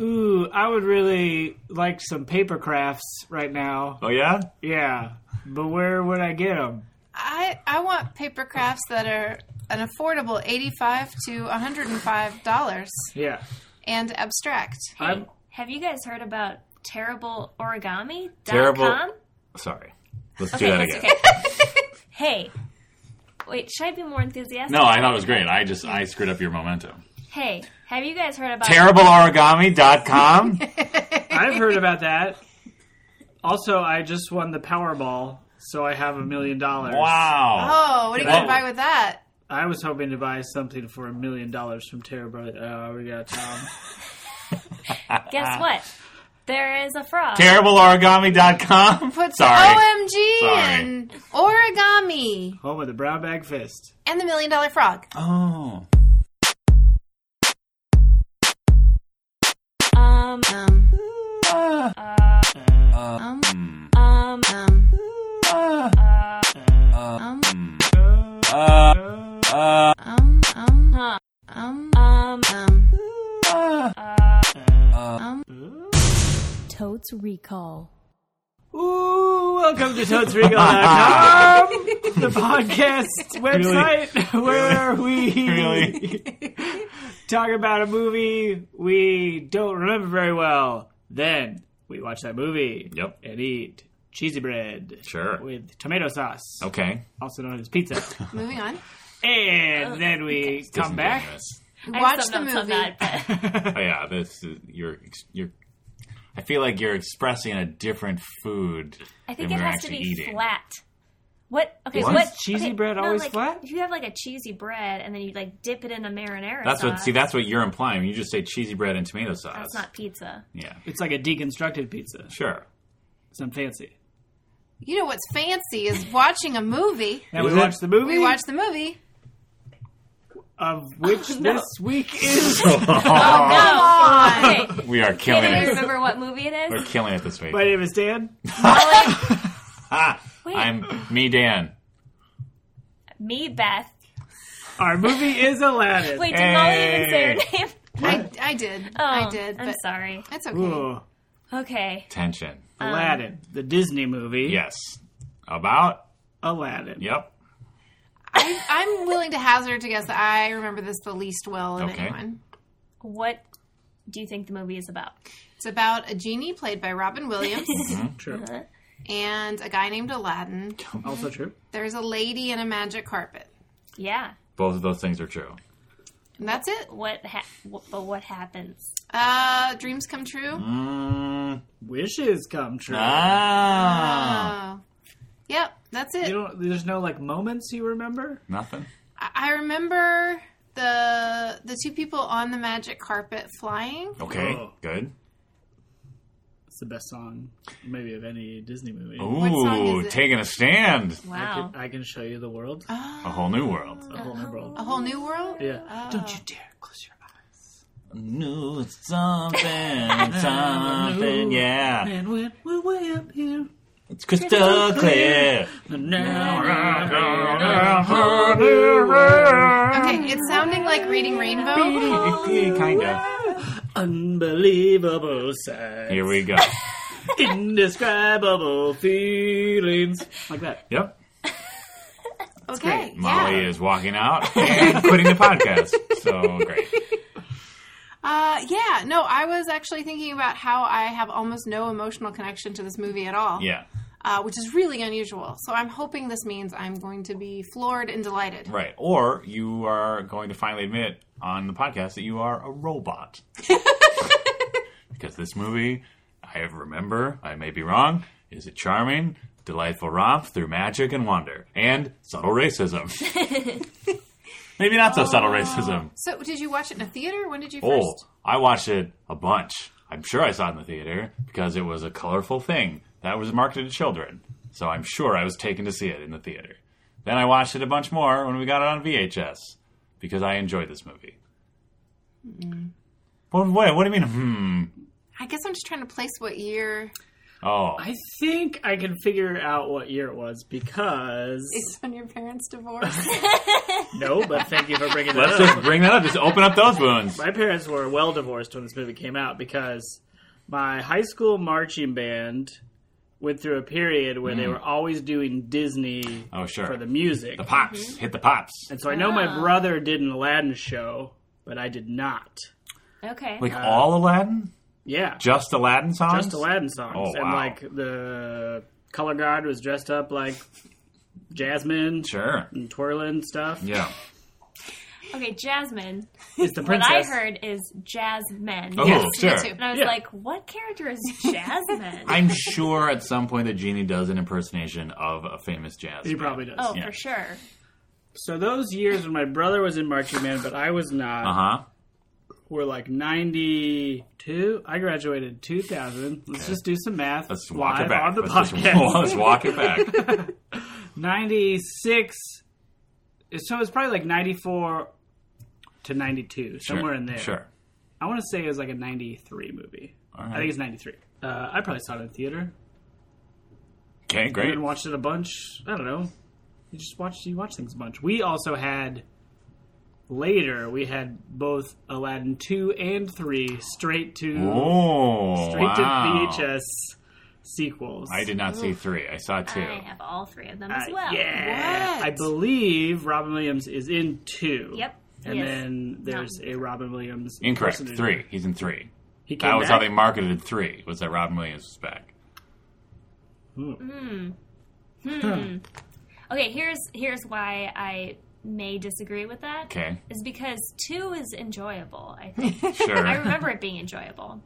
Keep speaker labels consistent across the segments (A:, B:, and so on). A: Ooh, I would really like some paper crafts right now.
B: Oh yeah,
A: Yeah, but where would I get them?
C: I I want paper crafts that are an affordable eighty-five to one hundred and five dollars
A: Yeah,
C: and abstract.
D: Hey,
A: I'm-
D: have you guys heard about terrible origami?
B: Terrible- sorry. Let's do that
D: that's
B: again.
D: Hey, wait, should I be more enthusiastic?
B: No, I thought it was great. I just I screwed up your momentum.
D: Hey, have you guys heard about
B: TerribleOrigami.com.
A: I've heard about that. Also, I just won the Powerball, so I have a million dollars.
B: wow.
C: Oh, what are you going
B: Oh.
C: to buy with that?
A: I was hoping to buy something for a million dollars from Terra Brother. Oh, we got Tom.
B: Ah.
D: Guess what? There is a frog.
B: TerribleOrigami.com.
C: Put some
B: Sorry.
C: OMG
B: Sorry.
C: and origami
A: Home of the brown bag fist.
C: and the million dollar frog.
B: Oh.
D: um,
C: Um,
B: Ah.
C: um,
B: Mm.
D: um,
C: um,
B: Ah.
C: um,
B: Ah. Ah.
C: um, um,
D: huh,
C: um,
D: um,
C: um,
B: Ah.
C: um.
D: Totes Recall.
A: Ooh, welcome to ToadSregal.com, the podcast website where we
B: Really?
A: talk about a movie we don't remember very well. Then we watch that movie
B: Yep.
A: and eat cheesy bread
B: Sure.
A: with tomato sauce,
B: Okay.
A: also known as pizza.
C: Moving on.
A: and then we come back.
B: Disingenuous.
C: Watch the
D: I'm so
C: movie.
D: bad, but
B: Oh, yeah, this is, you're ex- you're. I feel like you're expressing a different food
D: I think
B: than
D: it
B: we're
D: has to
B: actually
D: be
B: eating.
D: flat. What? Okay,
B: What?
D: what?
B: Is
A: cheesy
D: okay,
A: bread
D: no,
A: always
D: like,
A: flat?
D: If you have like a cheesy bread and then you like dip it in a marinara
B: That's what.
D: sauce,
B: See, that's what you're implying. You just say cheesy bread and tomato sauce.
D: that's not pizza.
B: Yeah.
A: It's like a deconstructed pizza.
B: Sure.
A: Some fancy.
C: You know what's fancy is watching a movie.
A: Now
B: Is
A: we
B: it?
A: watch the movie
C: We watch the movie.
A: of which this week is.
D: Oh, no. Okay.
B: We are killing
D: Anybody
B: it.
D: remember what movie it
B: We're
D: is?
B: killing it this week.
A: My name is Dan.
B: ah,
D: Wait.
B: I'm me, Dan.
D: Me, Beth.
A: Our movie is Aladdin.
D: Wait, did Molly even say
B: Hey.
D: her name?
C: I, I did.
D: Oh,
C: I did.
D: I'm
C: But
D: sorry.
C: it's okay.
A: Ooh,
D: Okay.
B: Tension.
A: Aladdin, the Disney movie.
B: Yes. About.
A: Aladdin.
B: Yep.
C: I, I'm willing to hazard to guess that I remember this the least well of
B: Okay.
C: anyone.
D: What do you think the movie is about?
C: It's about a genie played by Robin Williams
A: True.
C: and a guy named Aladdin.
A: Also true.
C: There's a lady and a magic carpet.
D: Yeah.
B: Both of those things are true.
C: And that's it.
D: What? Ha- wh- but what happens?
C: Uh, dreams come true.
B: Mm,
A: Wishes come true.
B: ah.
C: Uh, yep, that's
A: Mm. You
C: it.
A: don't. There's no like moments you remember.
B: Nothing.
C: I, I remember the the two people on the magic carpet flying.
B: Okay.
A: Oh.
B: Good.
A: It's the best song, maybe of any Disney movie.
C: song is
B: Ooh,
C: it?
B: taking a stand.
A: I,
D: Wow.
A: can, I can show you the world.
B: A whole new world.
A: A whole new world.
C: A whole new world.
A: Yeah. Don't you dare close your eyes.
B: New something, something, yeah.
A: And when we're way up here,
B: It's crystal clear.
A: and now
C: Okay, it's sounding like reading Rainbow.
B: kind of.
A: unbelievable sights,
B: Here we go.
A: indescribable feelings, like that.
B: Yep.
C: Okay,
B: Molly
C: yeah.
B: is walking out and quitting the podcast. So great.
C: Uh, yeah, no, I was actually thinking about how I have almost no emotional connection to this movie at all,
B: Yeah.
C: uh, which is really unusual. So I'm hoping this means I'm going to be floored and delighted.
B: Right. Or you are going to finally admit on the podcast that you are a robot. because this movie, I remember, I may be wrong, is a charming, delightful romp through magic and wonder and subtle racism. Maybe not so subtle racism.
C: So, did you watch it in a theater? When did you
B: Oh,
C: first?
B: I watched it a bunch. I'm sure I saw it in the theater because it was a colorful thing that was marketed to children. So I'm sure I was taken to see it in the theater. Then I watched it a bunch more when we got it on VHS because I enjoyed this movie.
A: Mm-hmm.
B: Well, wait, what do you mean? Hmm.
C: I guess I'm just trying to place what year.
B: Oh,
A: I think I can figure out what year it was because
C: Based on your parents' divorce.
A: no, but thank you for bringing
B: let's
A: that up.
B: just bring that up. Just open up those wounds.
A: My parents were well divorced when this movie came out because my high school marching band went through a period where they were always doing Disney
B: Hmm. Oh, sure.
A: for the Mm-hmm. music.
B: The pops. Hit the pops.
A: and so I know
D: Ah.
A: my brother did an Aladdin show, but I did not.
D: Okay.
B: Like all Aladdin?
A: Yeah.
B: Just Aladdin songs?
A: Just Aladdin songs.
B: Oh,
A: And
B: wow.
A: like the color guard was dressed up like Jasmine
B: Sure.
A: and twirling stuff.
B: Yeah.
D: Okay, Jasmine.
A: It's the
D: What I
A: princess.
D: heard is Jasmine.
B: Oh,
C: Yes, me
B: sure.
C: too.
D: And I was
A: Yeah.
D: like, what character is Jasmine?
B: I'm sure at some point that Genie does an impersonation of a famous jazz.
A: He
B: band.
A: probably does.
D: oh,
B: yeah.
D: for sure.
A: So those years when my brother was in marching band, but I was not,
B: Uh huh.
A: were like ninety two. I graduated two thousand. Let's just do some math.
B: Let's walk
A: live
B: it back.
A: on the
B: let's, just-
A: podcast.
B: let's walk it back.
A: Ninety six. So it's probably like ninety four to ninety two, somewhere
B: Sure.
A: in there.
B: Sure.
A: I want to say it was like a ninety three movie.
B: All right.
A: I think it's ninety three. Uh, I probably saw it in theater.
B: okay,
A: We
B: great.
A: didn't watch it a bunch. I don't know. You just watch you watch things a bunch. We also had later we had both Aladdin two and three straight to
B: Oh,
A: straight
B: wow.
A: to VHS sequels.
B: I did not see three. I saw two.
D: I have all three of them
A: Uh,
D: as well.
A: Yeah,
C: What?
A: I believe Robin Williams is in two.
D: Yep.
A: And
D: yes.
A: then there's a Robin Williams
B: Incorrect.
A: impersonator.
B: Three. He's in three.
A: He came
B: That was
A: back?
B: how they marketed three. Was that Robin Williams was back?
A: Hmm.
D: Okay, here's here's why I may disagree with that.
B: Okay.
D: Is because two is enjoyable, I think.
B: Sure.
D: I remember it being enjoyable.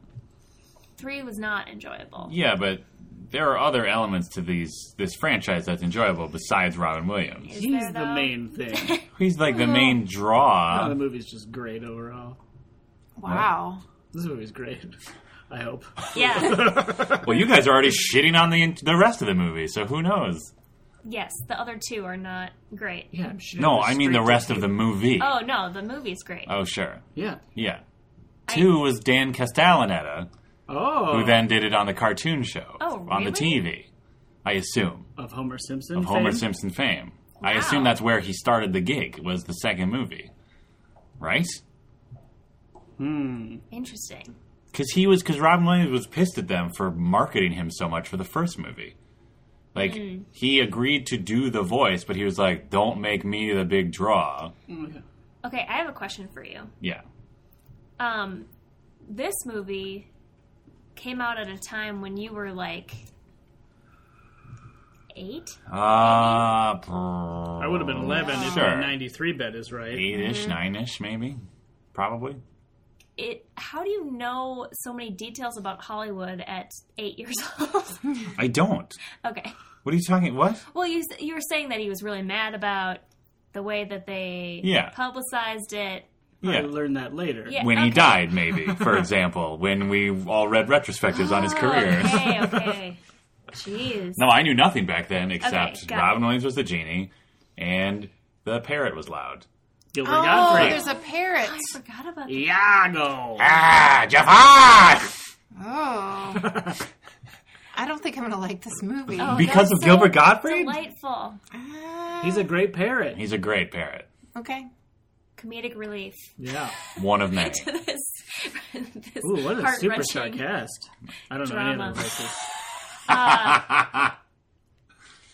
D: Three was not enjoyable.
B: Yeah, but there are other elements to these this franchise that's enjoyable besides Robin Williams.
D: Is
A: He's
D: there,
A: the
D: though?
A: main thing.
B: He's like the main
A: Oh,
B: draw.
A: the movie's just great overall.
C: wow.
A: This movie's great. I hope.
D: Yeah.
B: Well, you guys are already shitting on the the rest of the movie, so who knows?
D: yes, the other two are not great.
A: Yeah, I'm sure.
B: No,
A: it's
B: I mean the
A: straight to-
B: rest of the movie.
D: Oh no, the movie's great.
B: Oh, sure.
A: Yeah.
B: Yeah. Two was Dan Castellaneta,
A: Oh.
B: who then did it on the cartoon show
D: Oh,
B: on the
D: really?
B: TV. I assume
A: of Homer Simpson.
B: of Homer
A: fame?
B: Simpson fame. I
D: Wow.
B: assume that's where he started the gig. Was the second movie, right?
D: Interesting.
B: Because he was because Robin Williams was pissed at them for marketing him so much for the first movie. Like
D: Hmm.
B: he agreed to do the voice, but he was like, "Don't make me the big draw."
D: Okay, I have a question for you.
B: Yeah,
D: Um, this movie came out at a time when you were like eight.
B: uh,
A: I would have been 11 if Mm-hmm.
B: Sure.
A: my 93 bet is right.
B: eight-ish, nine-ish, maybe, probably.
D: It. How do you know so many details about Hollywood at eight years old?
B: I don't.
D: okay.
B: What are you talking? What?
D: Well, you s- you were saying that he was really mad about the way that they
B: Yeah.
D: publicized it.
A: I
B: Yeah.
A: learned that later.
D: Yeah.
B: When he
D: okay.
B: died, maybe, for example, when we all read retrospectives on his career.
D: Oh, Okay. Okay. Jeez.
B: No, I knew nothing back then except
D: got
B: Robin
D: it.
B: Williams was the genie and the parrot was loud.
A: Gilbert
C: Oh,
A: Godfrey.
C: there's a parrot.
D: I forgot about that.
A: Iago.
B: Ah, Jafar!
C: Oh. I don't think I'm going to like this movie.
D: Oh,
B: Because
D: that's
B: of
D: so
B: Gilbert Gottfried?
D: Delightful
C: Ah,
A: He's a great parrot.
B: He's a great parrot.
C: okay.
D: comedic relief.
A: Yeah.
B: One of many.
D: to this, this
A: Ooh, what a super
D: heart-wrenching
A: sarcast. I don't know any
D: drama.
A: of the voices.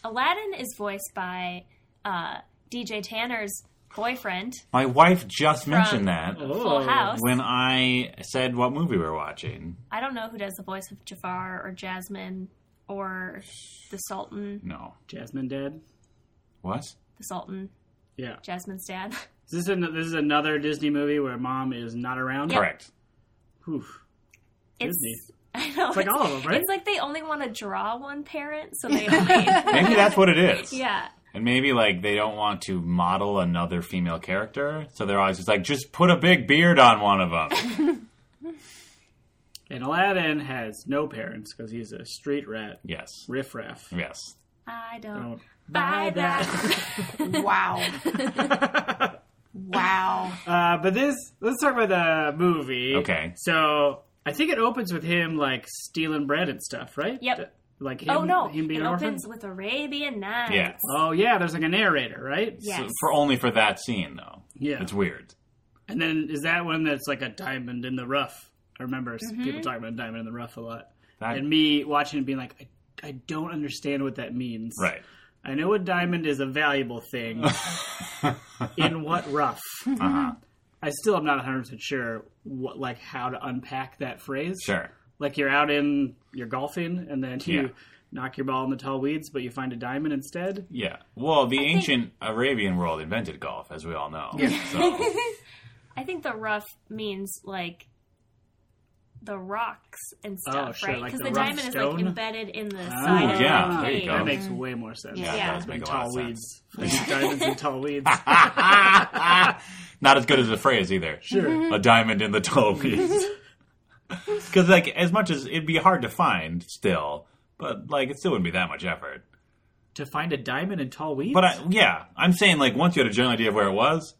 D: Aladdin is voiced by uh, DJ Tanner's boyfriend,
B: My wife just mentioned that
D: Full House.
B: when I said what movie we were watching.
D: I don't know who does the voice of Jafar or Jasmine or the Sultan.
B: No.
A: Jasmine dead.
B: What?
D: The Sultan,
A: Yeah.
D: Jasmine's dad.
A: Is this, an, this is another Disney movie where mom is not around.
B: Correct.
A: Oof.
D: It's,
A: Disney.
D: I know,
A: It's like all of them, right?
D: It's like they only want to draw one parent, so they only.
B: Maybe that's what it is.
D: yeah.
B: And maybe like they don't want to model another female character, so they're always just like, just put a big beard on one of them.
A: And Aladdin has no parents because he's a street rat.
B: yes.
A: Riffraff.
B: Yes.
D: I don't
A: Don't
D: buy that.
C: Wow. wow.
A: Uh, but this, let's talk about the movie.
B: Okay.
A: So I think it opens with him like stealing bread and stuff, right?
D: Yep.
A: Like him,
D: oh no,
A: him being
D: it
A: an orphan.
D: opens with Arabian Nights.
B: Yeah.
A: Oh yeah, there's like a narrator, right?
D: Yes.
B: So- for only for that scene though.
A: Yeah.
B: It's weird.
A: And then is that one that's like a diamond in the rough? I remember s- people talking about diamond in the rough a lot,
B: That-
A: and me watching and being like, I, I don't understand what that means.
B: Right.
A: I know a diamond is a valuable thing. in what rough?
D: Mm-hmm.
B: Uh-huh.
A: I still am not 100 percent sure what like how to unpack that phrase.
B: Sure.
A: Like you're out in you're golfing and then you
B: Yeah.
A: knock your ball in the tall weeds, but you find a diamond instead.
B: Yeah. Well, the ancient Arabian world invented golf, as we all know. So,
D: I think the rough means like the rocks and stuff,
A: sure,
D: right?
A: Oh, like
D: Because
A: the
D: the,
A: rough
D: diamond
A: stone?
D: is like embedded in the
A: Oh,
D: side of
B: yeah,
D: the
B: there you
D: cave.
B: go.
A: That makes way more sense.
D: Yeah.
B: yeah,
D: Yeah.
B: it does
A: Than
B: make a lot
A: tall
B: of sense.
A: weeds. diamonds and tall weeds.
B: Not as good as the phrase either.
A: Sure.
B: A diamond in the toe piece. Because, like, as much as it'd be hard to find still, but, like, it still wouldn't be that much effort.
A: to find a diamond in tall weeds?
B: But, I, yeah, I'm saying, like, once you had a general idea of where it was,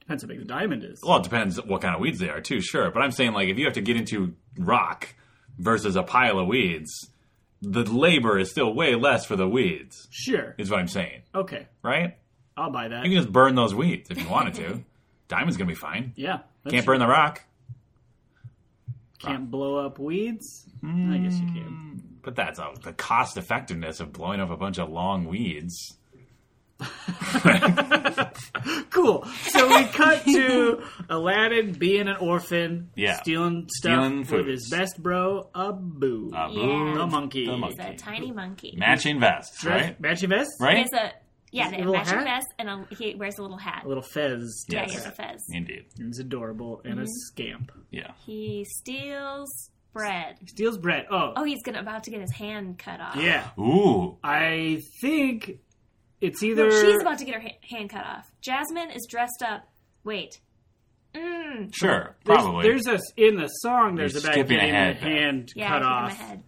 A: Depends how big the diamond is.
B: well, it depends what kind of weeds they are, too, sure. But I'm saying, like, if you have to get into rock versus a pile of weeds, the labor is still way less for the weeds,
A: Sure.
B: is what I'm saying,
A: Okay.
B: right?
A: I'll buy that.
B: You can just burn those weeds if you wanted to. Diamond's gonna be fine.
A: Yeah. that's
B: Can't burn the rock,
A: true. Can't blow up weeds? I guess you can.
B: but that's uh, the cost effectiveness of blowing up a bunch of long weeds.
A: Cool. So we cut to Aladdin being an orphan,
B: Yeah.
A: stealing stuff
B: Stealing
A: with his
B: foods.
A: best bro, Abu,
B: Abu
A: the monkey.
B: the
D: It's
B: monkey.
D: a tiny monkey.
B: Uh, Matching vests,
A: Right?
B: right?
A: Matchy vest?
D: He
B: Right?
D: has a yeah,
A: Is it a
D: they have
A: little
D: matching
A: hat?
D: vest and a, he wears a little hat.
A: A little fez.
D: yeah,
B: Yes.
D: he has a fez.
B: Indeed.
A: He's adorable and a scamp.
B: Yeah.
D: He steals bread.
A: Steals bread. Oh,
D: Oh, he's gonna about to get his hand cut off.
A: yeah.
B: Ooh.
A: I think it's either.
D: No, she's about to get her ha- hand cut off. Jasmine is dressed up. Wait. Mm.
B: Sure.
A: There's-
B: Probably.
A: There's, a in the song. There's
B: You're
A: about
B: skipping
A: getting
B: ahead,
A: the
B: though.
A: hand
D: Yeah,
A: cut
D: I think
A: off.
D: I'm ahead.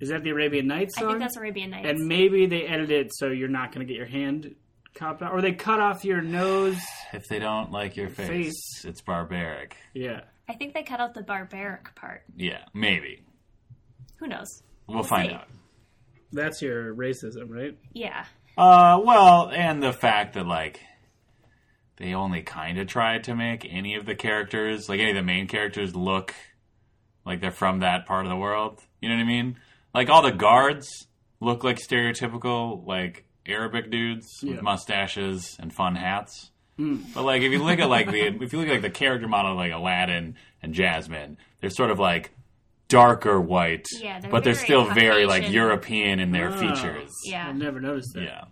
A: Is that the Arabian Nights
D: I
A: song?
D: think that's Arabian Nights.
A: and maybe they edited it so you're not going to get your hand chopped off, or they cut off your nose.
B: if they don't like your face,
A: Face.
B: it's barbaric.
A: Yeah,
D: I think they cut out the barbaric part.
B: Yeah. Maybe.
D: Who knows?
B: We'll, find
D: see.
B: out.
A: that's your racism, right?
D: Yeah.
B: Uh, well, and the fact that like they only kind of tried to make any of the characters, like any of the main characters, look like they're from that part of the world. You know what I mean? Like all the guards look like stereotypical like Arabic dudes
A: Yeah.
B: with mustaches and fun hats. But like if you look at like the if you look at like the character model of, like Aladdin and Jasmine, they're sort of like darker white,
D: Yeah, they're
B: but they're
D: very
B: still very like
D: Caucasian.
B: European in their
A: Oh.
B: features.
D: Yeah.
A: I never noticed that.
B: Yeah.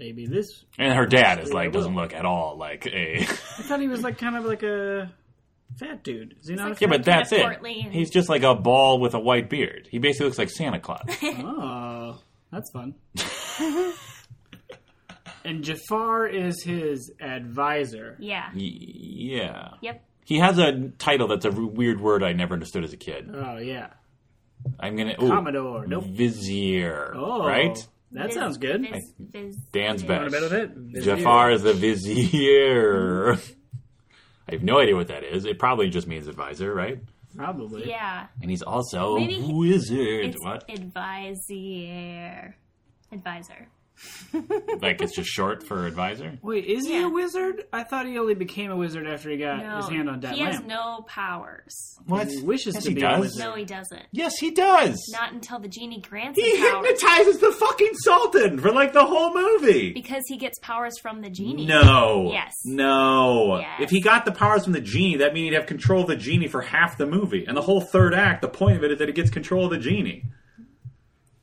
A: Maybe this.
B: And her dad is
A: Yeah,
B: like
A: I will.
B: doesn't look at all like a
A: I thought he was like kind of like a fat dude. Is he not?
D: like-
A: a
B: yeah, but
D: Kinda
B: that's it.
D: portly and-
B: He's just like a ball with a white beard. He basically looks like Santa Claus.
A: fat? Oh, that's fun. and Jafar is his advisor.
D: Yeah.
B: Y- yeah,
D: Yep.
B: he has a title that's a r- weird word I never understood as a kid.
A: Oh yeah,
B: I'm gonna ooh,
A: Commodore. Nope.
B: vizier.
A: Oh,
B: right.
A: That
D: Viz-
A: sounds good.
D: viz- viz-
B: Dan's
D: viz-
B: best.
A: Want a bit of it?
B: Jafar is the vizier. I have no idea what that is. It probably just means advisor, right?
A: Probably.
D: Yeah.
B: And he's also
D: Maybe
B: a
D: he-
B: wizard.
D: It's
B: what?
D: advisor. Advisor.
B: like it's just short for advisor.
A: Wait, is he
D: Yeah.
A: a wizard? I thought he only became a wizard after he got
D: No.
A: his hand on that
D: he has
A: lamp.
D: no powers.
B: What?
A: He wishes
B: Yes,
A: to
B: he
A: be a
B: does.
A: wizard.
D: No, he doesn't.
B: Yes, he does.
D: Not until the genie grants
B: He
D: him powers.
B: hypnotizes the fucking Sultan for like the whole movie.
D: Because he gets powers from the genie.
B: No.
D: Yes.
B: No.
D: Yes.
B: If he got the powers from the genie, that means he'd have control of the genie for half the movie. And the whole third act, the point of it is that he gets control of the genie.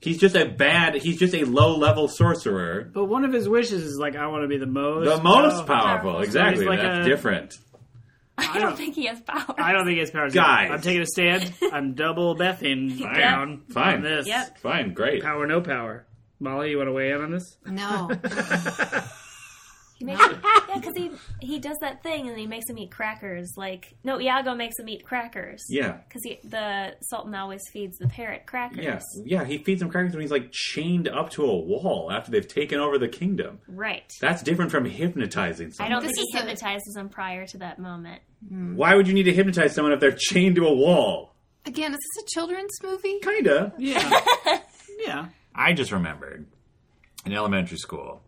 B: He's just a bad, he's just a low level sorcerer.
A: But one of his wishes is like, I want to be the most.
B: The most
A: Oh,
B: powerful.
D: Powerful.
B: Exactly.
A: He's like
B: That's
A: a-
B: different.
D: I
A: don't-
D: don't think he has powers.
A: I don't think his powers.
B: Guys.
A: I'm taking a stand. I'm double Bething down
B: Fine.
A: on this.
D: Yep.
B: Fine. Great.
A: Power, no power. Molly, you want to weigh in on this?
C: No.
D: He makes him, yeah, because he he does that thing and he makes him eat crackers. Like no, Iago makes him eat crackers.
B: Yeah.
D: because the Sultan always feeds the parrot crackers.
B: Yeah. Yeah. He feeds him crackers when he's like chained up to a wall after they've taken over the kingdom.
D: right.
B: That's different from hypnotizing
D: I
B: someone.
D: don't
C: This
D: think
C: is
D: he
C: a-
D: hypnotizes him prior to that moment.
B: Why would you need to hypnotize someone if they're chained to a wall?
C: Again, is this a children's movie?
B: Kinda.
A: Yeah. yeah.
B: I just remembered in elementary school,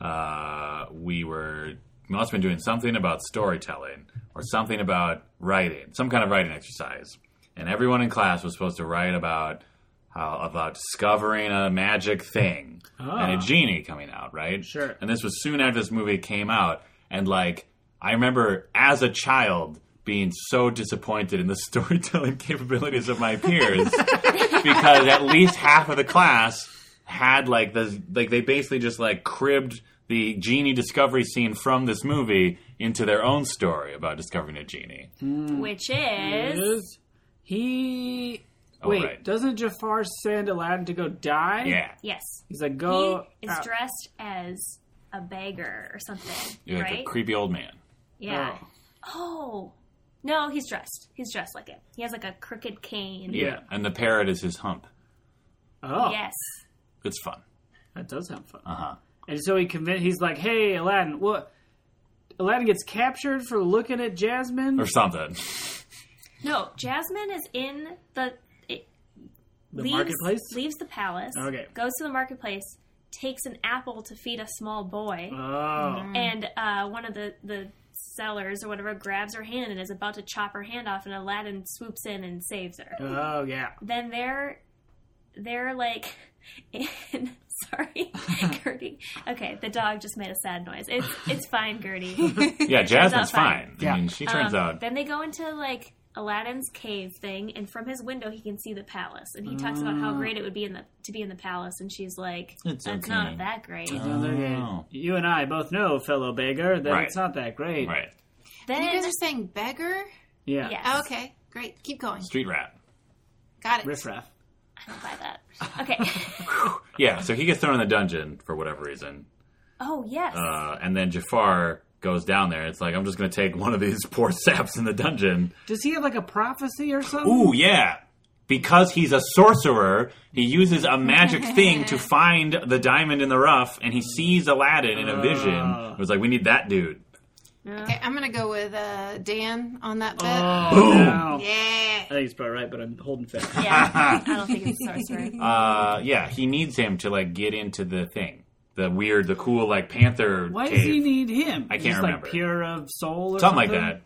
B: uh, we were we must have been doing something about storytelling or something about writing, some kind of writing exercise, and everyone in class was supposed to write about how uh, about discovering a magic thing and
A: Ah.
B: a genie coming out, right?
A: Sure.
B: And this was soon after this movie came out, and like I remember as a child being so disappointed in the storytelling capabilities of my peers because at least half of the class had like this like they basically just like cribbed the genie discovery scene from this movie into their own story about discovering a genie.
D: Which is
A: Is he?
B: Oh,
A: Wait,
B: right.
A: doesn't Jafar send Aladdin to go die?
B: Yeah.
D: yes.
A: He's like,
D: He
A: go.
D: is
A: out.
D: dressed as a beggar or something,
B: You're like
D: right?
B: a creepy old man.
D: yeah.
A: Oh.
D: Oh. No, he's dressed. He's dressed like it. He has like a crooked cane.
B: Yeah. And the parrot is his hump.
A: Oh,
D: Yes.
B: It's fun.
A: that does sound fun.
B: Uh-huh.
A: And so he convinced. He's like, hey, Aladdin, what? Aladdin gets captured for looking at Jasmine.
B: Or something.
D: No, Jasmine is in the it
A: the
D: leaves,
A: marketplace.
D: leaves the palace.
A: Okay.
D: Goes to the marketplace, takes an apple to feed a small boy,
A: Oh,
D: and uh, one of the the sellers or whatever grabs her hand and is about to chop her hand off, and Aladdin swoops in and saves her.
A: oh yeah.
D: Then they're they're like. In, sorry, Gertie. Okay, the dog just made a sad noise. It's it's fine, Gertie.
B: Yeah, Jasmine's
D: fine.
B: fine.
A: Yeah.
B: I mean, she turns
D: Um,
B: out
D: Then they go into like Aladdin's cave thing, and from his window he can see the palace. And he talks about how great it would be in the to be in the palace, and she's like,
B: Mm. It's
D: "That's
B: okay."
D: not that great."
B: Oh.
A: You and I both know, fellow beggar, that
B: Right.
A: it's not that great.
B: right.
D: then
C: You guys are saying beggar?
A: Yeah.
D: yes,
C: Oh, okay, great. Keep going.
B: Street rat.
C: Got it.
A: Riffraff.
D: I don't buy that. Okay.
B: Yeah, so he gets thrown in the dungeon for whatever reason.
D: oh yes,
B: Uh, and then Jafar goes down there. It's like I'm just gonna take one of these poor saps in the dungeon.
A: Does he have like a prophecy or something?
B: Ooh, yeah. Because he's a sorcerer, he uses a magic thing to find the diamond in the rough, and he sees Aladdin in a vision.
A: Ah.
B: It was like, we need that dude.
C: Okay, I'm gonna go with uh, Dan on that bet.
A: Oh,
B: Boom.
A: no.
C: Yeah.
A: I think he's probably right, but I'm holding fast.
D: yeah. I don't think it's sorcery.
B: Uh, yeah, he needs him to like get into the thing, the weird, the cool like panther
A: Why
B: cave,
A: does he need him?
B: I can't
A: He's
B: remember.
A: Like pure of soul or
B: something
A: something,
B: like that.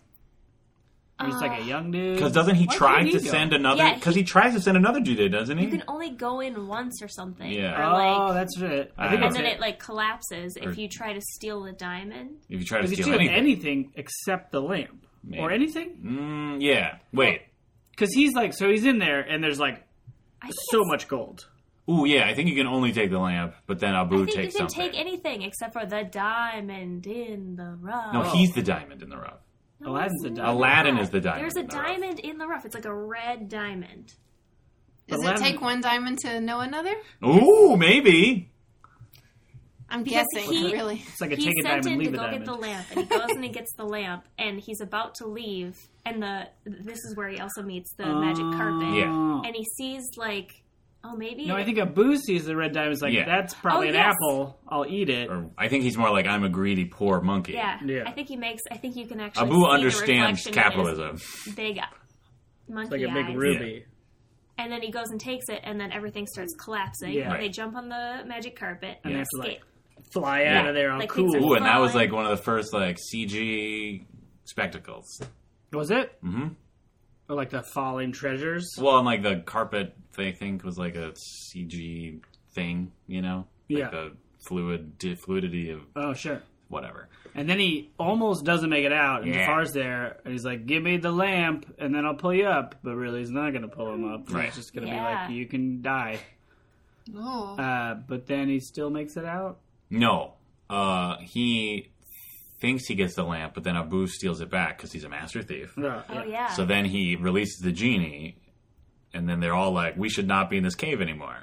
A: Or he's like a young dude.
B: Because doesn't he
A: Why
B: try
A: didn't
B: to
A: go?
B: send another?
D: Yeah,
B: Because he, tries to send another dude, in, doesn't he?
D: You can only go in once or something.
B: Yeah.
D: Or,
A: Oh,
D: like,
A: that's it. I
B: I
A: think
B: don't
D: and
A: it's
D: then
A: it.
D: it like collapses
B: Or-
D: if you try to steal the diamond.
B: if you try to
A: If you
B: steal
A: steal anything.
B: anything,
A: except the lamp or
B: Maybe.
A: anything,
B: Mm, yeah. Wait.
A: because he's like, so he's in there, and there's like
D: I think
A: so
D: it's-
A: much gold.
B: Ooh, yeah. I think you can only take the lamp, but then
D: I
B: Abu
D: think you
B: takes
D: can
B: something.
D: take anything except for the diamond in the rough.
B: no, he's the diamond in the rough.
D: No,
A: Aladdin's the
D: it's
A: diamond.
B: Aladdin is the diamond
D: Oh, There's a
B: in the rough.
D: diamond in the rough. It's like a red diamond.
C: Does
A: Eleven.
C: it take one diamond to know another?
B: Ooh, maybe.
C: I'm
D: Because
C: guessing.
D: he-
C: really.
A: It's like a
D: He's
A: take a
D: sent
A: diamond,
D: in to
A: leave a
D: go
A: diamond.
D: get the lamp, and he goes and he gets the lamp, and he's about to leave. And the this is where he also meets the magic carpet,
B: Yeah.
D: and he sees like, oh maybe
A: No, I think Abu sees the red diamond. Is like,
B: Yeah.
A: that's probably
D: Oh,
A: an
D: yes.
A: apple. I'll eat it.
B: Or I think he's more like I'm a greedy poor monkey.
D: yeah,
A: Yeah.
D: I think he makes. I think you can actually see
B: Abu
D: the
B: understands
D: reflection in his
B: capitalism.
D: Big monkey
A: It's like a
D: eyes.
A: big ruby.
D: and then he goes and takes it, and then everything starts collapsing.
A: Yeah.
D: They
B: Right.
D: jump on the magic carpet
A: And they
D: and they
A: have to, like,
D: escape.
A: Fly out of there, all
D: Like
A: cool.
D: things are
B: Ooh, and that was
D: Fine.
B: like one of the first like CG spectacles.
A: Was it?
B: hmm
A: Or like the falling treasures?
B: Well, and like the carpet, they think was like a CG thing, you know, like
A: Yeah.
B: the fluid fluidity of
A: Oh, sure.
B: whatever.
A: And then he almost doesn't make it out, and
B: Yeah.
A: Jafar's there, and he's like, "Give me the lamp, and then I'll pull you up." But really, he's not gonna pull him up.
B: Right.
A: He's just gonna
D: Yeah.
A: be like, "You can die."
C: Oh.
A: Uh, but then he still makes it out.
B: No, uh, he thinks he gets the lamp, but then Abu steals it back because he's a master thief.
A: No,
D: Oh yeah.
B: So then he releases the genie, and then they're all like, "We should not be in this cave anymore."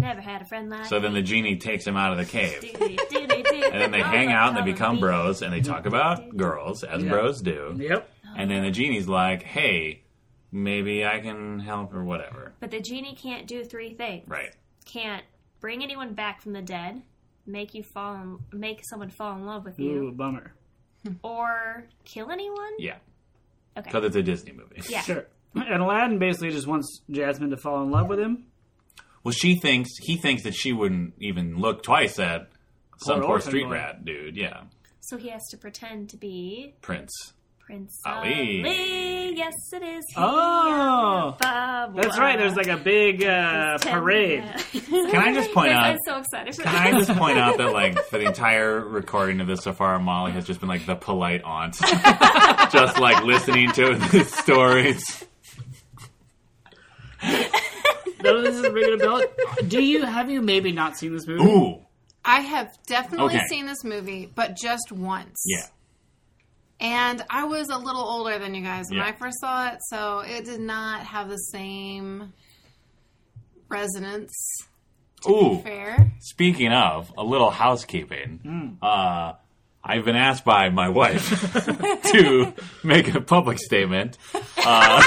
D: Never had a friend like.
B: So then the genie takes him out of the cave,
D: and
B: and
D: Oh,
B: then they hang out and they become bros, and they talk about girls as
A: Yeah.
B: bros do.
A: Yep.
B: And then the genie's like, "Hey, maybe I can help or whatever."
D: But the genie can't do three things.
B: Right.
D: Can't bring anyone back from the dead, make you fall, in, make someone fall in love with
A: Ooh,
D: you,
A: bummer.
D: or kill anyone.
B: Yeah.
D: Okay.
B: Because it's a Disney movie.
D: Yeah.
A: Sure. And Aladdin basically just wants Jasmine to fall in love with him.
B: Well, she thinks he thinks that she wouldn't even look twice at some
A: Poor
B: poor
A: orphan
B: street
A: boy.
B: rat dude. Yeah,
D: So he has to pretend to be
B: Prince.
D: Prince
B: Ali.
D: Ali. Yes, it is. he,
A: Oh.
D: Alibaba.
A: That's right. There's like a big uh,
D: It's ten-
A: parade.
D: yeah.
B: Can I just point out?
D: I'm so excited for
B: Can I
D: that.
B: just point out that like for the entire recording of this so far, Molly has just been like the polite aunt, just like listening to his stories.
A: None of this is ringing a bell. Do you have you maybe not seen this movie?
B: Ooh,
C: I have definitely
B: Okay.
C: seen this movie, but just once.
B: yeah.
C: And I was a little older than you guys when
B: Yeah.
C: I first saw it, so it did not have the same resonance.
B: Ooh,
C: Fair.
B: speaking of a little housekeeping, uh, I've been asked by my wife to make a public statement uh,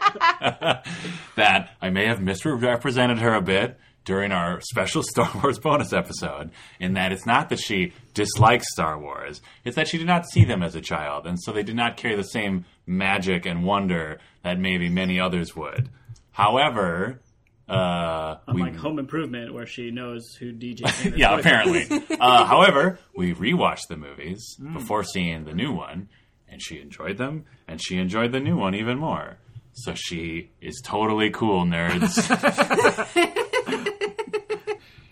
B: that I may have misrepresented her a bit during our special Star Wars bonus episode, in that it's not that she dislikes Star Wars, it's that she did not see them as a child, and so they did not carry the same magic and wonder that maybe many others would. However, uh, we
A: Like Home Improvement, where she knows who DJ. Sanders
B: yeah,
A: was.
B: apparently. uh, however, we rewatched the movies
A: Hmm.
B: before seeing the new one, and she enjoyed them, and she enjoyed the new one even more. So she is totally cool, nerds.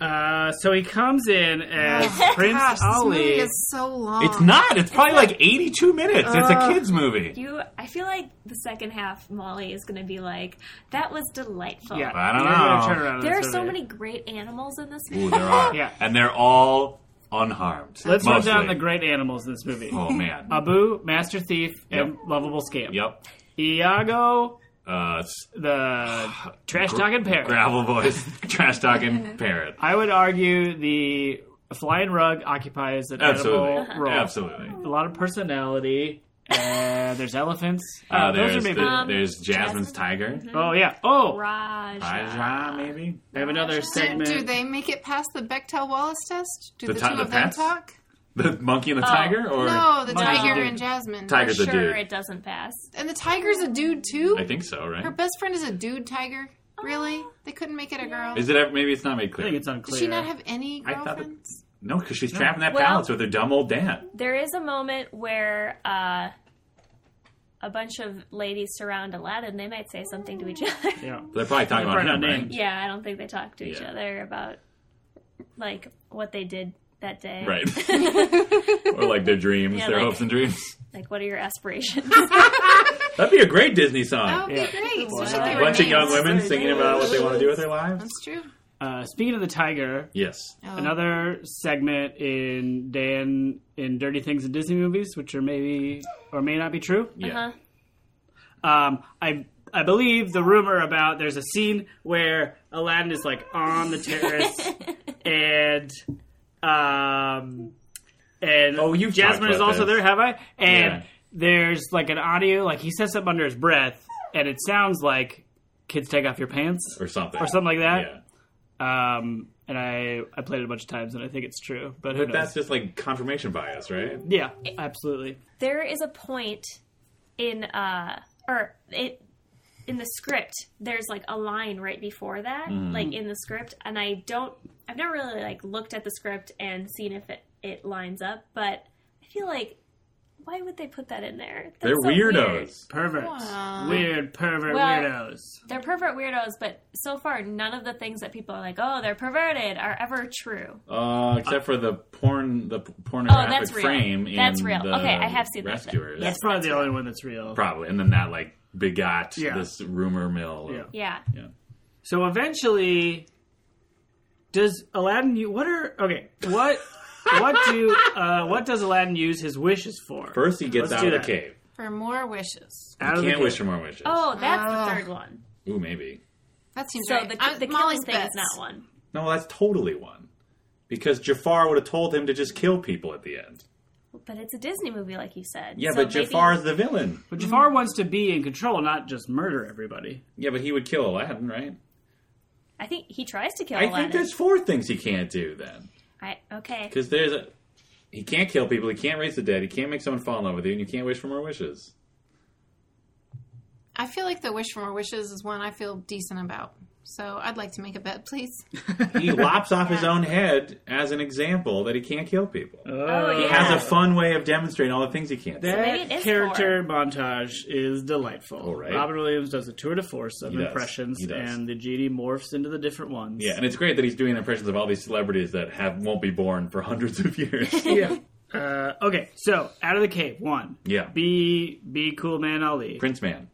A: Uh, so he comes in as Prince
C: Gosh, this
A: Ali.
C: movie is so long.
B: it's not. It's probably like 82 minutes. it's
A: Uh,
B: a kids' movie.
D: You, I feel like the second half, Molly is going to be like, "That was delightful."
A: yeah,
B: I don't
A: you're gonna
B: know.
A: turn around in
D: There are
A: this
D: so
A: movie.
D: many great animals in this
B: Ooh,
D: movie.
B: there are.
A: Yeah.
B: And they're all unharmed.
A: Let's run down
B: mostly.
A: the great animals in this movie:
B: Oh, man.
A: Abu, Master Thief, and
B: Yep.
A: Lovable Scamp.
B: yep.
A: Iago,
B: Uh, s-
A: the trash talking parrot.
B: Gravel voice, trash talking parrot.
A: I would argue the flying rug occupies an edible
B: Absolutely.
A: role. Uh,
B: Absolutely.
A: A lot of personality. Uh, there's elephants.
B: Uh,
A: Uh, those
B: there's,
A: are maybe.
B: the-
D: Um,
B: there's Jasmine's
D: Jasmine?
B: tiger.
A: oh yeah. Oh,
D: Raj.
B: Raja, maybe?
A: I have another
C: Do,
A: segment.
C: do they make it past the Bechtel Wallace test? Do
B: The
C: the,
B: ti-
C: two
B: the
C: of them
B: pets?
C: talk?
B: The monkey
D: Oh,
B: and the tiger? Or
C: No, the
A: Mine's a
C: tiger
A: dude.
C: and Jasmine.
B: Tiger's
D: Sure,
B: a dude.
D: it doesn't pass.
C: And the tiger's a dude too.
B: I think so, right?
C: Her best friend is a dude tiger.
D: Oh.
C: Really? They couldn't make it a girl.
B: Is it ever, maybe it's not made
A: I
B: clear?
A: think it's
C: Does
A: unclear.
C: she not have any
B: I thought that-
C: girlfriends?
B: no, because she's trapped in that
D: Well-
B: palace with her dumb old dad.
D: There is a moment where uh, a bunch of ladies surround Aladdin. They might say something to each other.
A: yeah.
B: They're
A: They're
B: probably talking about him,
A: probably not
B: right?
A: named.
D: Yeah, I don't think they talk to each
B: Yeah.
D: other about like what they did that day.
B: Right. or like their dreams,
D: Yeah,
B: their
D: like-
B: hopes and dreams.
D: Like what are your aspirations?
B: That'd be a great Disney
C: That
D: Oh,
B: song.
C: would
A: Yeah.
C: Oh, be great.
A: Wow.
C: We should
B: A
C: give her
B: bunch of young
C: names.
B: women singing about what they want to do with their lives.
C: That's true.
A: Uh, speaking of the tiger,
B: Yes.
C: Oh.
A: another segment in Dan in Dirty Things in Disney movies, which are maybe or may not be true.
B: Yeah.
D: Uh-huh.
A: Um, I I believe the rumor about there's a scene where Aladdin is like on the terrace and um and
B: Oh, you've
A: Jasmine
B: talked
A: is
B: about
A: also
B: this.
A: there, have I? And
B: Yeah.
A: there's like an audio, like he says something under his breath, and it sounds like "Kids take off your pants"
B: Or something.
A: or something like
B: Yeah.
A: that. Um, and I I played it a bunch of times, and I think it's true, but who
B: But
A: knows?
B: that's just like confirmation bias, right?
A: Yeah, absolutely.
D: there is a point in uh or it in the script there's like a line right before that
B: Mm.
D: like in the script and i don't i've never really like looked at the script and seen if it it lines up but i feel like why would they put that in there That's
B: They're
D: so weird.
B: weirdos.
A: Perverts,
C: Wow.
A: weird pervert
D: Well-
A: weirdos.
D: they're pervert weirdos but so far none of the things that people are like oh they're perverted are ever true
B: Uh, except for the porn, the p- pornographic
D: that's real.
B: frame. In
D: That's real.
B: the
D: Okay, I have seen that then.
B: Rescuers.
A: That's probably the only one that's real.
B: Probably, and then that like begot
A: Yeah.
B: this rumor mill. of-
A: Yeah.
D: yeah
B: yeah.
A: So eventually, does Aladdin? u- What are okay? What what do uh, what does Aladdin use his wishes for?
B: First, he gets
A: Let's
B: out of
A: do
B: the
A: that.
B: cave.
C: For more wishes.
A: Out of
B: Can't
A: the
B: wish for
A: cave.
B: more wishes.
D: oh that's
C: Oh.
D: the third one
B: Ooh, maybe.
C: That seems
D: so
C: right.
D: the,
C: I-
D: the killing
C: Molly's
D: thing is
C: bets.
D: not one
B: No, that's totally one. Because Jafar would have told him to just kill people at the end.
D: but it's a disney movie like you said
B: Yeah,
D: So
B: but
D: maybe-
B: Jafar is the villain.
A: But Jafar wants to be in control, not just murder everybody.
B: Yeah, but he would kill Aladdin, right?
D: I think he tries to kill
B: I
D: Aladdin.
B: think there's four things he can't do then.
D: I, okay.
B: Because there's a. He can't kill people, he can't raise the dead, he can't make someone fall in love with you, and you can't wish for more wishes.
C: I feel like the wish for more wishes is one I feel decent about. So I'd like to make a bet, please.
B: He lops off his own head as an example that he can't kill people.
D: Oh,
A: Uh,
D: yeah.
B: Has a fun way of demonstrating all the things he can't. do.
D: maybe it
A: That
D: is
A: character montage is delightful.
B: All right.
A: Robin Williams does a tour de force of
B: He does.
A: impressions,
B: He does.
A: and the genie morphs into the different ones.
B: Yeah, and it's great that he's doing impressions of all these celebrities that have won't be born for hundreds of years.
A: yeah. Uh, okay, so out of the cave, one.
B: Yeah.
A: Be be cool, man, Ali.
B: Prince Man,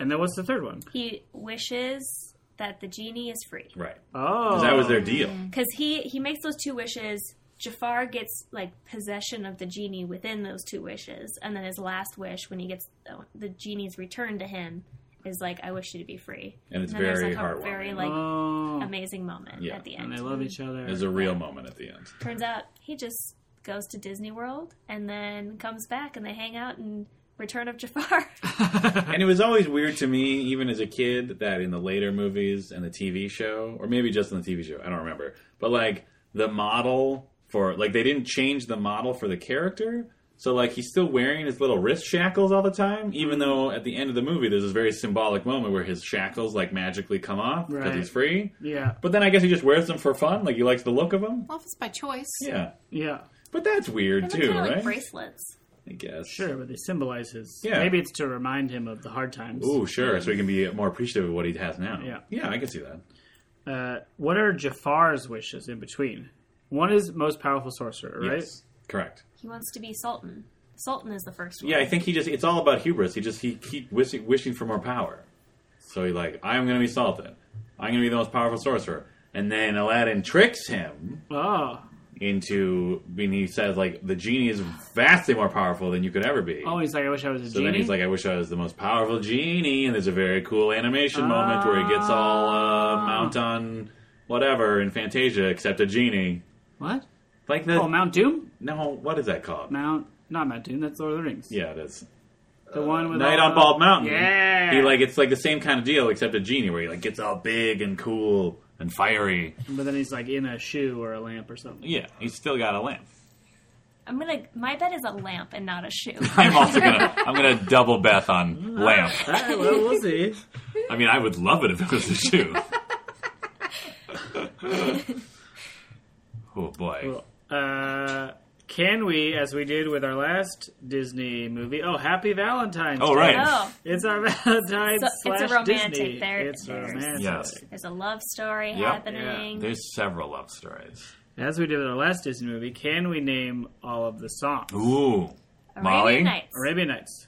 A: And then what's the third one?
D: He wishes that the genie is free
B: right?
A: Oh,
B: 'Cause That was their deal.
D: because he he makes those two wishes. Jafar gets like possession of the genie within those two wishes, and then his last wish, when he gets the, the genie's returned to him, is like, "I wish you to be free."
B: And it's
D: then there's,
B: very
D: like, a very
B: heartwarming.
D: like
A: Oh.
D: amazing moment
B: Yeah.
D: at the
A: and
D: end.
A: they love each other.
B: There's a real moment at the end.
D: Turns out he just goes to Disney World and then comes back, and they hang out in Return of Jafar.
B: And it was always weird to me, even as a kid, that in the later movies and the TV show, or maybe just in the TV show, I don't remember, but like the model for, like, they didn't change the model for the character. So, like, he's still wearing his little wrist shackles all the time, even though at the end of the movie, there's this very symbolic moment where his shackles, like, magically come off because
A: Right.
B: he's free.
A: yeah,
B: But then I guess he just wears them for fun. Like, he likes the look of them.
C: Well, if it's by choice.
B: Yeah.
A: yeah,
B: But that's weird,
D: They're
B: too,
D: kind of
B: right?
D: like bracelets.
B: I guess.
A: sure. But they symbolize his.
B: Yeah.
A: Maybe it's to remind him of the hard times.
B: Ooh, sure. So he can be more appreciative of what he has now.
A: Yeah.
B: Yeah, I can see that.
A: Uh, what are Jafar's wishes in between? One is most powerful sorcerer, right?
B: Yes. Correct.
D: He wants to be Sultan. Sultan is the first one.
B: Yeah, I think he just—it's all about hubris. He just—he keep wishing, wishing for more power. So he like, I'm going to be Sultan. I'm going to be the most powerful sorcerer. And then Aladdin tricks him
A: Oh,
B: into when he says like, the genie is vastly more powerful than you could ever be.
A: oh, he's like, I wish I was a
B: so
A: genie.
B: then he's like, I wish I was the most powerful genie. And there's a very cool animation moment where he gets all uh,
A: Ah.
B: Mount on whatever in Fantasia, except a genie.
A: what?
B: Like the
A: Oh, Mount Doom?
B: no, what is that called?
A: Mount? Not Mount Doom. That's Lord of the Rings.
B: Yeah, it is.
A: the one with
B: Night
A: all
B: on
A: the-
B: Bald Mountain.
A: Yeah.
B: He like it's like the same kind of deal except a genie where he like gets all big and cool and fiery.
A: But then he's like in a shoe or a lamp or something.
B: Yeah, he's still got a lamp.
D: I'm gonna. My bet is a lamp and not a shoe.
B: I'm also gonna I'm gonna double Beth on lamp.
A: All right, well, we'll see.
B: I mean, I would love it if it was a shoe. oh boy.
A: Cool. Uh, can we, as we did with our last Disney movie? Oh, Happy Valentine's!
B: Oh
A: Day.
B: right.
D: oh,
A: It's our Valentine's
D: So- it's a
A: slash
D: romantic
A: Disney.
D: there-
A: It's a
D: there's-
A: romantic.
B: Yes.
D: there's a love story
B: Yeah.
D: happening.
B: There's several love stories.
A: As we did with our last Disney movie, can we name all of the songs?
B: Ooh. Molly.
D: Arabian Nights.
A: Arabian Nights.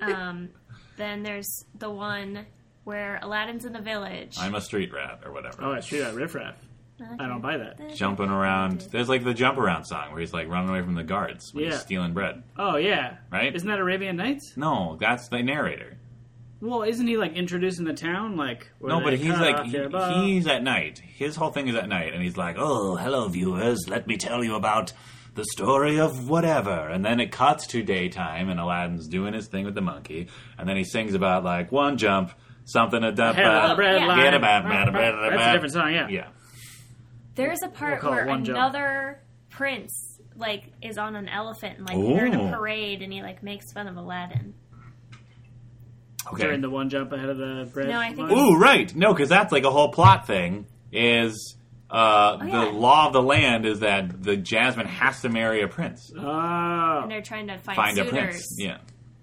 D: Um, then there's the one where Aladdin's in the village.
B: I'm a street rat or whatever.
A: Oh, I shoot at Riff Raff. I don't buy that.
B: Jumping around. There's like the jump around song where he's like running away from the guards when he's
A: Yeah.
B: stealing bread.
A: Oh yeah,
B: Right?
A: Isn't that Arabian Nights?
B: No, that's the narrator.
A: Well, isn't he like introducing the town? Like where
B: No,
A: they
B: but he's
A: cut
B: like
A: off
B: he-
A: their bow?
B: he's at night. His whole thing is at night, and he's like, "Oh, hello, viewers. Let me tell you about the story of whatever." And then it cuts to daytime, and Aladdin's doing his thing with the monkey, and then he sings about like one jump, something a dump,
A: Head of the
B: uh,
A: bread
D: Yeah.
A: line.
B: get about, about, about, about.
A: That's a different song. Yeah.
B: Yeah,
D: There's a part
A: call it
D: where
A: one jump.
D: another prince like is on an elephant and like
B: Ooh.
D: they're in a parade and he like makes fun of Aladdin.
B: okay.
A: During the one jump ahead of the bread.
D: No, I think
A: line.
D: it's-
B: Ooh, right. No, because that's like a whole plot thing. Is uh, the
D: Oh, yeah.
B: law of the land is that the Jasmine has to marry a prince,
A: Oh,
D: And they're trying to find,
B: find
D: suitors.
B: a prince. Yeah.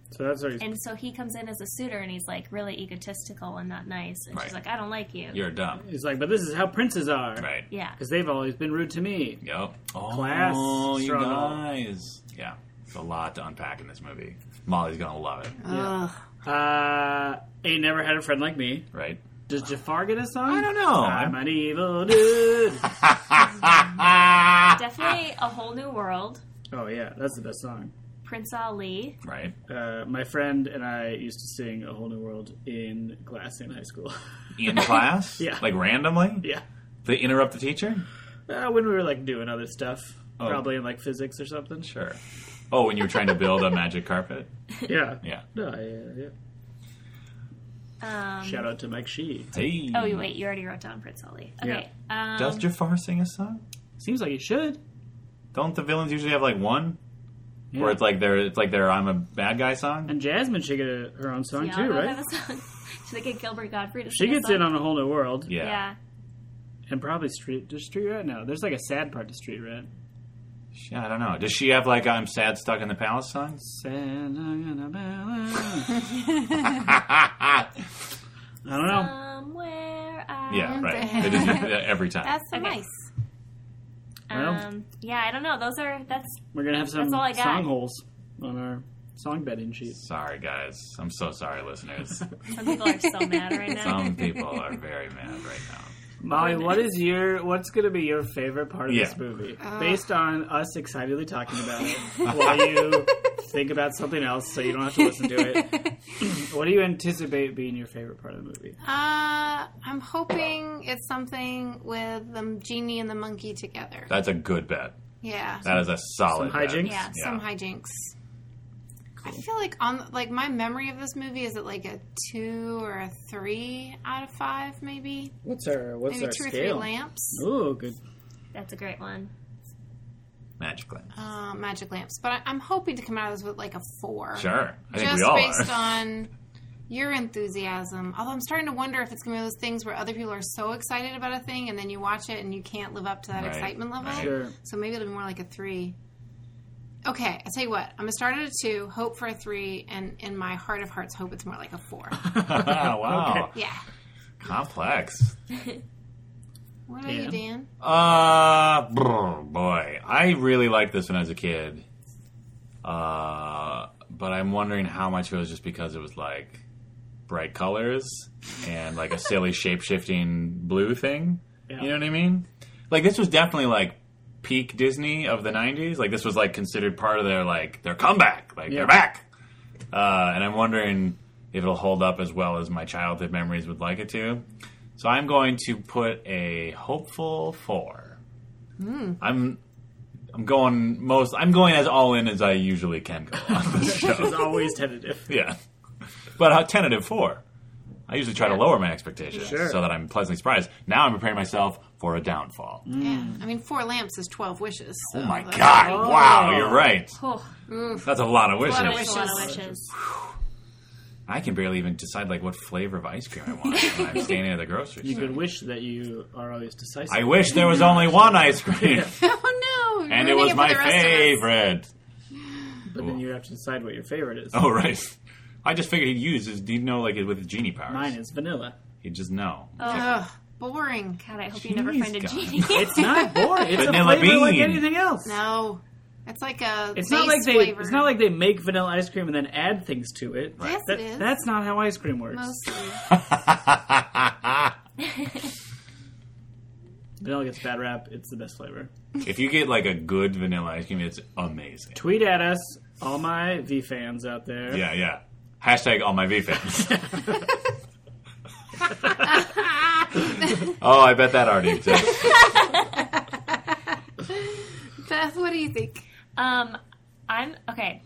A: so that's what he's.
D: And so he comes in as a suitor and he's like really egotistical and not nice. And she's
B: Right.
D: like, I don't like you.
B: You're dumb.
A: He's like, but this is how princes are,
B: Right.
D: yeah.
A: Because they've always been rude to me.
B: Yep. Oh,
A: Class
B: you
A: struggle.
B: guys. Yeah. It's a lot to unpack in this movie. Molly's going to love it,
A: Yeah. Uh, ain't never had a friend like me.
B: right?
A: Does Jafar get a song?
B: I don't know.
A: I'm an evil dude.
D: Definitely a whole new world.
A: oh yeah, that's the best song.
D: Prince Ali.
B: Right.
A: Uh, my friend and I used to sing "A Whole New World" in class in high school.
B: In class?
A: Yeah.
B: Like randomly?
A: yeah,
B: They interrupt the teacher?
A: uh, when we were like doing other stuff,
B: Oh.
A: probably in like physics or something.
B: Sure. Oh, when you were trying to build a magic carpet?
A: Yeah.
B: Yeah.
A: No, I, uh,
D: Um,
A: yeah. Shout out to Mike Shee.
B: Hey.
D: Oh, you- wait, you already wrote down Prince Ali. Okay. Um,
B: Does Jafar sing a song?
A: Seems like he should.
B: Don't the villains usually have like one? where it's like they're it's like their "I'm a bad guy" song.
A: And Jasmine should get a, her own song
D: Yeah,
A: too,
D: they'll
A: right?
D: have a song. Should they get Gilbert Godfrey to
A: She
D: sing a
A: gets
D: song?
A: in on a whole new world,
B: Yeah.
D: Yeah.
A: and probably Street. Does Street Rat? No, there's like a sad part to Street Rat.
B: She- I don't know. Does she have like "I'm sad, stuck in the palace" songs?
A: Sad, I'm gonna balance.
B: yeah,
A: I don't know.
D: Somewhere I
B: right. It is every time.
C: That's
D: Okay.
C: nice.
A: Well.
D: Um, yeah, I don't know. Those are that's
A: We're gonna have some
D: That's all I got.
A: song holes on our song betting sheet.
B: Sorry, guys. I'm so sorry, listeners.
D: some people are so mad right now.
B: Some people are very mad right now.
A: Molly, what is your what's going to be your favorite part of
B: Yeah.
A: this movie, based on us excitedly talking about it while you think about something else, so you don't have to listen to it? what do you anticipate being your favorite part of the movie?
C: Uh, I'm hoping it's something with the genie and the monkey together.
B: That's a good bet.
C: Yeah,
B: That is a solid
A: Some
B: bet.
A: hijinks?
D: Yeah.
B: Yeah.
C: some hijinks. I feel like on like my memory of this movie is it like a two or a three out of five, maybe
A: What's our what's
C: maybe
A: our
C: two or three
A: scale?
C: lamps,
A: Ooh, good.
D: That's a great one.
B: Magic lamp.
C: uh, magic lamps. But I, I'm hoping to come out of this with like a four.
B: Sure. I think
C: just
B: we all
C: based
B: are.
C: on your enthusiasm. Although I'm starting to wonder if it's going to be those things where other people are so excited about a thing and then you watch it and you can't live up to that
B: Right,
C: excitement level.
B: right.
A: Sure.
C: So maybe it'll be more like a three. Okay, I'll tell you what. I'm going to start at a two, hope for a three, and in my heart of hearts, hope it's more like a four.
B: wow.
C: yeah.
B: Complex.
C: What are you,
A: Dan?
C: Dan?
B: Uh, brr, boy. I really liked this when I was a kid. Uh, but I'm wondering how much it was just because it was like bright colors and like a silly shape shifting blue thing.
A: Yeah.
B: You know what I mean? Like this was definitely like peak Disney of the '90s. Like this was like considered part of their like their comeback. Like
A: Yeah.
B: they're back. Uh, and I'm wondering if it'll hold up as well as my childhood memories would like it to. So I'm going to put a hopeful four. I'm I'm going most. I'm going as all in as I usually can go on this show.
A: It's always tentative.
B: Yeah. But uh, tentative four. I usually try to lower my expectations
A: Sure.
B: so that I'm pleasantly surprised. Now I'm preparing myself for a downfall.
C: Yeah. I mean, four lamps is 12 wishes.
B: Mm. Oh my
C: so-
B: god,
A: Oh.
B: wow, you're right.
D: Oh,
B: That's a lot of wishes.
C: lot of
D: there's a lot of
C: Wishes.
D: wishes.
B: I can barely even decide like what flavor of ice cream I want when I'm standing at the grocery
A: You
B: store.
A: could wish that you are always decisive.
B: I wish there was only one ice cream.
C: Oh no. you're
B: and it
C: ruining
B: was
C: for
B: my
C: the rest of us.
B: favorite.
A: but then you have to decide what your favorite is.
B: Oh right. I just figured he'd use his he'd know like with his genie powers.
A: Mine is Oh. vanilla.
B: He'd just know.
C: Ugh, boring.
D: God, I hope you never
B: Jeez,
D: find a
B: God.
D: genie.
A: It's not boring. It's
B: Vanilla
A: a flavor like
B: bean.
A: anything else.
C: No. It's like a.
A: It's not like
C: base
A: they.
C: Flavor.
A: It's not like they make vanilla ice cream and then add things to it.
C: Yes,
A: That-
C: it is.
A: That's not how ice cream works.
C: Mostly.
A: Vanilla gets a bad rap. It's the best flavor.
B: if you get like a good vanilla ice cream, it's amazing.
A: Tweet at us, all my V fans out there.
B: Yeah, yeah. Hashtag all my V fans. oh, I bet that already exists.
C: Beth, what do you think?
D: Um, I'm okay.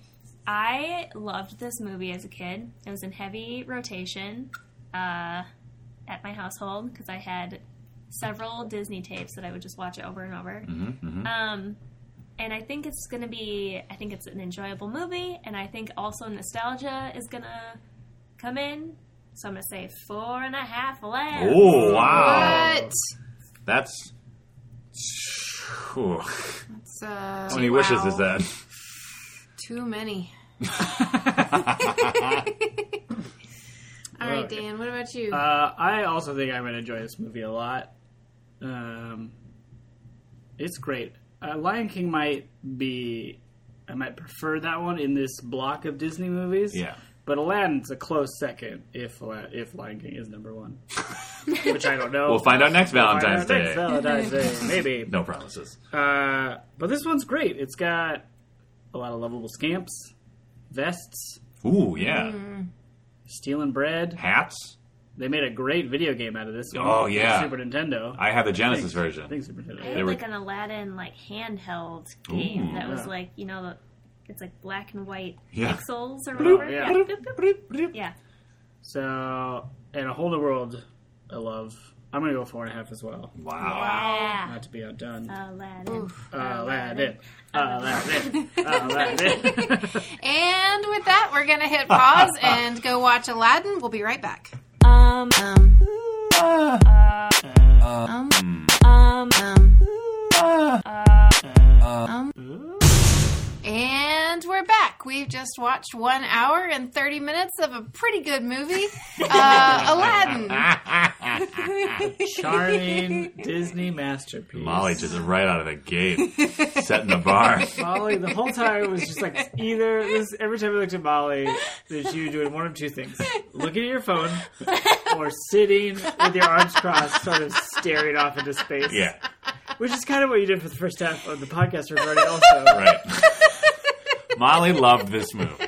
D: I loved this movie as a kid. It was in heavy rotation uh, at my household because I had several Disney tapes that I would just watch it over and over. Um, and I think it's going to be. I think it's an enjoyable movie, and I think also nostalgia is going to come in. So I'm going to say four and a half left.
B: Oh, wow.
C: What?
B: That's. Whew.
C: It's, uh,
B: How many wishes is that?
C: Too many. All right,
A: Okay.
C: Dan. What about you?
A: Uh, I also think I'm gonna enjoy this movie a lot. Um, it's great. Uh, Lion King might be. I might prefer that one in this block of Disney movies.
B: Yeah.
A: But Aladdin's a close second. If Ala- if Lion King is number one, which I don't know.
B: We'll find out next
A: Find
B: Valentine's
A: out next
B: Day.
A: Valentine's Day, maybe.
B: No promises.
A: Uh, but this one's great. It's got a lot of lovable scamps, vests,
B: Ooh, yeah.
A: Mm. stealing bread.
B: Hats?
A: They made a great video game out of this one.
B: Oh, yeah.
A: Super Nintendo.
B: I have the Genesis
A: I
B: version.
A: think Super
D: I
A: Nintendo.
D: had
B: They were-
D: like an Aladdin like handheld game
B: Ooh.
D: that was
A: Yeah.
D: like you know it's like black and white
B: Yeah.
D: pixels or whatever.
A: yeah.
D: Yeah. Boop, boop, boop. Yeah.
A: So, and a whole new world. I love. I'm gonna go four and a half as well.
B: Wow.
D: Yeah.
A: Not to be
D: Uh,
A: outdone. Uh,
D: Aladdin.
A: Aladdin. Uh, Aladdin. Uh, Aladdin.
C: And with that, we're going to hit pause and go watch Aladdin. We'll be right back.
D: Um.
C: Um,
B: Ah.
C: um,
D: Um.
C: um,
B: Ah.
C: um. And we're back. We've just watched one hour and 30 minutes of a pretty good movie, uh, Aladdin.
A: Charming Disney masterpiece.
B: Molly just right out of the gate, setting the bar.
A: Molly, the whole time was just like either this. Every time I looked at Molly, that you were doing one of two things: looking at your phone, or sitting with your arms crossed, sort of staring off into space.
B: Yeah,
A: which is kind of what you did for the first half of the podcast regarding also.
B: right. Molly loved this movie.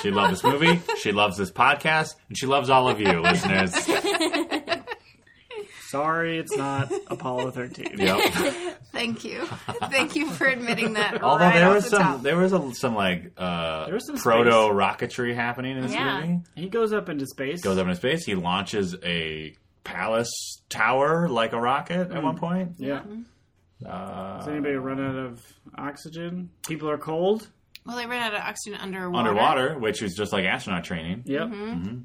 B: She loved this movie. She loves this podcast, and she loves all of you, listeners.
A: Sorry, it's not Apollo thirteen.
B: Yep.
C: Thank you. Thank you for admitting that.
B: Although
C: right
B: there
C: off
B: was
C: the
B: some,
C: top.
B: there was a, some like uh,
A: There was some
B: proto rocketry happening in this
D: Yeah.
B: movie.
A: He goes up into space.
B: Goes up into space. He launches a palace tower like a rocket at
A: Hmm.
B: one point.
A: Yeah.
B: Uh,
A: Does anybody run out of oxygen? People are cold.
C: Well, they ran out of oxygen underwater.
B: underwater, which is just like astronaut training.
A: Yep.
B: Mm-hmm.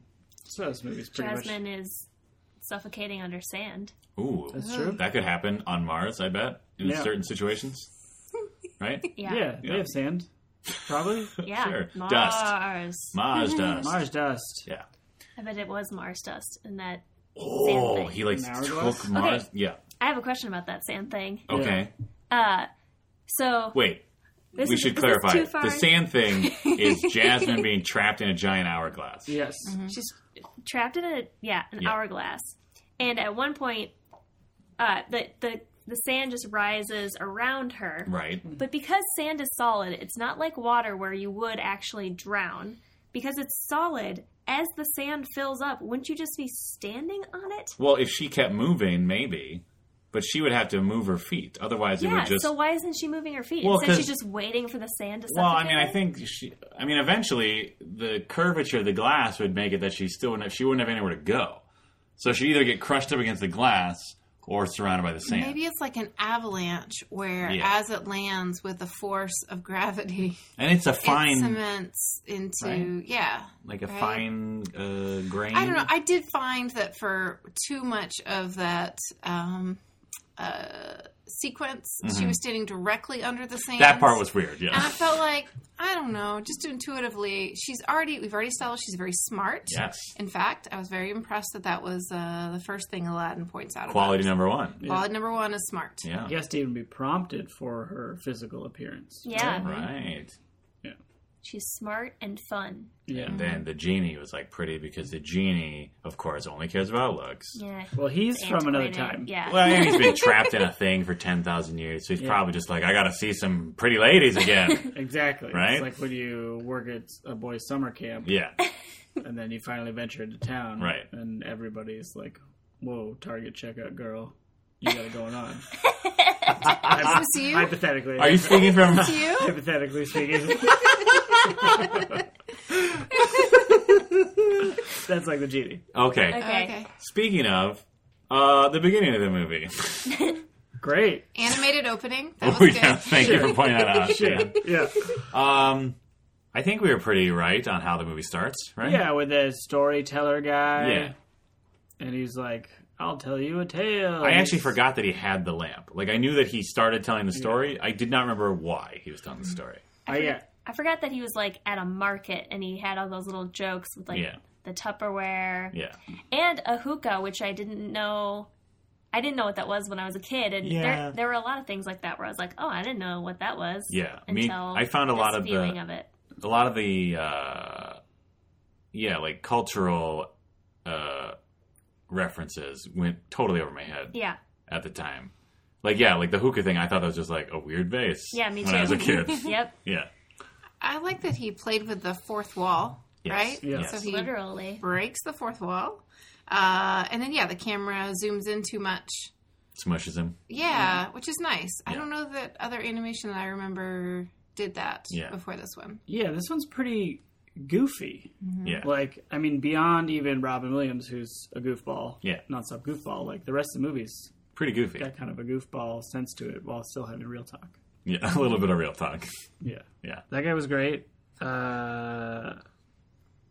A: So this movie's pretty
D: Mm-hmm. Jasmine is suffocating under sand.
B: Ooh,
A: much. That's true.
B: that could happen on Mars. I bet in
A: Yeah.
B: certain situations, right?
D: Yeah.
A: Yeah,
B: Yeah.
A: they have sand. Probably
D: Yeah.
B: Sure.
D: Mars.
B: Mars dust.
A: Mars dust.
B: Yeah.
D: I bet it was Mars dust and that
B: Oh,
D: thing.
B: he like
A: An hourglass?
B: took Mars. Yeah.
D: I have a question about that sand thing.
B: Okay.
D: Uh so
B: Oh, Wait.
D: this
B: we
D: is,
B: should
D: is
B: clarify.
D: This too far?
B: The sand thing is Jasmine being trapped in a giant hourglass.
A: Yes.
D: She's trapped in a yeah, an
B: Yeah.
D: hourglass. And at one point uh the the the sand just rises around her.
B: Right.
D: But because sand is solid, it's not like water where you would actually drown. Because it's solid, as the sand fills up, wouldn't you just be standing on it?
B: Well, if she kept moving, maybe, but she would have to move her feet. Otherwise, it
D: Yeah,
B: would just.
D: so why isn't she moving her feet?
B: Well,
D: Instead,
B: 'cause-
D: she's just waiting for the sand to
B: well, I mean,
D: suffocate
B: I
D: her?
B: think she. I mean, eventually, the curvature of the glass would make it that she still wouldn't. She wouldn't have anywhere to go. So she'd either get crushed up against the glass or surrounded by the sand.
C: Maybe it's like an avalanche where,
B: Yeah.
C: as it lands with the force of gravity,
B: And it's a
C: it
B: fine,
C: cements into
B: Right?
C: yeah.
B: like a
C: right?
B: fine uh, grain.
C: I don't know. I did find that for too much of that um, uh, sequence, she was standing directly under the sand.
B: Mm-hmm. that part was weird.
C: And I
B: Yeah.
C: felt like I don't know, just intuitively, she's already. We've already established she's very smart.
B: yes.
C: In fact, I was very impressed that that was uh, the first thing Aladdin points out. about
B: Quality
C: her.
B: number one.
C: Quality number one is smart.
A: I
B: Yeah.
A: guess to even be prompted for her physical appearance.
D: Yeah,
B: Right.
D: she's smart and fun.
A: Yeah.
B: And then the genie was like pretty because the genie, of course, only cares about looks.
D: Yeah.
A: Well, he's from another
D: Antiquated.
A: time.
D: Yeah.
B: Well, and he's been trapped in a thing for 10,000 years, so he's probably just like, I gotta see some pretty ladies again.
A: Exactly.
B: Right?
A: It's like when you work at a boys' summer camp
B: yeah,
A: and then you finally venture into town.
B: Right.
A: And everybody's like, whoa, Target checkout girl, you got it going on.
C: Is this you?
A: Hypothetically.
B: are you speaking from?
C: Is this you?
A: Hypothetically speaking. That's like the genie.
B: Okay.
D: Okay.
B: Speaking of, uh, the beginning of the movie.
A: Great.
C: Animated opening. That was
B: Oh,
C: good.
B: yeah, thank you for pointing that out. Shan.
A: Yeah.
B: Um, I think we were pretty right on how the movie starts, right?
A: Yeah, with the storyteller guy.
B: Yeah.
A: And he's like, I'll tell you a tale.
B: I actually forgot that he had the lamp. Like I knew that he started telling the story. I did not remember why he was telling the story.
A: I, yeah.
D: I forgot that he was like at a market and he had all those little jokes with like
B: Yeah.
D: the Tupperware
B: Yeah.
D: and a hookah, which I didn't know. I didn't know what that was when I was a kid, and
B: Yeah.
D: there, there were a lot of things like that where I was like, "Oh, I didn't know what that was."
B: Yeah, I
D: until
B: mean, I found a
D: this
B: lot of the-
D: feeling of it.
B: a lot of the uh, yeah like cultural uh, references went totally over my head
D: Yeah,
B: at the time like yeah like the hookah thing i thought that was just like a weird vase
D: yeah, me
B: when
D: too.
B: i was a kid
D: yep,
B: yeah
C: I like that he played with the fourth wall,
B: Yes.
C: right?
A: Yes.
C: So he
D: literally.
C: breaks the fourth wall. Uh, and then, yeah, the camera zooms in too much.
B: smushes him
C: Yeah, which is nice.
B: Mm-hmm.
C: I
B: Yeah.
C: don't know that other animation that I remember did that
B: Yeah.
C: before this one.
A: Yeah, this one's pretty goofy.
B: Yeah.
A: Like, I mean, beyond even Robin Williams, who's a goofball,
B: Yeah.
A: nonstop goofball. Like the rest of the movies
B: Pretty goofy.
A: got kind of a goofball sense to it, while still having real talk.
B: Yeah, a little bit of real talk.
A: Yeah,
B: Yeah.
A: that guy was great. Uh,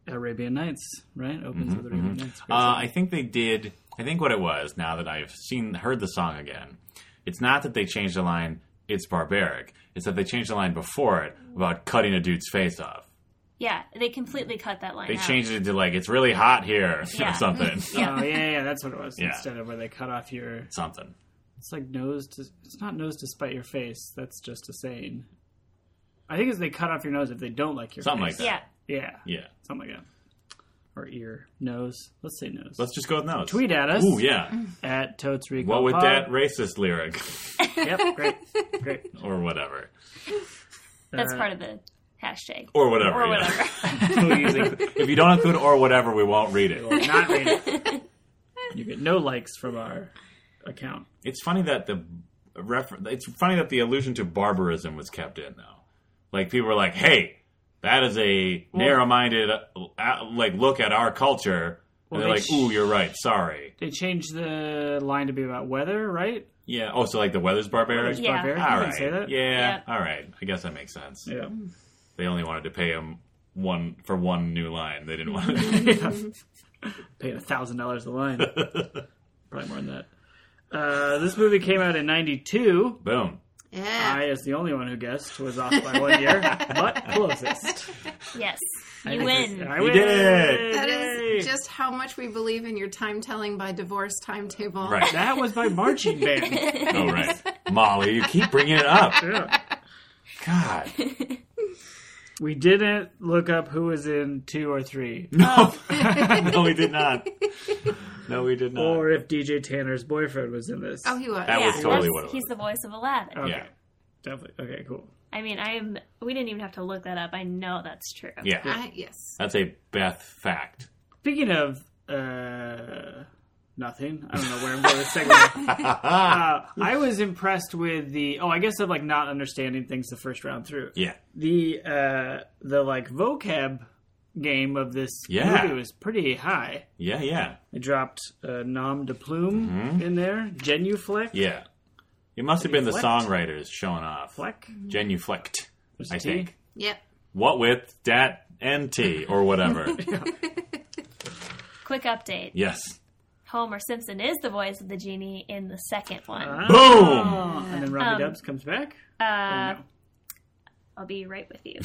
A: Arabian Nights, right? Opens with Arabian Nights. Great
B: Uh,
A: song.
B: I think they did. I think what it was. Now that I've seen heard the song again, it's not that they changed the line. It's barbaric. It's that they changed the line before it about cutting a dude's face off.
D: Yeah, they completely cut that line.
B: They
D: out.
B: changed it to like it's really hot here
D: Yeah.
B: or something.
A: Oh yeah, yeah, that's what it was.
B: Yeah.
A: Instead of where they cut off your,
B: something.
A: it's like nose to, it's not nose to spite your face. That's just a saying. I think it's they cut off your nose if they don't like your
B: Something like
A: face.
B: that.
D: Yeah,
A: Yeah,
B: Yeah.
A: something like that. Or ear, nose. Let's say nose.
B: Let's just go with those.
A: tweet at us
B: Ooh yeah.
D: Mm-hmm.
A: at Totes Rico.
B: What with
A: Pod.
B: that racist lyric
A: Yep, great, great.
B: or whatever
D: that's
A: Uh,
D: part of the hashtag.
B: or whatever.
D: Or
B: yeah.
D: whatever.
A: We'll use it.
B: if you don't include or whatever, we won't read it.
A: We'll not read it. You get no likes from our account.
B: It's funny that the refer- It's funny that the allusion to barbarism was kept in, though. Like people were like, "Hey, that is a narrow-minded uh, uh, like look at our culture,"
A: Well,
B: and they're
A: they
B: like,
A: sh-
B: "Ooh, you're right. Sorry."
A: They changed the line to be about weather, right?
B: Yeah. Oh, so like the weather's barbaric.
D: Yeah.
A: Barbaric.
B: All
A: you
B: right.
A: can say that.
B: Yeah,
D: Yeah.
B: All right. I guess that makes sense.
A: Yeah.
B: They only wanted to pay him one for one new line. They didn't want to.
A: Paid a thousand dollars a line. Probably more than that. Uh, this movie came out in '92.
B: Boom.
C: Yeah.
A: I, as the only one who guessed, was off by one year, but closest.
D: Yes, you
A: I
D: win.
A: I
B: You
A: win.
B: did it.
C: that
A: Yay.
C: is just how much we believe in your time telling by divorce timetable.
B: Right.
A: That was my marching band.
B: Oh, right. Molly, you keep bringing it up.
A: Yeah.
B: God.
A: We didn't look up who was in two or three,
B: No. no, we did not. No, we did not.
A: or if DJ Tanner's boyfriend was in this.
C: Oh, he was.
B: That
D: yeah,
B: was totally
D: that's-
B: what it
D: He's
B: was.
D: the voice of Aladdin.
A: okay.
B: Yeah.
A: Definitely. Okay, cool.
D: I mean, I am. We didn't even have to look that up. I know that's true.
B: Yeah.
C: I, yes.
B: That's a Beth fact.
A: Speaking of uh, nothing, I don't know where I'm going with this segment. uh, I was impressed with the oh, I guess of like not understanding things the first round through.
B: Yeah.
A: The uh, the like vocab game of this
B: Yeah.
A: movie was pretty high.
B: Yeah, yeah.
A: I dropped uh, nom de plume in there, genuflect,
B: Mm-hmm. Yeah. It must have been the
A: Genuflect?
B: songwriters showing off.
A: fleck,
B: Genuflect,
A: There's a
B: I
A: T.
B: think.
C: Yep.
B: What with dat and T or whatever.
D: Quick update:
B: yes.
D: Homer Simpson is the voice of the genie in the second one.
A: Ah.
B: Boom!
A: and then Robbie
D: Um,
A: Dubs comes back.
D: Uh,
A: Oh, no.
D: I'll be right with you.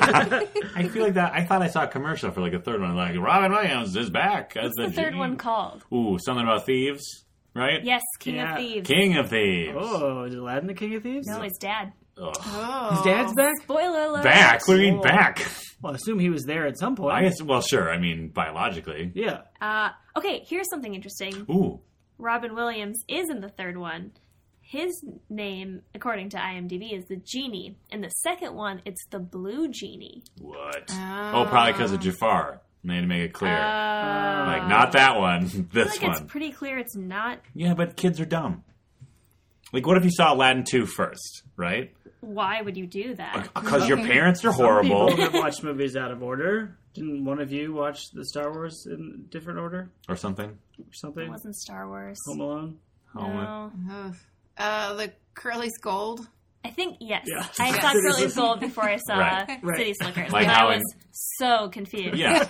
B: I feel like that. I thought I saw a commercial for like a third one. Like, Robin Williams is back as
D: What's the third
B: G.
D: one called?
B: Ooh, something about thieves, right?
D: Yes, King
A: Yeah.
D: of Thieves.
B: King of Thieves.
A: Oh, is Aladdin the King of Thieves?
D: No, his dad.
B: Ugh.
C: Oh.
A: His dad's back.
D: Spoiler alert.
B: Back? What do you mean
A: Whoa.
B: back?
A: Well, I assume he was there at some point.
B: I guess. Well, sure. I mean, biologically.
A: Yeah.
D: Uh, okay, here's something interesting.
B: Ooh.
D: Robin Williams is in the third one. His name, according to IMDb, is the genie. In the second one, it's the blue genie.
B: What?
C: Ah.
B: Oh, probably because of Jafar. They had to make it clear.
D: Uh,
B: like, not that one.
D: I
B: This
D: feel like
B: one.
D: it's pretty clear it's not.
B: yeah, but kids are dumb. Like, what if you saw Aladdin 2 first, right?
D: Why would you do that?
B: Because your
C: Okay.
B: parents are
A: Some
B: horrible.
A: people have watched movies out of order. Didn't one of you watch the Star Wars in different order
B: or something.
A: or
D: It
A: something?
D: wasn't Star Wars.
A: Home Alone.
B: Oh,
D: No.
C: Ugh. Uh, the Curly's Gold.
D: I think yes.
A: Yeah.
D: I saw
A: Citizen-
D: Curly's Gold before I saw
B: Right.
A: Right.
D: City Slickers.
B: Like
D: and I
B: how
D: was
B: in-
D: so confused.
B: Yeah.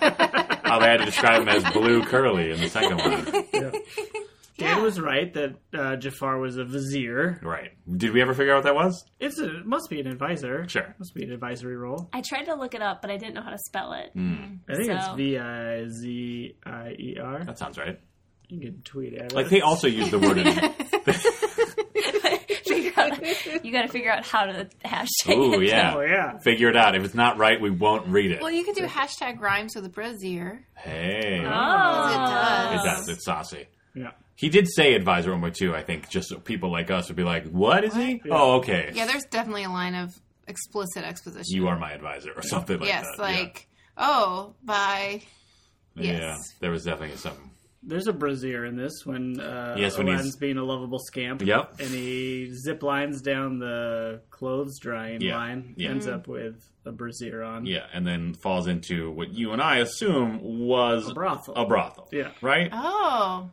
B: How they had to describe him as blue curly in the second one.
A: Dan was right that uh, Jafar was a vizier.
B: Right. Did we ever figure out what that was?
A: It's a, it must be an advisor.
B: Sure.
A: Must be an advisory role.
D: I tried to look it up, but I didn't know how to spell it.
B: Mm. Hmm.
A: I think it's
D: So-
A: V I Z I E R.
B: That sounds right.
A: You can tweet at
B: Like,
A: us.
B: they also use the word in.
D: Figure out- you got to figure out how to hashtag.
B: Ooh,
D: it.
A: Oh
B: yeah.
A: yeah.
B: Figure it out. If it's not right, we won't read it.
C: Well, you could do hashtag rhymes with brazier.
B: Hey.
D: Oh.
B: It does. It's saucy.
A: Yeah.
B: He did say advisor one way too. I think just so people like us would be like, "What is he? Oh, okay.
C: Yeah, there's definitely a line of explicit exposition.
B: you are my advisor or something like
C: yes,
B: that."
C: like, oh, by.
B: yeah.
C: yes.
B: yeah, there was definitely something.
A: There's a brazier in this when uh,
B: Yes, when
A: Aladdin's
B: he's-
A: being a lovable scamp.
B: Yep.
A: And he zip lines down the clothes drying
B: Yeah.
A: line.
B: Yeah.
A: Ends up with a brazier on.
B: Yeah, and then falls into what you and I assume was
A: A brothel.
B: A brothel.
A: Yeah.
B: Right?
C: Oh,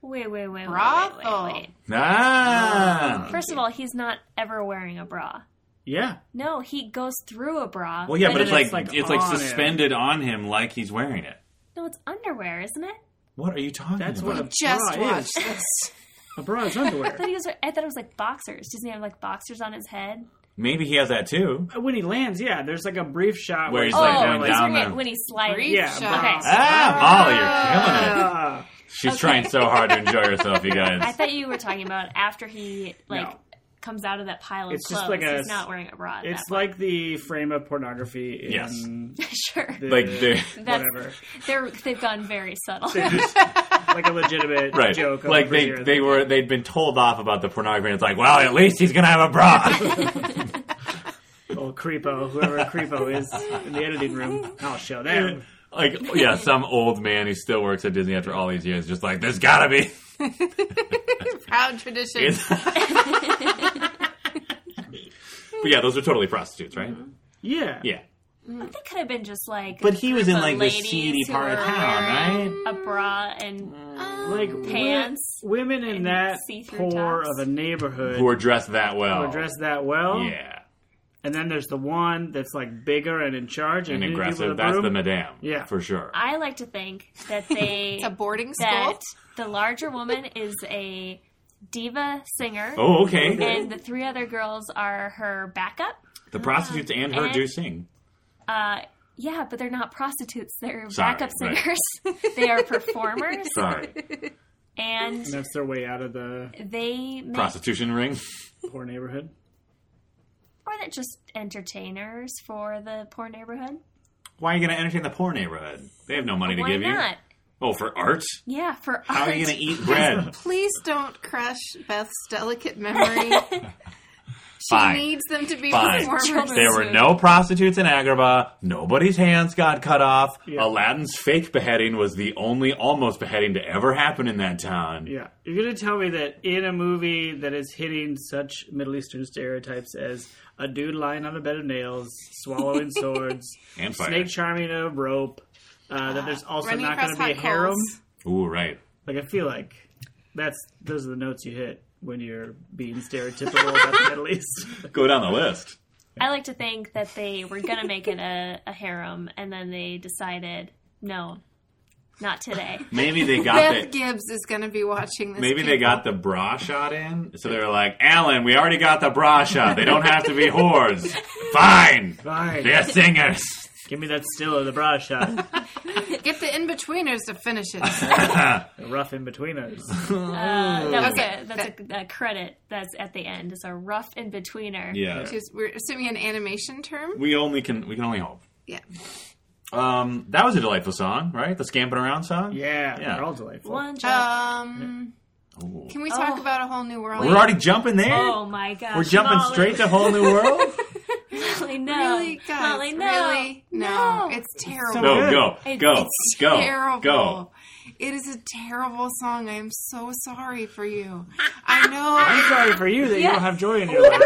D: Wait, wait, wait, wait, wait,
C: Brothel.
D: wait, wait.
B: Ah.
D: First of all, he's not ever wearing a bra.
A: Yeah.
D: No, he goes through a bra.
B: Well, yeah,
D: and
B: but it's
D: then-
B: like
A: it's
B: it's
A: like
B: like,
A: on him.
B: suspended on him like he's wearing it.
D: no, it's underwear, isn't it?
B: What are you talking
A: That's
B: about?
A: what a
C: just
B: Ah,
A: bra
C: watch
A: is.
C: this.
A: A bra is
D: I
A: underwear.
D: thought he was. I thought it was like boxers. Doesn't he have like boxers on his head?
B: Maybe he has that too.
A: when he lands, yeah, there's like a brief shot
B: Where
A: where
B: he's
D: oh,
B: like going
D: he's
B: down
D: wearing it
B: the-
D: when he's sliding.
C: Brief
A: Yeah,
C: shot.
D: okay.
B: Ah, Molly, you're killing it.
A: Ah.
B: She's trying so hard to enjoy herself, you
D: I
B: guys.
D: thought you were talking about after he like
A: No.
D: comes out of that pile of
A: It's
D: clothes.
A: just like a-
D: he's not wearing a bra. at that
A: It's like the frame of pornography in
B: Yes.
D: point. sure.
A: the,
B: Like they're
D: That's-
A: whatever.
D: They're they've gone very subtle.
A: like a legitimate
B: right,
A: joke. of
B: like
A: a
B: they
A: brazier.
B: they were they'd been told off about the pornography. and It's like, well, at least he's gonna have a bra.
A: old creepo, whoever creepo is in the editing room. Oh, I'll show them.
B: like, yeah, some old man who still works at Disney after all these years, just like, there's gotta be.
C: Proud tradition.
B: It's- but yeah, those are totally prostitutes, right?
A: Mm-hmm. Yeah.
B: Yeah.
D: But they could have been just like.
B: But he was in
D: the
B: like the
D: ladies
B: seedy
D: who
B: part of
D: were
B: town,
D: wearing
B: right? Mm.
D: A bra and
C: Um,
A: Like wo-
D: Pants
A: women in
D: and
A: that
D: see-through
A: poor
D: tops.
A: of a neighborhood
B: Who were dressed that well.
A: are dressed that well.
B: Yeah.
A: And then there's the one that's like bigger and in charge and,
B: And
A: hitting people
B: aggressive.
A: with a
B: That's the
A: broom.
B: madame.
A: Yeah.
B: For sure.
D: I like to think that they
C: It's a boarding school.
D: that the larger woman is a diva singer,
B: Oh, okay.
D: and the three other girls are her backup.
B: The prostitutes and her
D: And-
B: do sing.
D: Uh, yeah, but they're not prostitutes; they're
B: Sorry,
D: backup
B: right.
D: singers. they are performers,
B: Sorry.
D: and
A: And that's their way out of the
D: they make
B: Prostitution ring.
A: poor neighborhood.
D: or that just entertainers for the poor neighborhood.
B: Why are you going to entertain the poor neighborhood? They have no money to
D: Why
B: give
D: not?
B: you. Oh, for art?
D: Yeah, for
B: How
D: art.
B: are you going to eat bread?
C: Please don't crush Beth's delicate memory. she
B: Fine.
C: needs them to be
B: Fine.
C: performers.
B: There were no prostitutes in Agrabah. Nobody's hands got cut off.
A: Yeah.
B: Aladdin's fake beheading was the only almost beheading to ever happen in that town.
A: Yeah. You're gonna tell me that in a movie that is hitting such Middle Eastern stereotypes as a dude lying on a bed of nails, swallowing swords,
B: And fire.
A: snake charming a rope, uh, that
D: Ah,
A: there's also
C: Running
A: not
C: across
A: gonna be a
C: hot
A: harem.
C: coals.
B: Ooh, right.
A: Like I feel like that's those are the notes you hit when you're being stereotypical about the Middle East.
B: Go down the list.
D: I like to think that they were going to make it a, a harem, and then they decided, no, not today.
B: Maybe they got
C: Beth
B: the
C: Gibbs is going to be watching this.
B: Maybe they got the bra shot in, so they're like, Alan, we already got the bra shot. They don't have to be whores. Fine.
A: Fine.
B: They're singers.
A: Give me that still of the uh, bra shot.
C: people. get the in betweeners to finish it.
A: The rough in betweeners.
D: Uh, that was
C: Okay.
B: Hmm.
D: a, that's a, a credit that's at the end. It's a rough in betweener.
B: Yeah.
C: Which is- we're assuming an animation term.
B: We only can we can only hope.
C: Yeah,
B: Um, that was a delightful song, right? The scamping around song.
A: Yeah,
B: Yeah.
A: they're all delightful.
D: One job.
C: Um,
B: Ooh.
C: can we talk
D: Oh.
C: about a whole new world?
B: We're already jumping there.
D: oh my gosh.
B: We're jumping
D: Molly,
B: straight to whole new world.
D: Molly, no.
C: really, guys,
D: Molly, no.
C: really, no,
D: No.
C: it's terrible.
B: No,
A: Good.
B: go,
D: It's-
B: go,
D: it's
B: go,
C: terrible.
B: go.
C: It is a terrible song. I am so sorry for you. I know.
A: I'm sorry for you that you don't have joy in your life.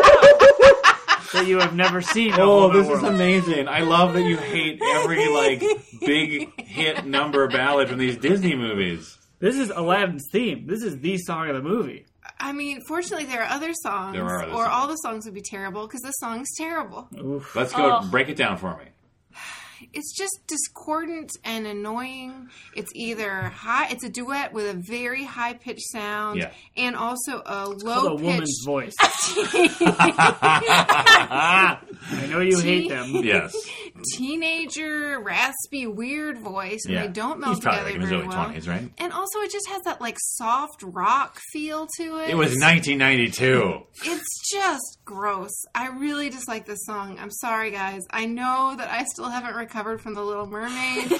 A: that you have never seen.
B: Oh, this
A: world.
B: is amazing! I love that you hate every like big hit number ballad from these Disney movies.
A: This is Aladdin's theme. This is the song of the movie.
C: I mean, fortunately, there are other songs,
B: There are other
C: or
B: songs.
C: all the songs would be terrible because this song's terrible.
A: Oof.
B: Let's go
D: Oh.
B: break it down for me.
C: It's just discordant and annoying. It's either high. It's a duet with a very high pitched sound,
B: Yeah.
C: and also a
A: With a
C: low
A: woman's
C: pitched.
A: voice.
B: Ah,
A: I know you hate them.
B: yes,
C: teenager, raspy, weird voice, and
B: yeah.
C: they don't
B: He's
C: meld
B: probably like
C: together
B: in his
C: very
B: early
C: well.
B: twenties, right?
C: And also, it just has that like soft rock feel to it.
B: It was 1992.
C: It's just gross. I really dislike this song. I'm sorry, guys. I know that I still haven't recovered from The Little Mermaid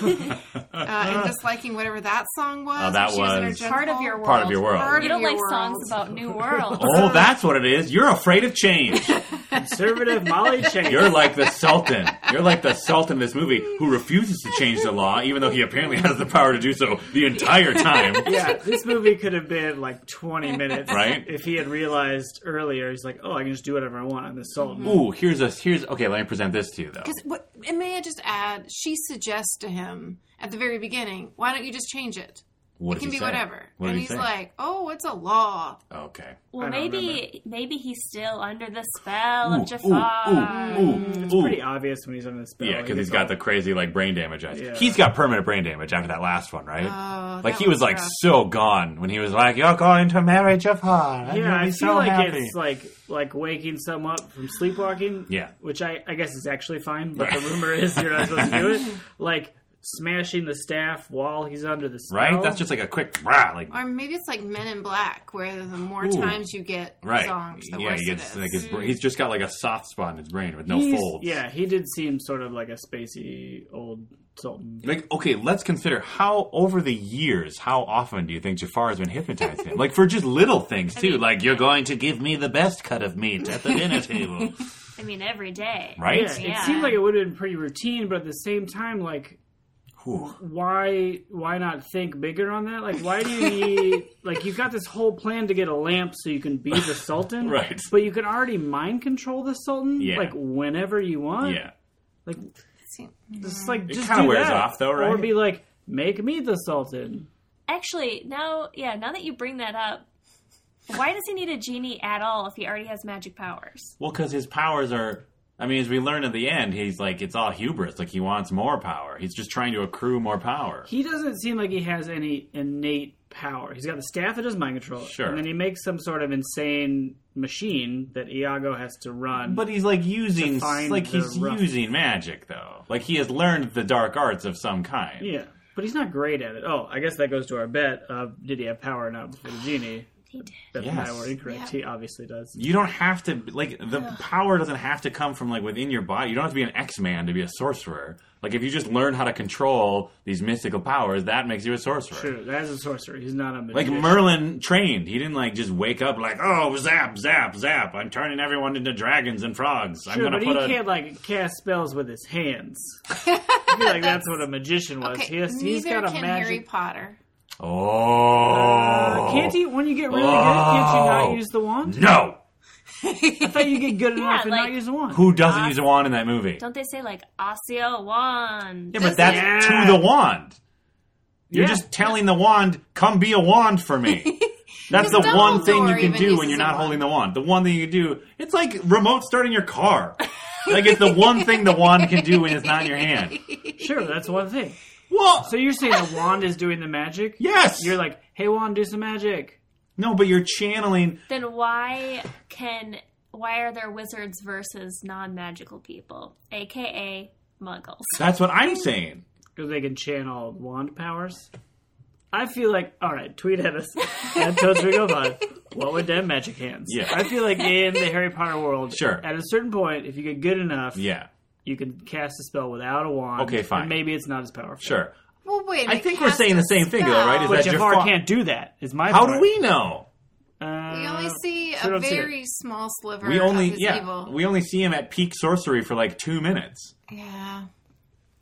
C: uh, and disliking whatever that song was.
B: Oh, that
C: when she was, in her
B: was-
C: jungle.
D: Part of your world.
B: Part of your world.
C: Part
D: You
C: of
D: don't
C: your
D: like
C: world.
D: songs about New World.
B: Oh, that's what it is. You're afraid of change.
A: Conservative Molly Chang.
B: You're like the Sultan. You're like the the sultan of this movie who refuses to change the law, even though he apparently has the power to do so the entire time.
A: yeah, this movie could have been like 20 minutes,
B: Right.
A: If he had realized earlier, he's like, "Oh, I can just do whatever I want. I'm the Sultan."
B: Ooh, here's a here's okay. Let me present this to you though.
C: Because what, and may I just add, she suggests to him at the very beginning, "Why don't you just change it?
B: What
C: It
B: does
C: can
B: he
C: be
B: say?
C: whatever."
B: What
C: and
B: did he
C: he's
B: say?
C: like, "Oh, it's a law."
B: okay.
D: Well,
A: I don't
D: maybe maybe he's still under the spell
B: Ooh,
D: of Jafar.
B: ooh, ooh, ooh, ooh.
A: Pretty obvious when he's on the spell.
B: Yeah, because
A: He
B: he's
A: gets
B: got the crazy like brain damage eyes.
A: Yeah.
B: He's got permanent brain damage after that last one, right?
C: Oh,
B: like
C: that
B: he was
C: one's
B: like
C: rough.
B: so gone when he was like, "You're going to marry Jafar." and
A: all-
B: you'll
A: Yeah, I
B: be
A: feel
B: so
A: like
B: happy."
A: it's like like waking someone up from sleepwalking.
B: Yeah.
A: which I I guess is actually fine, but the rumor is you're not supposed to do it. Like smashing the staff while he's under the spell.
B: right. That's just like a quick rah, like
C: Or maybe it's like Men in Black, where the more
B: Ooh.
C: times you get
B: right.
C: zonked, the
B: yeah,
C: worse
B: he gets
C: it
B: like
C: is.
B: his, bra- he's just got like a soft spot in his brain with no
A: He's-
B: folds.
A: Yeah, he did seem sort of like a spacey old Sultan.
B: Like, okay, let's consider how over the years, how often do you think Jafar has been hypnotized? him? Like for just little things too,
D: mean-
B: like you're going to give me the best cut of meat at the dinner table,
D: I mean, every day.
B: right?
A: Yeah,
D: Yeah.
A: it seemed like it would have been pretty routine, but at the same time, like
B: Whew.
A: why why not think bigger on that? Like why do you need like you've got this whole plan to get a lamp so you can be the Sultan.
B: Right.
A: But you can already mind control the Sultan
B: Yeah.
A: like whenever you want.
B: Yeah.
A: Like
C: See,
A: just like just
B: kinda
A: do
B: wears
A: that.
B: off, though,
A: Or
B: right?
A: be like, make me the Sultan.
D: Actually, now, yeah, now that you bring that up, why does he need a genie at all if he already has magic powers?
B: Well, because his powers are. I mean, as we learn at the end, he's like it's all hubris. Like he wants more power. He's just trying to accrue more power.
A: He doesn't seem like he has any innate power. He's got the staff that does mind control.
B: Sure.
A: And then he makes some sort of insane machine that Iago has to run.
B: But he's like using,
A: To find
B: like
A: the
B: he's
A: rough.
B: using magic though. Like he has learned the dark arts of some kind.
A: Yeah, but he's not great at it. Oh, I guess that goes to our bet of did he have power or not before the genie?
D: He did.
A: Beth and I
B: Yes.
A: were incorrect. He obviously does.
B: You don't have to like the power doesn't have to come from like within your body. You don't have to be an X man to be a sorcerer. Like if you just learn how to control these mystical powers, that makes you a sorcerer.
A: True, that is a sorcerer. He's not a
B: Like
A: magician.
B: Merlin trained. He didn't like just wake up like, oh zap, zap, zap. I'm turning everyone into dragons and frogs. I'm
A: Sure,
B: gonna
A: but
B: put
A: he
B: a
A: can't like cast spells with his hands. I feel like that's what a magician was.
C: okay,
A: he has, he's
C: neither
A: got a
C: can
A: magic.
C: Harry Potter.
B: Oh
A: Uh, can't he? When you get really good, can't you
B: Oh.
A: not use the wand?
B: No.
A: I thought you get good enough and not
D: like-
A: use the wand.
B: Who doesn't use a wand in that movie?
D: Don't they say, like, Osseo wand?
B: Yeah,
C: Does
B: but that's
A: Yeah.
B: to the wand. You're
A: Yeah.
B: just telling the wand, "Come be a wand for me." That's the
C: Dumbledore
B: one thing you can
C: even
B: do when
C: uses
B: you're
C: a
B: not
C: wand.
B: holding the wand. The one thing you can do, it's like remote starting your car. like it's the one thing the wand can do when it's not in your hand.
A: Sure, that's one thing.
B: Well,
A: So you're saying the wand is doing the magic?
B: yes.
A: You're like, hey, wand, do some magic.
B: no, but you're channeling.
D: Then why can, why are there wizards versus non magical people, aka muggles?
B: That's what I'm saying.
A: because they can channel wand powers. I feel like all right, tweet at us at Toadrigo5. What would them magic hands?
B: Yeah.
A: I feel like in the Harry Potter world,
B: Sure.
A: At a certain point, if you get good enough,
B: Yeah,
A: you can cast a spell without a wand.
B: Okay, fine.
A: And maybe it's not as powerful.
B: sure.
C: Well, wait. a
B: I
C: minute,
B: think we're
C: cast
B: saying
C: a
B: the same thing, though, right? Is
C: spell.
A: but
B: that
A: Jafar,
B: Jafar-
A: can't do that. Is my
B: How
A: point.
B: do we know?
A: Uh,
C: we only see
A: we
C: a
A: don't see it.
C: very small sliver.
B: We only
C: of his
B: yeah,
C: evil.
B: we only see him at peak sorcery for like two minutes.
C: yeah.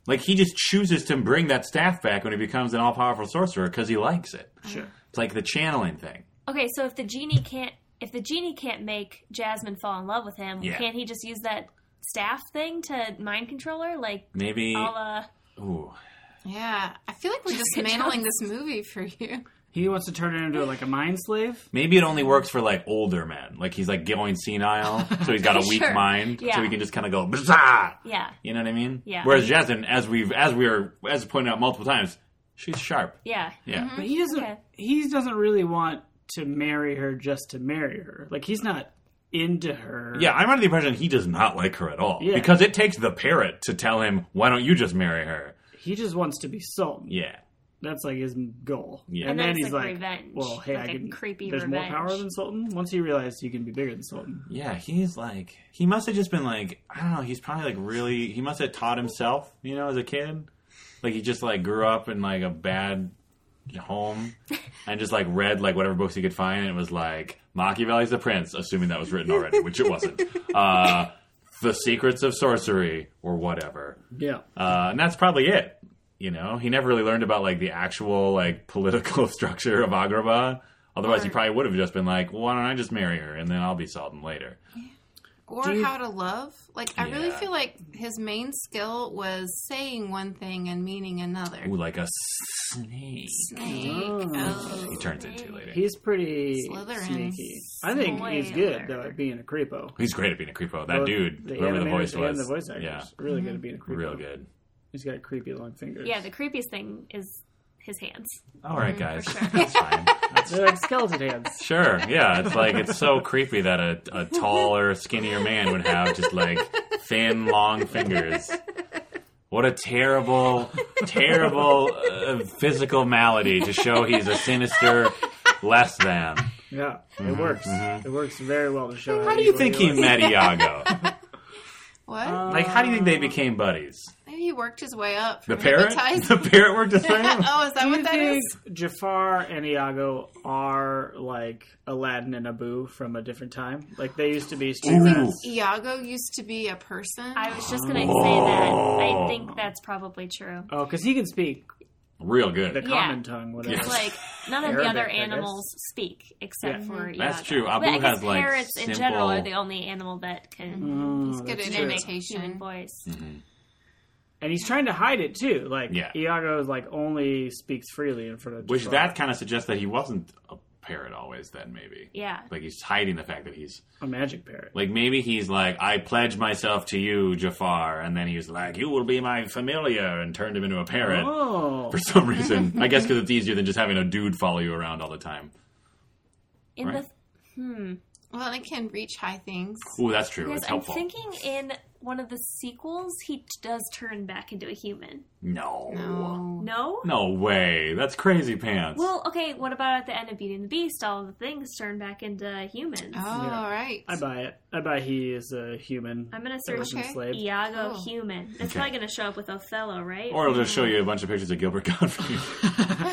B: Like he just chooses to bring that staff back when he becomes an all-powerful sorcerer because he likes it.
A: Sure.
B: It's like the channeling thing.
D: Okay, so if the genie can't if the genie can't make Jasmine fall in love with him,
B: Yeah.
D: can't he just use that staff thing to mind control her? Like
B: Maybe.
D: all uh
B: Ooh.
C: Yeah, I feel like we're dismantling this movie for you.
A: He wants to turn it into like a mind slave.
B: Maybe it only works for like older men. Like he's like going senile, so he's got a weak
C: Sure.
B: mind, so
D: Yeah.
B: he can just kind of go bizarre.
D: yeah.
B: You know what I mean?
D: Yeah.
B: Whereas Jasmine, as we've as we are as pointed out multiple times, she's sharp.
D: Yeah.
B: Yeah.
A: But he doesn't.
D: Okay.
A: He doesn't really want to marry her just to marry her. Like he's not into her.
B: Yeah, I'm under the impression he does not like her at all.
A: Yeah.
B: Because it takes the parrot to tell him, why don't you just marry her?
A: He just wants to be sultan.
B: Yeah.
A: That's like his goal.
B: Yeah.
A: And,
B: And
D: then
A: then,
D: it's
A: he's
D: like
A: like,
D: revenge,
A: well, hey,
D: like
A: I
D: a
A: can.
D: creepy
A: there's
D: revenge.
A: more power than Sultan. Once he realized you can be bigger than Sultan.
B: Yeah, he's like he must have just been like I don't know. He's probably like really he must have taught himself, you know, as a kid. Like he just like grew up in like a bad home and just like read like whatever books he could find. And it was like Machiavelli's The Prince, assuming that was written already, which it wasn't. Uh, the secrets of sorcery or whatever.
A: Yeah.
B: Uh, and that's probably it. You know, he never really learned about like the actual like political structure of Agrabah. Otherwise, he
D: Or-
B: probably would have just been like, well, "Why don't I just marry her and then I'll be Sultan later?"
C: or
A: Do you-
C: how to love. Like I really
B: Yeah.
C: feel like his main skill was saying one thing and meaning another.
B: Ooh, like a snake.
C: Snake.
A: Oh.
B: He
C: Oh.
B: turns into later.
A: He's pretty
C: Slytherin.
A: sneaky. I think he's good
D: Slytherin.
A: though at being a creepo.
B: He's great at being a creepo. That
A: Both
B: dude, whoever the
A: animators
B: voice was,
A: and the voice actors,
B: yeah,
A: really good at being a creepo.
B: real good.
A: He's got creepy long fingers.
D: Yeah, the creepiest thing is his hands.
B: All right, guys,
D: sure.
B: that's fine.
A: they're like skeleton hands.
B: Sure, yeah, it's like it's so creepy that a, a taller, skinnier man would have just like thin, long fingers. What a terrible, terrible uh, physical malady to show he's a sinister less than.
A: Yeah,
B: Mm-hmm.
A: it works. It works very well to show.
B: How do you
A: evil
B: think he
A: is.
B: met Iago?
C: Oh. What?
B: Like, how do you think they became buddies?
C: Maybe he worked his way up.
B: The
C: From
B: parrot?
C: hypnotized-
B: The parrot worked his way up?
C: oh, is that
A: Do
C: what
A: you
C: that
A: think
C: is?
A: Jafar and Iago are like Aladdin and Abu from a different time? Like they used to be street
B: Ooh.
A: rats.
C: Iago used to be a person.
D: I was just gonna say that. I think that's probably true.
A: Oh, because he can speak
B: Real
A: the
B: good.
D: Yeah.
A: common tongue, whatever.
D: It's like none of
A: Arabic,
D: the other
A: I guess.
D: animals speak except
A: Yeah.
D: for
B: That's
D: Iago.
B: true. Abu
D: But I guess
B: has, like,
D: parrots in general
B: simple-
D: are the only animal that can
A: Oh,
C: He's good
A: that's
C: at
A: true.
D: mimic
C: imitation.
D: human voice.
B: Mm. Mm-hmm.
A: and he's trying to hide it too. Like
B: Yeah.
A: Iago like only speaks freely in front of
B: Which
A: Jafar.
B: that kind of suggests that he wasn't a parrot always, then, maybe.
D: Yeah.
B: Like, he's hiding the fact that he's
A: a magic parrot.
B: Like maybe he's like, I pledge myself to you, Jafar, and then he's like, you will be my familiar, and turned him into a parrot
A: Oh,
B: for some reason. I guess because it's easier than just having a dude follow you around all the time.
D: In
B: Right.
D: the hmm.
C: Well, and it can reach high things.
B: Ooh, that's true.
D: Yes,
B: it's
D: I'm
B: helpful.
D: thinking in one of the sequels he t- does turn back into a human.
B: No. no,
C: No.
D: No?
B: way. That's crazy pants.
D: Well, okay, what about at the end of Beauty and the Beast? All the things turn back into humans.
C: Oh, all right.
A: I buy it. I buy he is a human.
D: I'm gonna
A: that
D: search
A: was
C: Okay.
A: enslaved.
D: Iago
C: Oh.
D: human. That's
B: Okay.
D: probably gonna show up with Othello, right?
B: or I'll just show you a bunch of pictures of Gilbert Godfrey.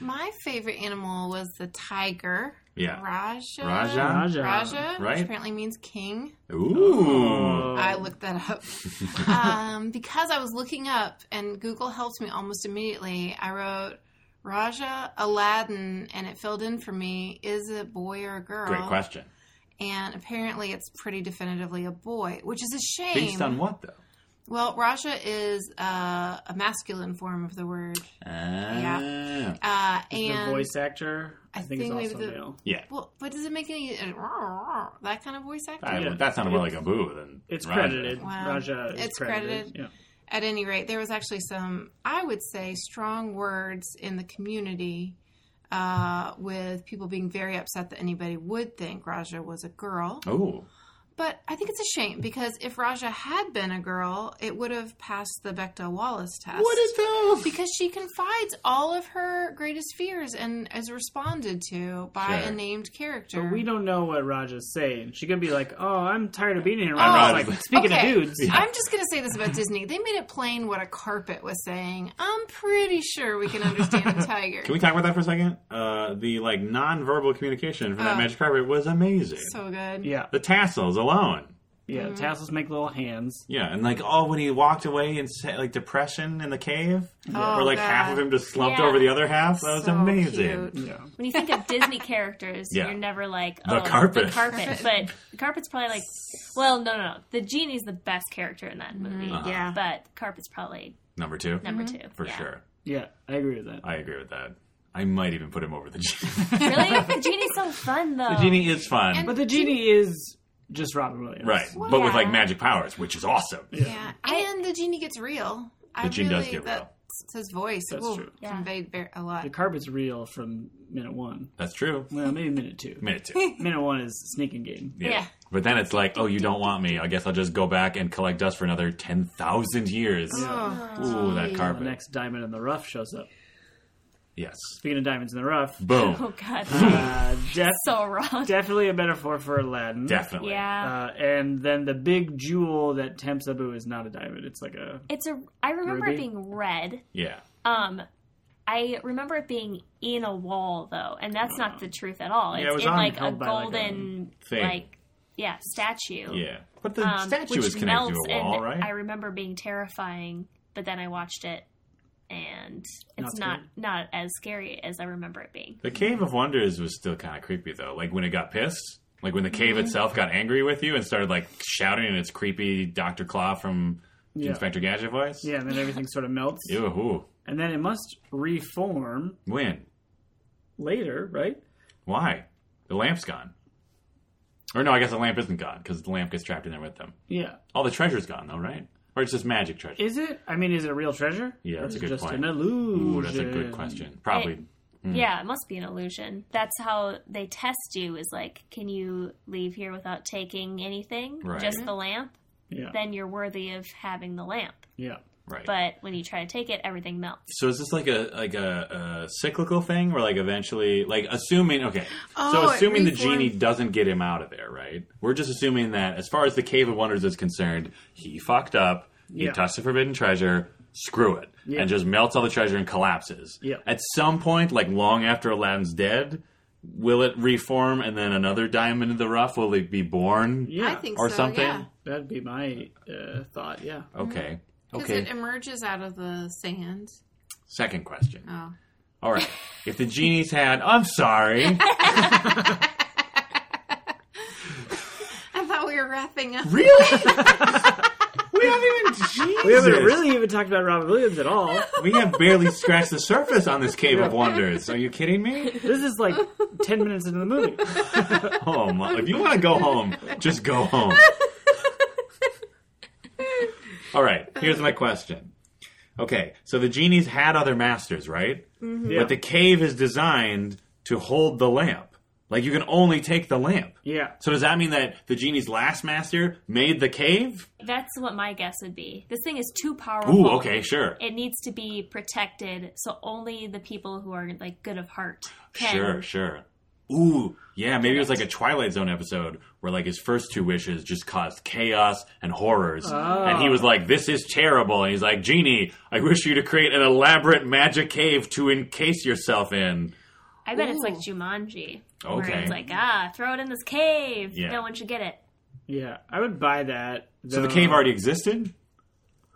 C: My favorite animal was the tiger.
B: yeah.
C: Raja.
B: Raja?
A: Raja.
C: Raja,
B: Right.
C: which apparently means king.
D: Oh.
A: Oh.
B: Ooh.
C: I looked that up. um, because I was looking up and Google helped me almost immediately, I wrote Raja Aladdin and it filled in for me is it a boy or a girl?
B: Great question.
C: And apparently it's pretty definitively a boy, which is a shame.
B: Based on what though?
C: well, Raja is uh, a masculine form of the word.
B: Yeah.
C: Uh, and
A: the voice actor, I,
C: I
A: think, is
C: think maybe
A: also
C: the-
A: male.
B: Yeah.
C: Well, but does it make any uh, that kind of voice acting?
B: I-
A: Yeah.
B: That sounded more like a boo than
A: It's
B: Raja.
A: credited.
C: Wow.
A: Raja is
C: It's
A: credited.
C: credited. At any rate, there was actually some, I would say, strong words in the community uh, with people being very upset that anybody would think Raja was a girl.
B: Ooh.
C: But I think it's a shame because if Raja had been a girl, it would have passed the Bechdel Wallace test.
B: those?
C: because she confides all of her greatest fears and is responded to by
B: Sure.
C: a named character.
A: But we don't know what Raja's saying. She could be like, "Oh, I'm tired of being here."
C: Oh.
A: Raja's
B: Raja's
A: like,
B: like-
A: "Speaking
C: Okay,
A: of dudes,
C: I'm just going to say this about Disney. They made it plain what a carpet was saying. I'm pretty sure we can understand a tiger.
B: Can we talk about that for a second? Uh, the like nonverbal communication from that
C: Oh.
B: magic carpet was amazing.
C: so good.
A: yeah,
B: the tassels alone,
A: yeah."
C: Mm-hmm.
A: Tassels make little hands.
B: yeah, and like oh, when he walked away in sa- like depression in the cave,
C: Oh,
B: where like
C: God.
B: half of him just slumped
D: Yeah.
B: over the other half. That was
C: So
B: amazing.
C: cute.
A: Yeah,
D: When you think of Disney characters,
B: Yeah.
D: you're never like
B: The
D: oh,
B: carpet.
D: The carpet, but the carpet's probably like, well, no, no, no. The genie's the best character in that movie.
A: Yeah.
D: but the carpet's probably
B: Number two,
D: number two
B: Uh-huh. for
D: Yeah.
B: sure.
A: yeah, I agree with that.
B: I agree with that. I might even put him over the genie.
D: Really, the genie's so fun though.
B: the genie is fun,
C: And-
A: But the genie is just Robin Williams,
B: right? but with
D: yeah.
B: like magic powers, which is awesome.
C: Yeah. And the genie gets real. I
B: The genie does
C: really,
B: get
C: that,
B: real.
C: It's his voice.
A: That's
C: it will
A: true.
D: Yeah.
C: convey ver- a lot.
A: The carpet's real from minute one.
B: That's true.
A: Well, maybe minute two.
B: Minute two.
A: Minute one is sneaking game.
B: Yeah.
D: Yeah.
B: But then it's like, oh, you don't want me. I guess I'll just go back and collect dust for another 10,000 years.
C: Oh,
B: Ooh, that
C: gee.
A: The
B: carpet.
A: next diamond in the rough shows up.
B: Yes.
A: Speaking of diamonds in the rough,
B: Boom.
D: Oh god, that's
A: uh, def-
D: so wrong.
A: definitely a metaphor for Aladdin.
B: Definitely.
D: Yeah,
A: Uh, and then the big jewel that tempts Abu is not a diamond. It's like a
D: it's a. I remember
A: Ruby?
D: it being red.
B: Yeah.
D: Um, I remember it being in a wall though, and that's not the truth at all.
B: Yeah,
D: It's
B: it was
D: in
B: on-
D: like a
A: held by, like, a
D: golden
B: thing.
D: like yeah statue.
B: Yeah. But the
D: um,
B: statue
D: which
B: is connected to
D: melts,
B: a wall,
D: and
B: right?
D: I remember being terrifying, but then I watched it, and
A: Not
D: it's not
A: scary.
D: not as scary as I remember it being.
B: The Cave of Wonders was still kind of creepy though. Like when it got pissed, like when the cave
D: Mm-hmm.
B: itself got angry with you and started like shouting in its creepy Doctor Claw from
A: Yeah.
B: Inspector Gadget voice.
A: Yeah, and then everything sort of melts.
B: Ew. Ooh.
A: And then it must reform
B: When?
A: later, right?
B: Why? The lamp's gone. Or no, I guess the lamp isn't gone because the lamp gets trapped in there with them.
A: Yeah.
B: All the treasure's gone though, right? Or it's just magic treasure.
A: Is it? I mean, is it real treasure?
B: Yeah,
A: Or
B: that's
A: is
B: a
A: it
B: good
A: just
B: point.
A: an illusion.
B: Ooh, that's a good question. Probably. Mm.
D: Yeah, it must be an illusion. That's how they test you. Is like, can you leave here without taking anything?
B: Right.
D: Just
A: Mm-hmm.
D: the lamp.
A: Yeah.
D: Then you're worthy of having the lamp.
A: yeah.
B: right.
D: But when you try to take it, everything melts.
B: So is this like a like a, a cyclical thing, where like eventually, like assuming okay,
C: Oh,
B: so
C: it
B: assuming the
C: reforms.
B: genie doesn't get him out of there, right? We're just assuming that as far as the Cave of Wonders is concerned, he fucked up, he
A: Yeah.
B: touched the forbidden treasure, screw it,
A: Yeah.
B: and just melts all the treasure and collapses.
A: Yeah.
B: At some point, like long after Aladdin's dead, will it reform and then another diamond in the rough? Will it be born
A: Yeah.
C: I think
B: or
C: so,
B: something?
C: yeah.
A: That'd be my uh, thought. Yeah.
B: Okay.
C: Because
B: Okay.
C: Mm-hmm. it emerges out of the sand.
B: Second question.
C: Oh.
B: All right. If the genie's had, I'm sorry.
C: I thought we were wrapping up.
B: Really? we haven't even. Jesus.
A: We haven't really even talked about Robin Williams at all.
B: We have barely scratched the surface on this cave of wonders. Are you kidding me?
A: This is like ten minutes into the movie.
B: Home. Oh, If you want to go home, just go home. All right. Here's my question. Okay, so the genies had other masters, right?
A: Yeah.
B: But the cave is designed to hold the lamp. Like you can only take the lamp.
A: yeah.
B: So does that mean that the genie's last master made the cave?
D: That's what my guess would be. This thing is too
A: Uh-huh.
D: powerful.
B: Ooh, okay, sure.
D: It needs to be protected, so only the people who are like good of heart can.
B: Sure, sure. Ooh, yeah, maybe it was like a Twilight Zone episode where like his first two wishes just caused chaos and horrors. And he was
A: Oh.
B: like, This is terrible. And he's like, Genie, I wish you to create an elaborate magic cave to encase yourself in.
D: I bet it's like
C: Ooh.
D: Jumanji,
B: Okay.
D: where it's like ah, throw it in this cave.
B: Yeah.
D: No one should get it.
A: Yeah. I would buy that.
B: So the
A: though-
B: cave already existed?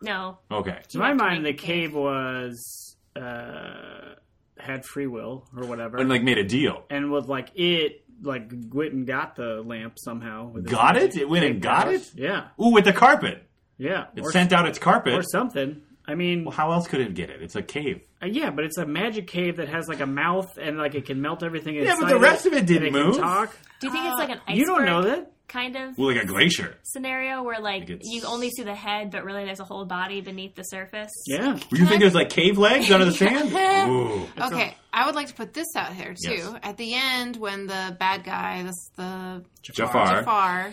D: No,
B: Okay.
A: To my
D: Yeah,
A: mind, the
D: like-
A: cave was uh, had free will or whatever,
B: And like made a deal.
A: and was like it like went and got the lamp somehow. With its
B: Got
A: magic
B: it? It went and got it?
A: powers. Yeah,
B: Ooh, with the carpet.
A: yeah,
B: It
A: or,
B: sent out its
A: or
B: carpet.
A: something. I mean,
B: Well, how else could it get it? It's a cave.
A: uh, yeah, but it's a magic cave that has like a mouth and like it can melt everything.
B: Yeah, but
A: inside
B: the rest of it
A: and
B: didn't
A: can
B: move.
A: talk.
D: do you think it's like an iceberg
A: Uh, You don't know that.
D: kind of
B: Well, like a glacier.
D: scenario where like
B: it's-
D: you only see the head, but really there's a whole body beneath the surface?
A: Yeah,
B: Were you thinking it was like cave legs under the sand? Ooh.
C: Okay, I would like to put this out here too.
B: Yes.
C: At the end, when the bad guy, this the
B: Jafar.
C: Jafar,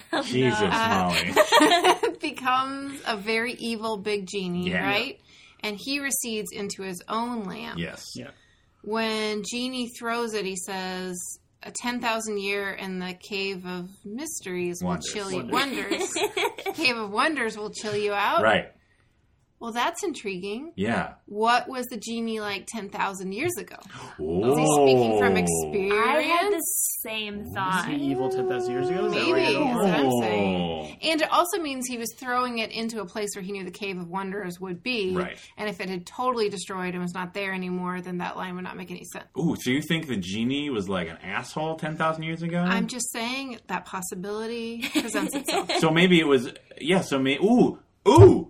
B: Jesus, Molly.
C: becomes a very evil big genie,
B: Yeah.
C: right? And he recedes into his own lamp.
B: Yes.
A: yeah,
C: When Genie throws it, he says, "A ten thousand year in the cave of mysteries
B: Wonders.
C: will chill you. Wonders, cave of wonders will chill you out."
B: Right.
C: Well, that's intriguing.
B: Yeah.
C: What was the genie like ten thousand years ago?
B: Oh.
C: Is he speaking from
D: I had the
C: experience?
D: same
A: Was
D: thought.
A: he evil ten thousand years ago. Is that where
C: Maybe
A: you're
C: is
A: going?
C: what I'm
B: Oh.
C: saying. And it also means he was throwing it into a place where he knew the Cave of Wonders would be.
B: Right.
C: And if it had totally destroyed and was not there anymore, then that line would not make any sense.
B: Oh. Ooh, so you think the genie was like an asshole 10,000 years ago?
C: I'm just saying that possibility presents itself.
B: so maybe it was. Yeah, so maybe. Ooh. Ooh.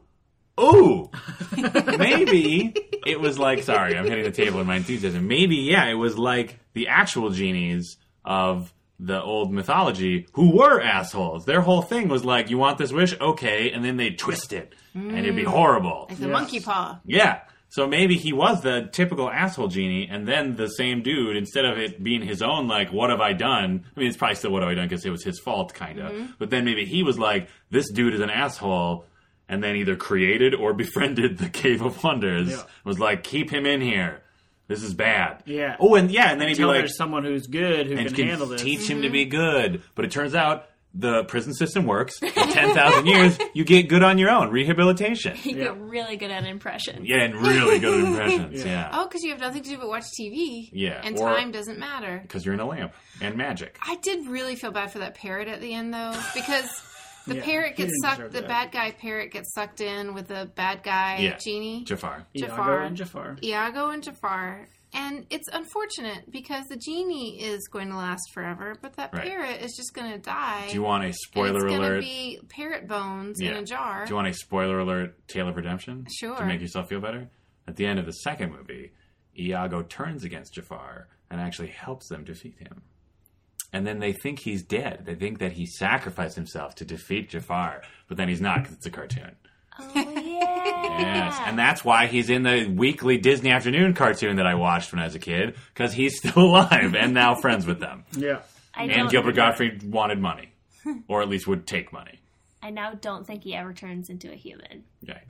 B: Ooh. maybe it was like. Sorry, I'm hitting the table in my enthusiasm. Maybe, yeah, it was like the actual genies of the old mythology who were assholes. Their whole thing was like, you want this wish? Okay. And then they twist it. And it'd
C: Mm.
B: be horrible.
C: Like the
A: Yes.
C: monkey paw.
B: Yeah. So maybe he was the typical asshole genie, and then the same dude, instead of it being his own, like, what have I done? I mean, it's probably still what have I done because it was his fault, kind of.
A: Mm-hmm.
B: But then maybe he was like, this dude is an asshole, and then either created or befriended the Cave of Wonders.
A: Yeah.
B: Was like, keep him in here. This is bad.
A: Yeah.
B: Oh, and yeah, and then he'd be
A: Tell
B: like,
A: there's someone who's good who
B: and
A: can,
B: can
A: handle this. Mm-hmm.
B: teach him to be good. But it turns out the prison system works. In 10,000 years, you get good on your own. Rehabilitation.
D: You
A: Yeah.
D: get really good at impressions.
B: Yeah, and really good impressions.
A: Yeah.
B: Yeah.
C: Oh, because you have nothing to do but watch TV.
B: Yeah,
C: And
B: or-
C: time doesn't matter.
B: Because you're in a lamp and magic.
C: I did really feel bad for that parrot at the end, though, because the
A: Yeah,
C: parrot
A: he
C: gets
A: didn't
C: sucked.
A: deserve
C: The
A: that.
C: bad guy parrot gets sucked in with the bad guy
B: Yeah.
C: genie,
B: Jafar.
A: Iago
C: Jafar.
A: and Jafar.
C: Iago and Jafar. And it's unfortunate because the genie is going to last forever, but that
B: Right.
C: parrot is just going to die.
B: Do you want a
C: and
B: spoiler
C: it's
B: alert?
C: to be parrot bones
B: Yeah.
C: in a jar.
B: Do you want a spoiler alert tale of redemption? To
C: Sure.
B: make yourself feel better? At the end of the second movie, Iago turns against Jafar and actually helps them defeat him. And then they think he's dead. They think that he sacrificed himself to defeat Jafar, but then he's not because it's a cartoon.
D: Oh, yeah.
B: Yes, and that's why he's in the weekly Disney afternoon cartoon that I watched when I was a kid because he's still alive and now friends with them.
A: Yeah.
D: I
B: And
D: don't-
B: Gilbert Godfrey wanted money, or at least would take money.
D: I now don't think he ever turns into a human.
B: Okay.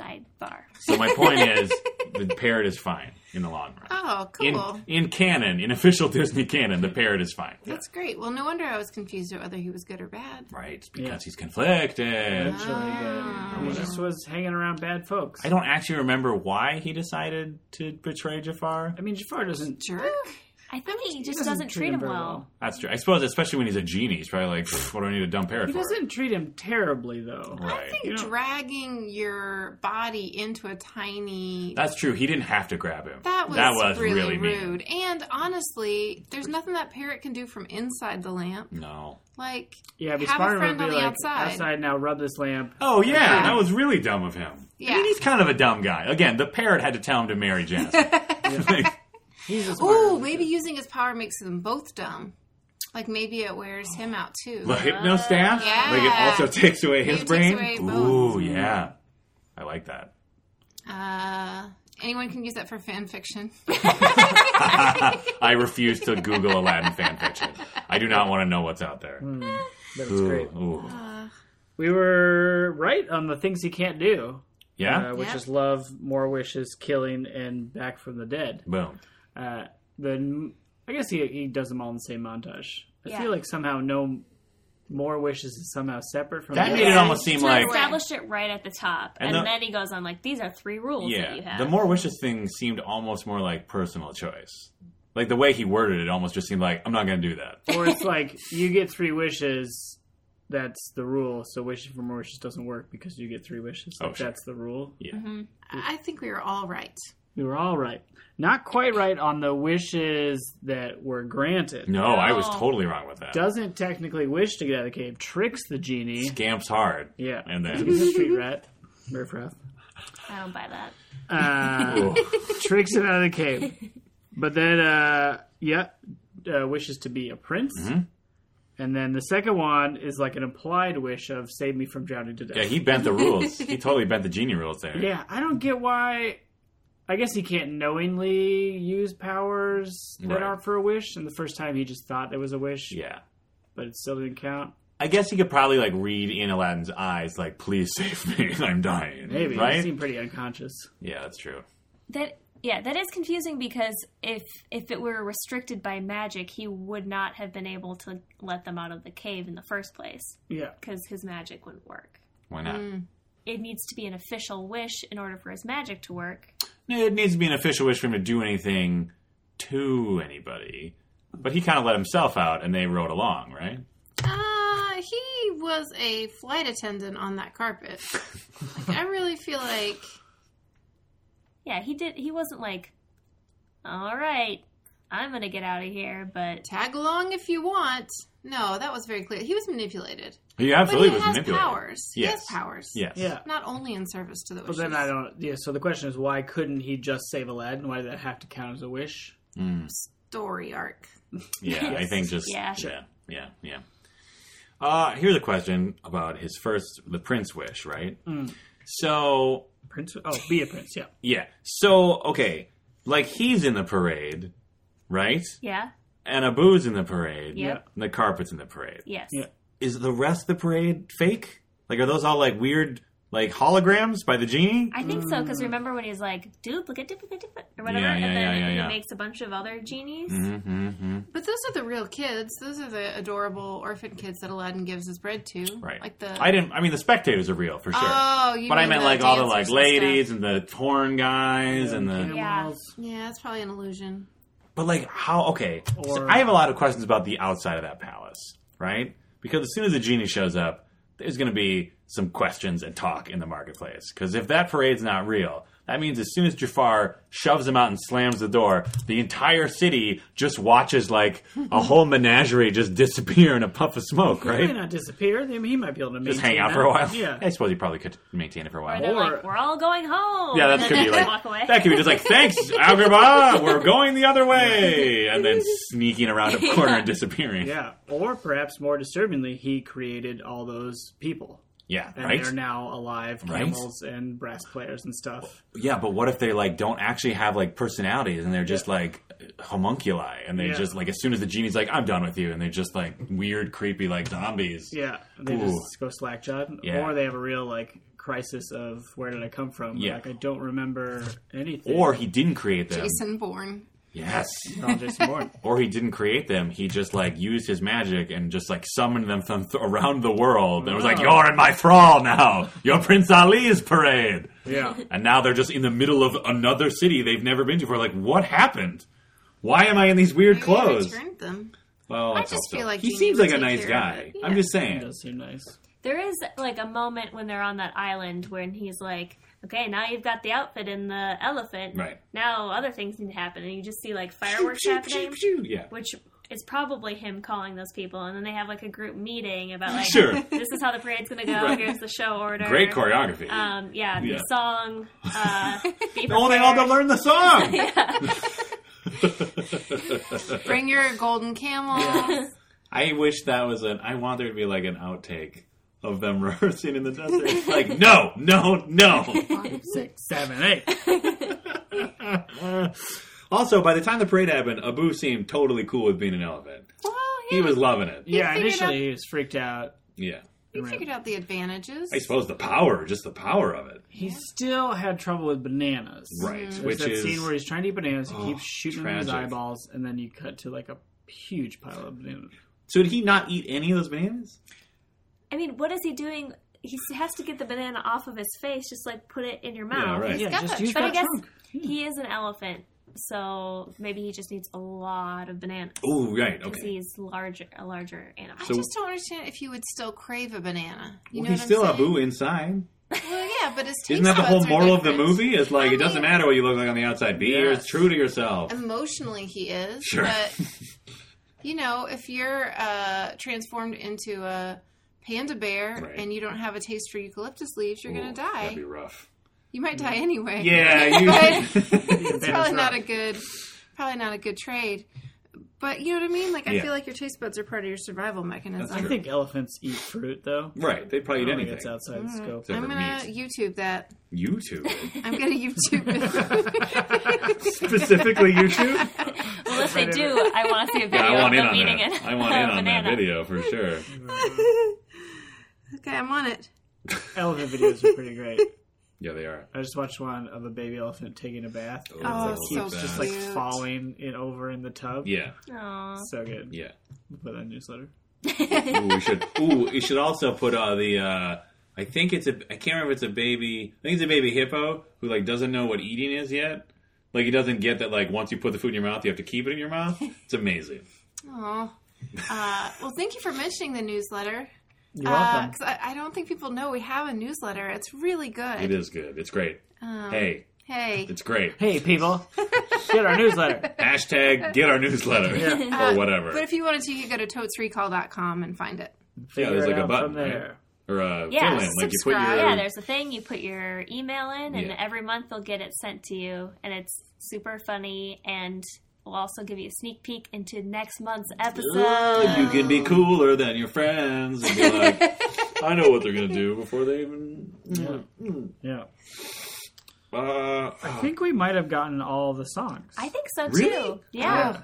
D: Sidebar.
B: So my point is, the parrot is fine in the long run.
C: oh, cool.
B: In in canon, in official Disney canon, the parrot is fine.
C: That's great. Well, no wonder I was confused whether he was good or bad.
B: Right, it's because he's conflicted.
C: Uh-huh.
A: Eventually, yeah. he just was hanging around bad folks.
B: Ah. I don't actually remember why he decided to betray Jafar.
A: I mean, Jafar doesn't.
C: Jerk.
D: I think he just doesn't, treat him
A: very
D: well.
B: That's true. I suppose, especially when he's a genie, he's probably like, "Pfft, "What do I need a dumb parrot
A: He
B: for?"
A: doesn't treat him terribly though.
B: Right.
A: You know,
C: dragging your body into a tiny
B: That's true. He didn't have to grab him.
C: that was, really,
B: mean.
C: rude and honestly there's nothing that parrot can do from inside the lamp
B: No.
C: like
A: yeah, but
C: Have a
A: Spider would
C: friend
A: be
C: on the
A: like,
C: outside.
A: outside now, rub this lamp.
B: Oh yeah,
C: Yeah.
B: that was really dumb of him. I
C: yeah
B: mean, he's kind of a dumb guy. Again, the parrot had to tell him to marry Jasmine. Like,
A: He's a smart
C: ooh maybe using his power makes them both dumb like maybe it wears him out too
B: the hypno staff.
C: Yeah.
B: Like it also takes away
C: It
B: his
C: takes
B: brain.
C: away
B: Ooh
C: both.
B: yeah, I like that.
C: uh anyone can use that for fan fiction
B: I refuse to Google Aladdin fanfiction. I do not want to know what's out there.
A: Hmm. That was
B: Ooh,
A: great.
B: ooh.
A: We were right on the things he can't do,
B: Yeah.
A: uh, which
C: Yeah.
A: is love, more wishes, killing, and back from the dead.
B: Boom.
A: Uh, then I guess he he does them all in the same montage. I
D: Yeah.
A: feel like somehow no more wishes is somehow separate from
B: That
A: the
B: made it
A: other.
B: almost seem
D: So
B: like
D: established it right at the top,
B: And
D: and,
B: the-
D: then he goes on like, "These are three rules that you
B: Yeah,
D: have."
B: the more wishes thing seemed almost more like personal choice. Like the way he worded it, almost just seemed like I'm not going to do that.
A: or it's like you get three wishes. That's the rule. So wishing for more wishes doesn't work because you get three wishes. Like
B: Oh, sure.
A: that's the rule.
B: Yeah,
C: Mm-hmm. i think we were all right
A: We were all right. Not quite right on the wishes that were granted.
B: no, I was
D: No.
B: totally wrong with that.
A: Doesn't technically wish to get out of the cave. Tricks the genie.
B: Scamps hard,
A: Yeah.
B: and
A: He's
B: then
A: a street rat. Riffraff.
D: I don't buy that.
A: Uh,
B: Ooh.
A: tricks him out of the cave. But then, uh, yeah, uh, wishes to be a prince.
B: Mm-hmm.
A: And then the second one is like an implied wish of save me from drowning to death.
B: yeah, he bent the rules. He totally bent the genie rules there.
A: Yeah, I don't get why. I guess he can't knowingly use powers that
B: Right.
A: are for a wish. And the first time he just thought there was a wish,
B: Yeah.
A: but it still didn't count.
B: I guess he could probably like read in Aladdin's eyes, like "Please save me, I'm dying."
A: Maybe he
B: right?
A: seemed pretty unconscious.
B: yeah, that's true.
D: That yeah, that is confusing because if if it were restricted by magic, he would not have been able to let them out of the cave in the first place
A: Yeah,
D: because his magic wouldn't work.
B: Why not?
D: It needs to be an official wish in order for his magic to work.
B: It needs to be an official wish for him to do anything to anybody, but he kind of let himself out, and they rode along, right?
C: uh he was a flight attendant on that carpet like, i really feel like
D: Yeah, he did. He wasn't like, all right, I'm gonna get out of here, but
C: tag along if you want no that was very clear he was manipulated
B: He
C: but
B: absolutely
C: he
B: was
C: has
B: manipulated.
C: powers he has
B: Yes.
C: powers
B: Yes.
A: yeah.
C: not only in service to the
A: But
C: wishes.
A: then I don't. Yeah. So the question is, why couldn't he just save Aladdin? Why did that have to count as a wish?
C: story arc.
B: Hmm. Yeah, I think just yeah,
D: Yeah.
B: yeah, yeah. Uh, here's a question about his first, the prince wish, right? So
A: Prince. Oh, be a prince. Yeah.
B: yeah, so okay, like he's in the parade, right?
D: yeah,
B: And Abu's in the parade.
D: Yeah.
B: And the carpet's in the parade.
D: yes,
A: Yeah.
B: Is the rest of the parade fake? Like, are those all like weird like holograms by the genie.
D: I think so because remember when he's like duplicate, duplicate, duplicate, or whatever,
B: Mm. Yeah, yeah,
D: and then
B: yeah, yeah,
D: he
B: yeah.
D: makes a bunch of other genies.
B: Mm-hmm, hmm
C: But those are the real kids. Those are the adorable orphan kids that Aladdin gives his bread to.
B: Right.
C: Like the.
B: I didn't. I mean, the spectators are real for sure.
C: Oh, you
B: but I
C: mean
B: meant like all the like
C: dancers and
B: ladies and the horn guys and the.
A: Animals.
C: stuff. Yeah, that's probably an illusion.
B: But like how? Okay, so
A: Or-
B: I have a lot of questions about the outside of that palace, right? Because as soon as the genie shows up, there's going to be some questions and talk in the marketplace. Because if that parade's not real, that means as soon as Jafar shoves him out and slams the door, the entire city just watches like a whole menagerie just disappear in a puff of smoke,
A: He may
B: right?
A: not disappear. They- He might be able to
B: Just hang
A: maintain
B: out for
A: that.
B: a while. I
A: Yeah.
B: suppose you probably could maintain it for a
D: Or
B: while.
D: they're
A: Or-
D: like, we're all going home.
B: Yeah,
D: and
B: that
D: then
B: could
D: they
B: be
D: just
B: like
D: walk away.
B: that could be just like thanks, Agrabah, we're going the other way, and then sneaking around a corner and disappearing.
A: Yeah. Or perhaps more disturbingly, he created all those people.
B: Yeah,
A: And
B: right.
A: they're now alive
B: Right.
A: camels and brass players and stuff.
B: Yeah, but what if they like don't actually have like personalities and they're just like homunculi and they
A: Yeah.
B: just like as soon as the genie's like I'm done with you and they're just like weird, creepy like zombies.
A: Yeah. They
B: Ooh.
A: just go slack jawed.
B: Yeah.
A: Or they have a real like crisis of where did I come from?
B: Yeah.
A: Like I don't remember anything.
B: Or he didn't create them.
C: Jason Bourne.
B: Yes.
A: Oh, Jason Bourne.
B: Or he didn't create them. He just like used his magic and just like summoned them from th- around the world and was like,
A: Oh.
B: "You're in my thrall now. You're Prince Ali's parade."
A: Yeah.
B: And now they're just in the middle of another city they've never been to before. Like, what happened? Why am I in these weird
C: Maybe
B: clothes?
C: Returned them.
B: Well,
C: I
B: let's
C: just
B: hope so.
C: feel like
B: he
C: Genie
B: seems
C: would
B: like a
C: take
B: nice
C: care of
B: guy.
C: it.
B: I'm just
A: It
B: saying.
A: does seem nice.
D: There is like a moment when they're on that island when he's like, okay, now you've got the outfit and the elephant.
B: Right.
D: Now other things need to happen, and you just see like
B: Pew,
D: fireworks
B: pew, pew,
D: happening,
B: pew. Yeah.
D: which is probably him calling those people, and then they have like a group meeting about like,
B: Sure.
D: this is how the parade's gonna go.
B: Right.
D: Here's the show order.
B: Great choreography.
D: Um, yeah, the
B: Yeah.
D: song. Uh, be
B: oh, they all
D: prepared.
B: to learn the song.
C: Bring your golden camel.
B: I wish that was an. I want there to be like an outtake of them rehearsing in the desert. like, no, no, no.
A: Five, six, seven, eight.
B: also, by the time the parade happened, Abu seemed totally cool with being an elephant.
C: Well, yeah,
B: He was loving it.
A: Yeah,
C: figured
A: initially he was freaked out.
B: Yeah.
C: we figured out the advantages.
B: I suppose the power, just the power of it.
A: He still had trouble with bananas.
B: Right.
A: There's
B: Which
A: that
B: is.
A: scene where he's trying to eat bananas, he
B: Oh,
A: keeps shooting them in his
B: tragic.
A: eyeballs, and then you cut to like a huge pile of bananas.
B: so, did he not eat any of those bananas?
D: I mean, what is he doing? He has to get the banana off of his face. Just like put it in your mouth.
B: Yeah, right.
A: Yeah,
C: got
A: just
C: it.
A: huge
D: But I
A: got
D: guess
A: drunk. Yeah.
D: He is an elephant, so maybe he just needs a lot of bananas
B: Oh, right.
D: because
B: Okay.
D: he's larger, a larger animal.
C: I
B: So-
C: just don't understand if you would still crave a banana. You
B: Well,
C: know
B: he's
C: what
B: still
C: I'm saying?
B: Abu inside.
C: Well, yeah, but his taste
B: Isn't that the whole
C: buds are
B: moral of the
C: different.
B: movie? It's like
C: I
B: it doesn't
C: mean-
B: matter what you look like on the outside. Be your-
A: Yes.
B: true to yourself.
C: Emotionally, he is.
B: Sure.
C: But you know, if you're uh, transformed into a panda bear
B: Right.
C: and you don't have a taste for eucalyptus leaves, you're
B: Ooh,
C: gonna die.
B: That'd be rough.
C: You might die anyway.
B: Yeah, you.
A: Yeah,
C: it's probably
A: bananas
C: not
A: rock.
C: a good, probably not a good trade. But you know what I mean? Like I
B: Yeah.
C: feel like your taste buds are part of your survival
B: That's
A: I
B: true.
C: mechanism.
A: think elephants eat fruit though.
B: right. They'd
A: I
B: probably eat
A: don't think it's
B: anything.
A: outside the scope.
B: Except
C: I'm
B: for
C: gonna
B: meat.
C: YouTube that.
B: YouTube.
C: I'm gonna YouTube it.
B: Specifically YouTube?
D: well, if they do, I want to see a video
B: Yeah, I want in
D: of them
B: on
D: eating
B: that.
D: it.
B: I want in on that
D: banana.
B: video for sure.
C: okay, I'm on it.
A: Elephant videos are pretty great.
B: Yeah, they are.
A: I just watched one of a baby elephant taking a bath. and
B: Oh,
A: it's
B: so
A: like keeps just like
C: cute.
A: falling it over in the tub.
B: Yeah,
D: Aw.
A: So good.
B: yeah.
A: We'll Put that in newsletter.
B: Ooh, we should. Ooh, you should also put uh, the. Uh, I think it's a. I can't remember. if It's a baby. I think it's a baby hippo who like doesn't know what eating is yet. Like he doesn't get that. Like once you put the food in your mouth, you have to keep it in your mouth. It's amazing.
C: Oh. Uh, well, thank you for mentioning the newsletter.
A: You're welcome.
C: Because I, I don't think people know we have a newsletter. It's really good.
B: It is good. It's great.
C: Um,
B: Hey,
C: Hey.
B: it's great.
A: Hey people, get our newsletter.
B: Hashtag get our newsletter
C: Uh,
B: or whatever.
C: But if you wanted to, you could go to totesrecall.com and find it.
A: Figure
B: there's
A: it
B: like a
A: out
B: button,
A: from
B: right?
A: there.
B: or uh,
D: Yeah,
B: fill in. Like you put your
C: subscribe.
D: Yeah, there's a thing. You put your email in, and
B: Yeah.
D: every month they'll get it sent to you, and it's super funny, and we'll also give you a sneak peek into next month's episode.
B: Oh, you can be cooler than your friends and be like, I know what they're gonna do before they even.
A: Yeah,
B: Uh,
A: I think we might have gotten all the songs.
D: I think so too.
B: Really?
D: Yeah.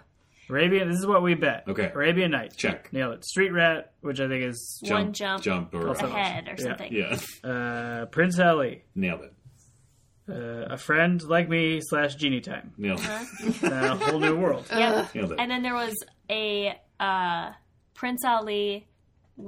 A: Arabian. This is what we bet.
B: Okay.
A: Arabian Nights.
B: Check.
A: Nailed it. Street Rat, which I think is
B: Jump,
D: One jump,
B: jump, or
D: ahead or something.
B: Yeah,
A: uh, Prince Ali,
B: nailed it.
A: uh, a friend like me slash genie time.
B: Nailed it.
A: A whole new world.
D: Uh-huh. Yep.
B: Nailed it.
D: And then there was a uh, Prince Ali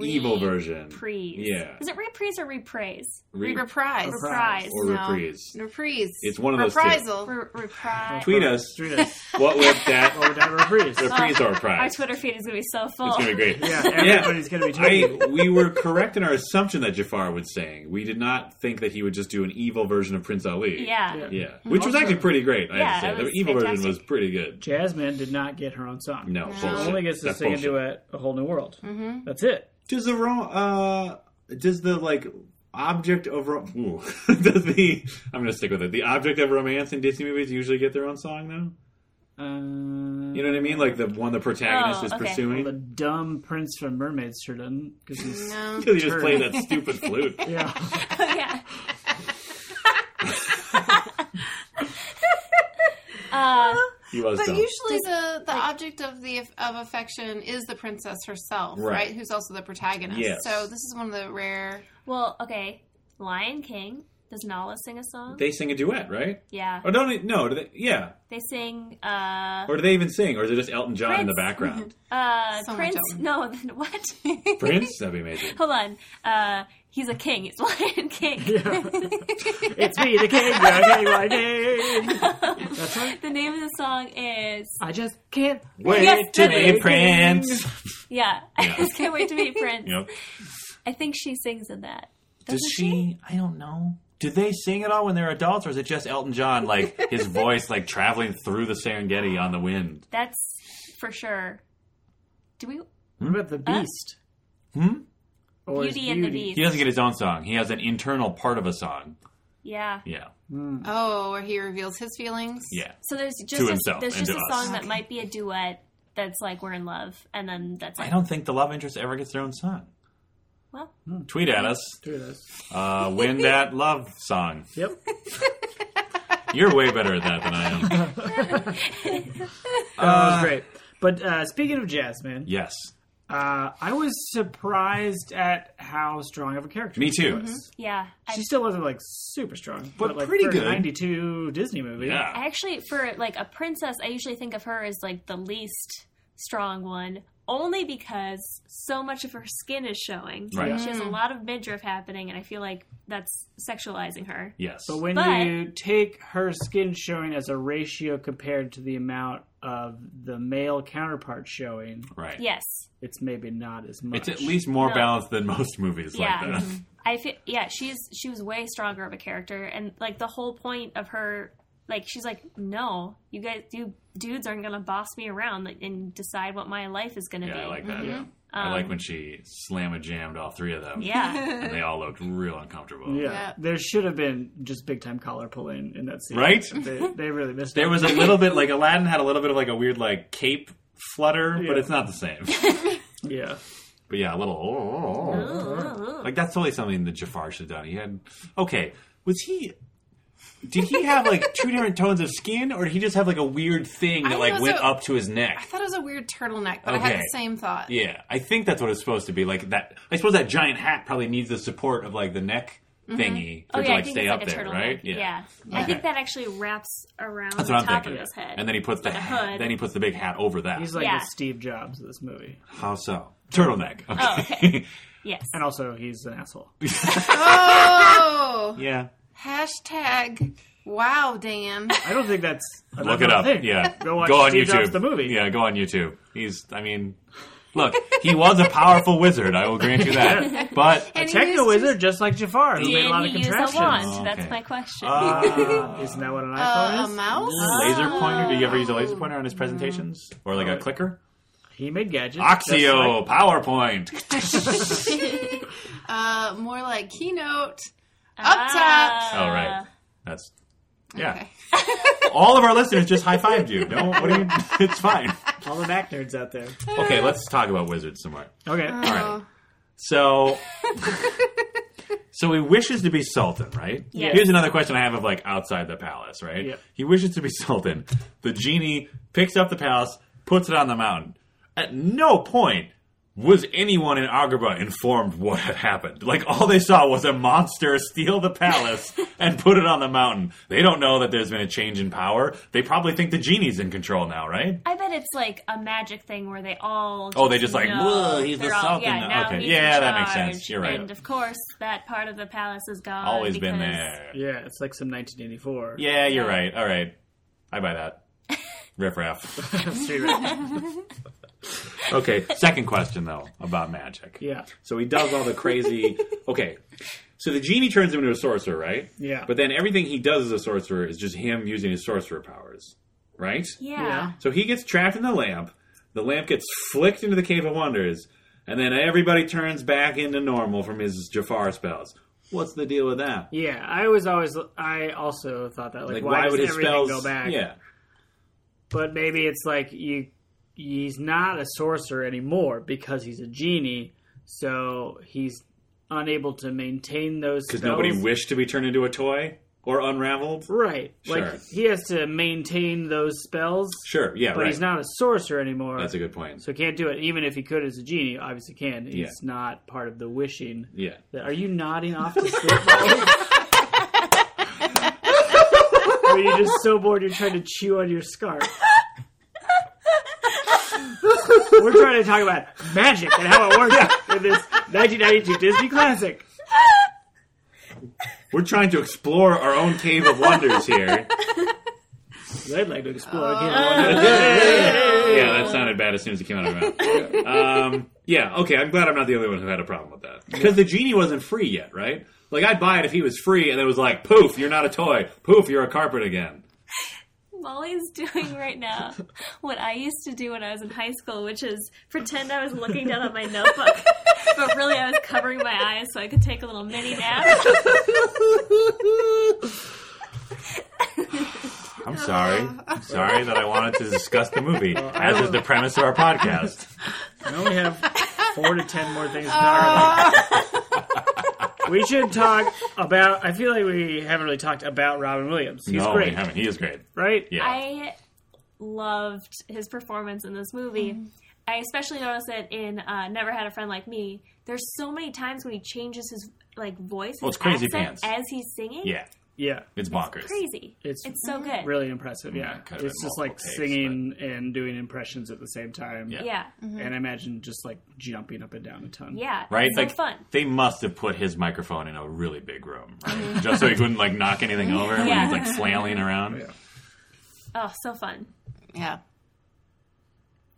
B: Evil version.
D: reprise.
B: Yeah.
D: Is it reprise or reprise?
B: Re-
C: Reprise.
D: Reprise.
B: or
C: No.
B: reprise.
C: Reprise.
B: It's one of those two.
C: Reprisal.
D: Re- reprise.
B: Tweet us.
A: Street Rats.
B: What would that
A: What would that reprise?
B: reprise or reprise?
D: Our Twitter feed is gonna be so full.
B: It's gonna be great.
A: Yeah, everybody's gonna be talking.
B: I we were correct in our assumption that Jafar would sing. We did not think that he would just do an evil version of Prince Ali.
D: yeah. Mm-hmm.
A: Yeah.
B: Yeah. Which was actually pretty great, I
D: Yeah,
B: have to
D: it
B: say. The
D: was
B: evil version
D: fantastic.
B: was pretty good.
A: Jasmine did not get her own song.
B: No,
A: She
B: bullshit.
A: only gets to
B: That's
A: sing
B: bullshit.
A: a duet, a whole new world. Mm-hmm. That's it.
B: Does the wrong uh does the like object of ro- ooh, does the I'm gonna stick with it. The object of romance in Disney movies usually get their own song now?
A: Uh,
B: You know what I mean? Like the one the protagonist
D: Oh,
B: is
D: okay.
B: pursuing.
A: the dumb prince from Mermaids sure doesn't, because he's
C: No.
B: Because he just played that stupid flute.
A: yeah.
D: yeah. uh,
B: He was
C: But
B: dumb.
C: usually the, the object of the of affection is the princess herself,
B: Right.
C: right? Who's also the protagonist.
B: Yes.
C: So this is one of the rare.
D: well, okay. Lion King. Does Nala sing a song?
B: They sing a duet, right?
D: yeah.
B: Or don't they, no? Do they, yeah.
D: They sing uh
B: Or do they even sing? Or is it just Elton John in the
D: Prince.
B: background?
D: uh
C: So much
D: Prince
C: of 'em.
D: no then what?
B: Prince? That'd be amazing.
D: Hold on. Uh he's a king, he's Lion King.
A: It's me, the king, I tell you my name. That's right.
D: the name of the song is
B: Uh,
A: I just can't.
B: Wait
D: Yes,
B: to
D: that's
B: be Prince.
D: Yeah.
B: Yeah.
D: I just can't wait to meet Prince.
B: You know,
D: I think she sings in that.
B: does
D: Doesn't
B: she? I don't know. Do they sing at all when they're adults, or is it just Elton John, like his voice, like traveling through the Serengeti on the wind?
D: That's for sure. Do we
A: What about the beast?
B: Hmm?
A: Or is
D: Uh. Beauty and the Beast.
B: He doesn't get his own song. He has an internal part of a song.
D: Yeah.
B: Yeah,
C: Oh, where he reveals his feelings.
B: yeah.
D: So there's just
B: To
D: a,
B: himself
D: there's
B: and to
D: just a
B: us.
D: song that might be a duet that's like we're in love and then that's
B: I
D: like
B: don't think the love interest ever gets their own song.
D: well
B: Tweet at us.
A: Here it is.
B: Uh, win that love song.
A: Yep.
B: You're way better at that than I am.
A: That was great. But uh, speaking of Jasmine,
B: Yes,
A: uh, I was surprised at how strong of a character.
B: me too.
D: yeah. I,
A: She still wasn't like super strong, but, like
B: pretty
A: for
B: good.
A: a Ninety-two Disney movie.
B: Yeah.
D: I actually for like a princess, I usually think of her as like the least strong one. Only because so much of her skin is showing.
B: Right.
D: She has
A: Mm.
D: a lot of midriff happening, and I feel like that's sexualizing her.
B: Yes.
A: But when
D: But-
A: you take her skin showing as a ratio compared to the amount of the male counterpart showing,
B: right.
D: Yes.
A: it's maybe not as much.
B: It's at least more
D: No.
B: balanced than most movies
D: Yeah. Mm-hmm.
B: like that.
D: I feel yeah, she's she was way stronger of a character and like the whole point of her like she's like, No, you guys you dudes aren't gonna boss me around like, and decide what my life is gonna be.
B: Yeah, I like that. Yeah. I like when she slamma jammed all three of them.
D: yeah.
B: And they all looked real uncomfortable.
A: yeah.
C: Yeah.
A: There should have been just big time collar pulling in that scene.
B: Right?
A: They, they really missed
B: There
A: it.
B: was a little bit like Aladdin had a little bit of like a weird like cape flutter, but
A: Yeah.
B: it's not the same.
A: yeah.
B: but yeah, a little oh, like that's totally something that Jafar should have done. He had okay. Was he did he have like two different tones of skin or did he just have like a weird thing that
C: think
B: like
C: it was
B: went
C: a-
B: up to his neck?
C: I thought it was a weird turtleneck, but I had
B: Okay.
C: the same thought.
B: Yeah, I think that's what it's supposed to be. Like that, I suppose that giant hat probably needs the support of like the neck thingy for
D: Oh
B: it
D: yeah,
B: to
D: I
B: like
D: think
B: stay
D: it's
B: up
D: like a
B: there,
D: turtleneck.
B: right?
D: Yeah.
B: Okay.
D: I think that actually wraps around
B: that's
D: the
B: what I'm
D: top
B: thinking.
D: of his head.
B: And then he puts the hat,
D: hood.
B: then he puts the big hat over that.
A: He's like
D: Yeah.
A: the Steve Jobs of this movie.
B: How so? Turtleneck. Okay.
D: Oh, okay. yes.
A: And also, he's an asshole.
C: Oh,
B: yeah.
C: hashtag wow, Dan.
A: I don't think that's. a
B: Look it
A: normal
B: up.
A: Thing.
B: Yeah.
A: Go watch
B: on
A: Steve
B: YouTube.
A: Jobs the movie.
B: Yeah, go on YouTube. He's. I mean, look, he was a powerful wizard. I will grant you that. But
C: And he
A: Techno
C: used-
A: wizard, just like Jafar, who made a lot
D: Did
A: of
D: he use a
A: contraptions.
D: wand?
B: Oh, okay.
D: That's my question.
B: uh,
A: Isn't that what an iPhone
C: Uh, a
A: is?
C: mouse.
B: laser pointer. Do you ever use a laser pointer on his presentations or like a clicker?
A: He made gadgets. Uh, just
B: Oxio
A: like-
B: PowerPoint.
C: Uh, more like keynote. Up
D: Ah.
C: top.
B: Oh,
A: Uh,
B: right. That's yeah.
C: Okay.
B: All of our listeners just high fived you. No, what do you? It's fine.
A: All the Mac nerds out there.
B: Okay, let's talk about wizards some more.
A: Okay.
B: All
A: Uh-huh.
B: right. So, so he wishes to be sultan, right?
D: Yes.
B: Here's another question I have of like outside the palace, right?
A: Yep.
B: He wishes to be sultan. The genie picks up the palace, puts it on the mountain. At no point was anyone in Agrabah informed what had happened. Like all they saw was a monster steal the palace and put it on the mountain. They don't know that there's been a change in power. They probably think the genie's in control now, right?
D: I bet it's like a magic thing where they all.
B: Oh, they just like,
D: know.
B: "Whoa, he's the
D: They're all-
B: Sultan
D: Yeah,
B: now."
D: now
B: Okay.
D: he's
B: Yeah,
D: in
B: that makes
D: charge,
B: sense. You're right.
D: And of course, that part of the palace is gone.
B: Always been
D: Uh, because-
B: there.
A: Yeah, it's like some 1984.
B: Yeah, you're right. All right. I buy that. Riff raff.
A: Straight up.
B: Okay, second question though about magic.
A: yeah.
B: So he does all the crazy. okay. So the genie turns him into a sorcerer, right?
A: Yeah.
B: But then everything he does as a sorcerer is just him using his sorcerer powers, right?
D: Yeah.
A: Yeah.
B: So he gets trapped in the lamp. The lamp gets flicked into the Cave of Wonders, and then everybody turns back into normal from his Jafar spells. What's the deal with that?
A: Yeah, I was always. I also thought that. Like,
B: Like,
A: why,
B: why,
A: does
B: would his
A: everything
B: spells
A: go back?
B: Yeah.
A: But maybe it's like you. He's not a sorcerer anymore because he's a genie, so he's unable to maintain those.
B: Because
A: Because
B: nobody wished to be turned into a toy or unraveled.
A: Right.
B: Sure.
A: Like he has to maintain those spells,
B: Sure. Yeah.
A: but
B: right.
A: he's not a sorcerer anymore.
B: That's a good point.
A: so he can't do it. Even if he could as a genie, obviously can. He's
B: Yeah.
A: not part of the wishing.
B: yeah.
A: Are you nodding off to sleep? or are you just so bored you're trying to chew on your scarf? We're trying to talk about magic and how it works in this 1992 Disney classic.
B: We're trying to explore our own Cave of Wonders here.
A: I'd like to explore again.
B: Uh. yeah, that sounded bad as soon as it came out of my mouth. Um, yeah, okay, I'm glad I'm not the only one who had a problem with that. Because the genie wasn't free yet, right? Like, I'd buy it if he was free, and it was like, poof, you're not a toy. Poof, you're a carpet again.
D: Molly's doing right now what I used to do when I was in high school, which is pretend I was looking down at my notebook, but really I was covering my eyes so I could take a little mini nap.
E: I'm sorry. I'm sorry that I wanted to discuss the movie, as is the premise of our podcast.
A: I only have four to ten more things. to
C: uh,
A: talk about. we should talk about. I feel like we haven't really talked about Robin Williams. He's
B: no,
A: great,
B: we haven't. He is great.
A: right?
B: Yeah.
D: I loved his performance in this movie.
B: Mm-hmm.
D: I especially noticed it in uh, Never Had a Friend Like Me. There's so many times when he changes his like voice,
B: Well,
D: his
B: it's crazy
D: accent
B: pants.
D: as he's singing.
B: yeah,
A: Yeah,
B: it's bonkers.
D: crazy.
A: It's-
D: It's, so good.
A: really impressive.
B: Yeah,
A: Yeah,
B: it could've
A: it's
B: been
A: just
B: multiple
A: like
B: takes,
A: singing and doing impressions at the same time.
B: Yeah.
D: Yeah,
A: and I imagine just like jumping up and down a ton.
D: yeah.
B: Mm-hmm. Right?
D: It's so
B: like,
D: fun.
B: they must have put his microphone in a really big room, right? Just so he couldn't, like, knock anything over when
D: Mm-hmm. Yeah.
B: he's, like, flailing around.
A: Yeah.
D: Oh, so fun.
C: Yeah.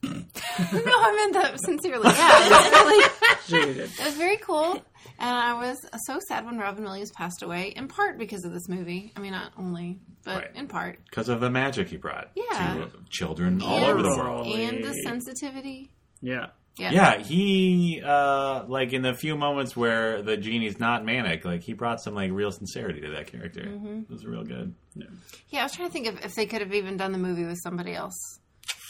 C: no, I meant that sincerely. Yeah, it was, really,
A: Sure you did.
C: it was very cool. And I was so sad when Robin Williams passed away, in part because of this movie. I mean, not only, but
B: Right.
C: in part.
B: Because of the magic he brought
C: Yeah.
B: to children all
C: Yeah.
B: over the world.
C: And the sensitivity.
A: Yeah,
E: Yeah, he uh like in the few moments where the genie's not manic, like he brought some like real sincerity to that character.
D: Mm-hmm.
E: It was real good.
C: Yeah, I was trying to think of if they could have even done the movie with somebody else.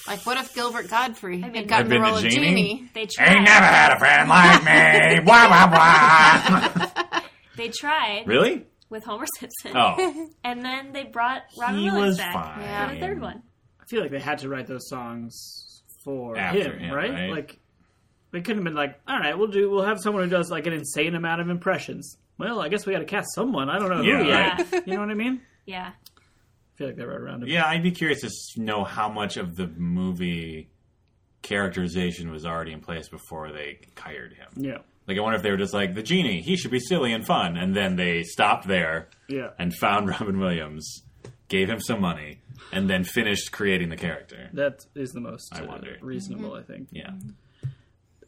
C: Like, what if Gilbert Godfrey
D: mean-
C: had gotten
B: Had
C: the
B: been
C: role
B: the
C: of
B: genie?
C: Genie?
D: They
E: Ain't
D: tried.
E: never had a friend like me. Wah wah wah.
D: They tried
B: Really?
D: with Homer Simpson,
B: Oh,
D: and then they brought Robin
E: he
D: Williams
E: was
D: back
E: fine.
C: Yeah.
D: for the third one.
A: I feel like they had to write those songs for
B: After
A: him,
B: him,
A: right?
B: right?
A: Like they couldn't have been like, all right, we'll do, we'll have someone who does like an insane amount of impressions. Well, I guess we got to cast someone. I don't know
B: Yeah,
A: who yet.
D: right.
A: You know what I mean?
D: Yeah,
A: I feel like they were around him.
E: Yeah, I'd be curious to s- know how much of the movie characterization was already in place before they hired him.
A: yeah,
E: Like I wonder if they were just like the genie, he should be silly and fun, and then they stopped there
A: yeah.
E: and found Robin Williams, gave him some money, and then finished creating the character.
A: That is the most uh,
E: wonder.
A: reasonable, I think.
E: Yeah,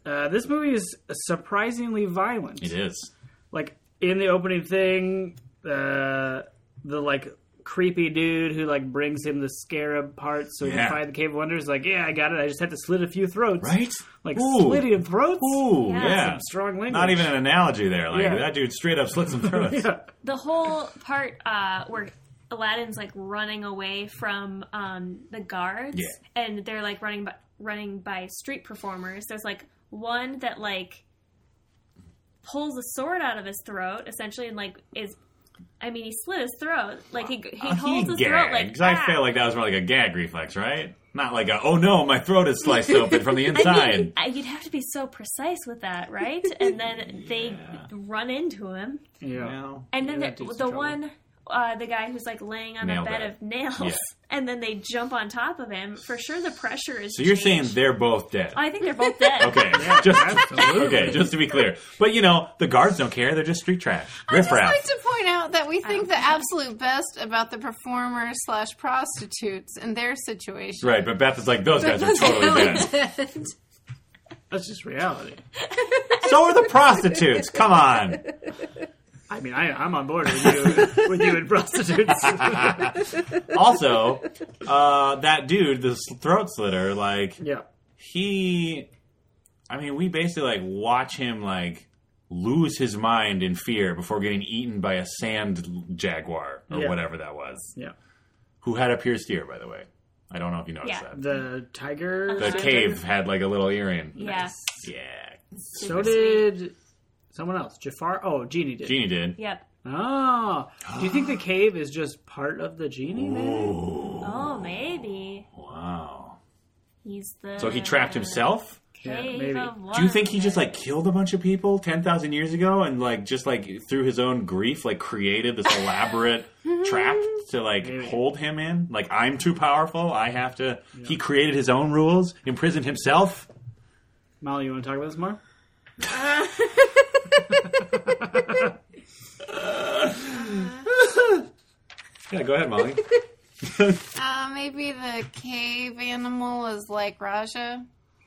A: Uh, this movie is surprisingly violent.
E: it is.
A: like in the opening thing, uh, the like creepy dude who like brings him the scarab part so he
E: Yeah.
A: can find the cave of wonders. Like, yeah, I got it. I just had to slit a few throats.
E: Right?
A: Like
E: Ooh.
A: slitting throats.
E: Ooh,
D: Yeah.
E: yeah.
A: Some strong language.
E: Not even an analogy there. Like
A: Yeah.
E: that dude straight up slit some throats.
A: Yeah.
D: the whole part uh, where Aladdin's like running away from um, the guards,
B: Yeah.
D: and they're like running by, running by street performers. There's like one that like pulls a sword out of his throat, essentially, and like is. I mean, he slit his throat. Like he he
E: Uh, He
B: Uh,
D: holds his throat like
E: gags. I
D: "Ah."
E: feel like that was more like a gag reflex, right?
B: Not like a oh no, my throat is sliced open from the
D: I
B: inside.
D: mean, I- you'd have to be so precise with that, right? And then they run into him,
A: Yeah.
B: Well,
D: and then
A: Yeah, that
D: the,
A: dude's
D: the
A: in trouble.
D: one, uh, the guy who's like laying on
B: Nailed
D: a bed
B: it.
D: of nails,
B: Yeah.
D: and then they jump on top of him. For sure, the pressure is.
B: so you're
D: changed.
B: saying they're both dead?
D: I think they're both dead.
B: Okay, just okay, just to be clear. But you know, the guards don't care; they're just street trash,
C: I'd just
B: riffraff.
C: like to point out that we think the absolute best about the performers slash prostitutes and their situation.
B: Right, but Beth is like, those guys are totally dead.
A: That's just reality.
B: So are the prostitutes. Come on.
A: I mean, I, I'm on board with you with you and prostitutes.
B: Also, uh, that dude, the s- throat slitter, like
A: yeah.
B: he, I mean, we basically like watch him like lose his mind in fear before getting eaten by a sand jaguar or
A: Yeah.
B: whatever that was,
A: Yeah.
B: who had a pierced ear, by the way. I don't know if you noticed
D: Yeah.
B: that.
A: The tiger.
B: The cave had like a little earring.
D: Yeah.
B: Yeah,
A: So did someone else. Jafar. Oh, Genie did.
B: Genie did.
D: Yep.
A: Oh. Do you think the cave is just part of the genie? Man?
D: Oh, maybe
B: Wow.
D: he's the.
B: So he trapped himself?
A: Yeah,
D: Cave
A: maybe.
D: of
B: Do you think he just like killed a bunch of people 10,000 years ago and like just like through his own grief like created this elaborate trap to like
A: Maybe.
B: hold him in? Like I'm too powerful, I have to He created his own rules, imprisoned himself?
A: Molly, you want to talk about this more?
B: Yeah, go ahead, Molly.
C: Uh, maybe the cave animal is like Raja,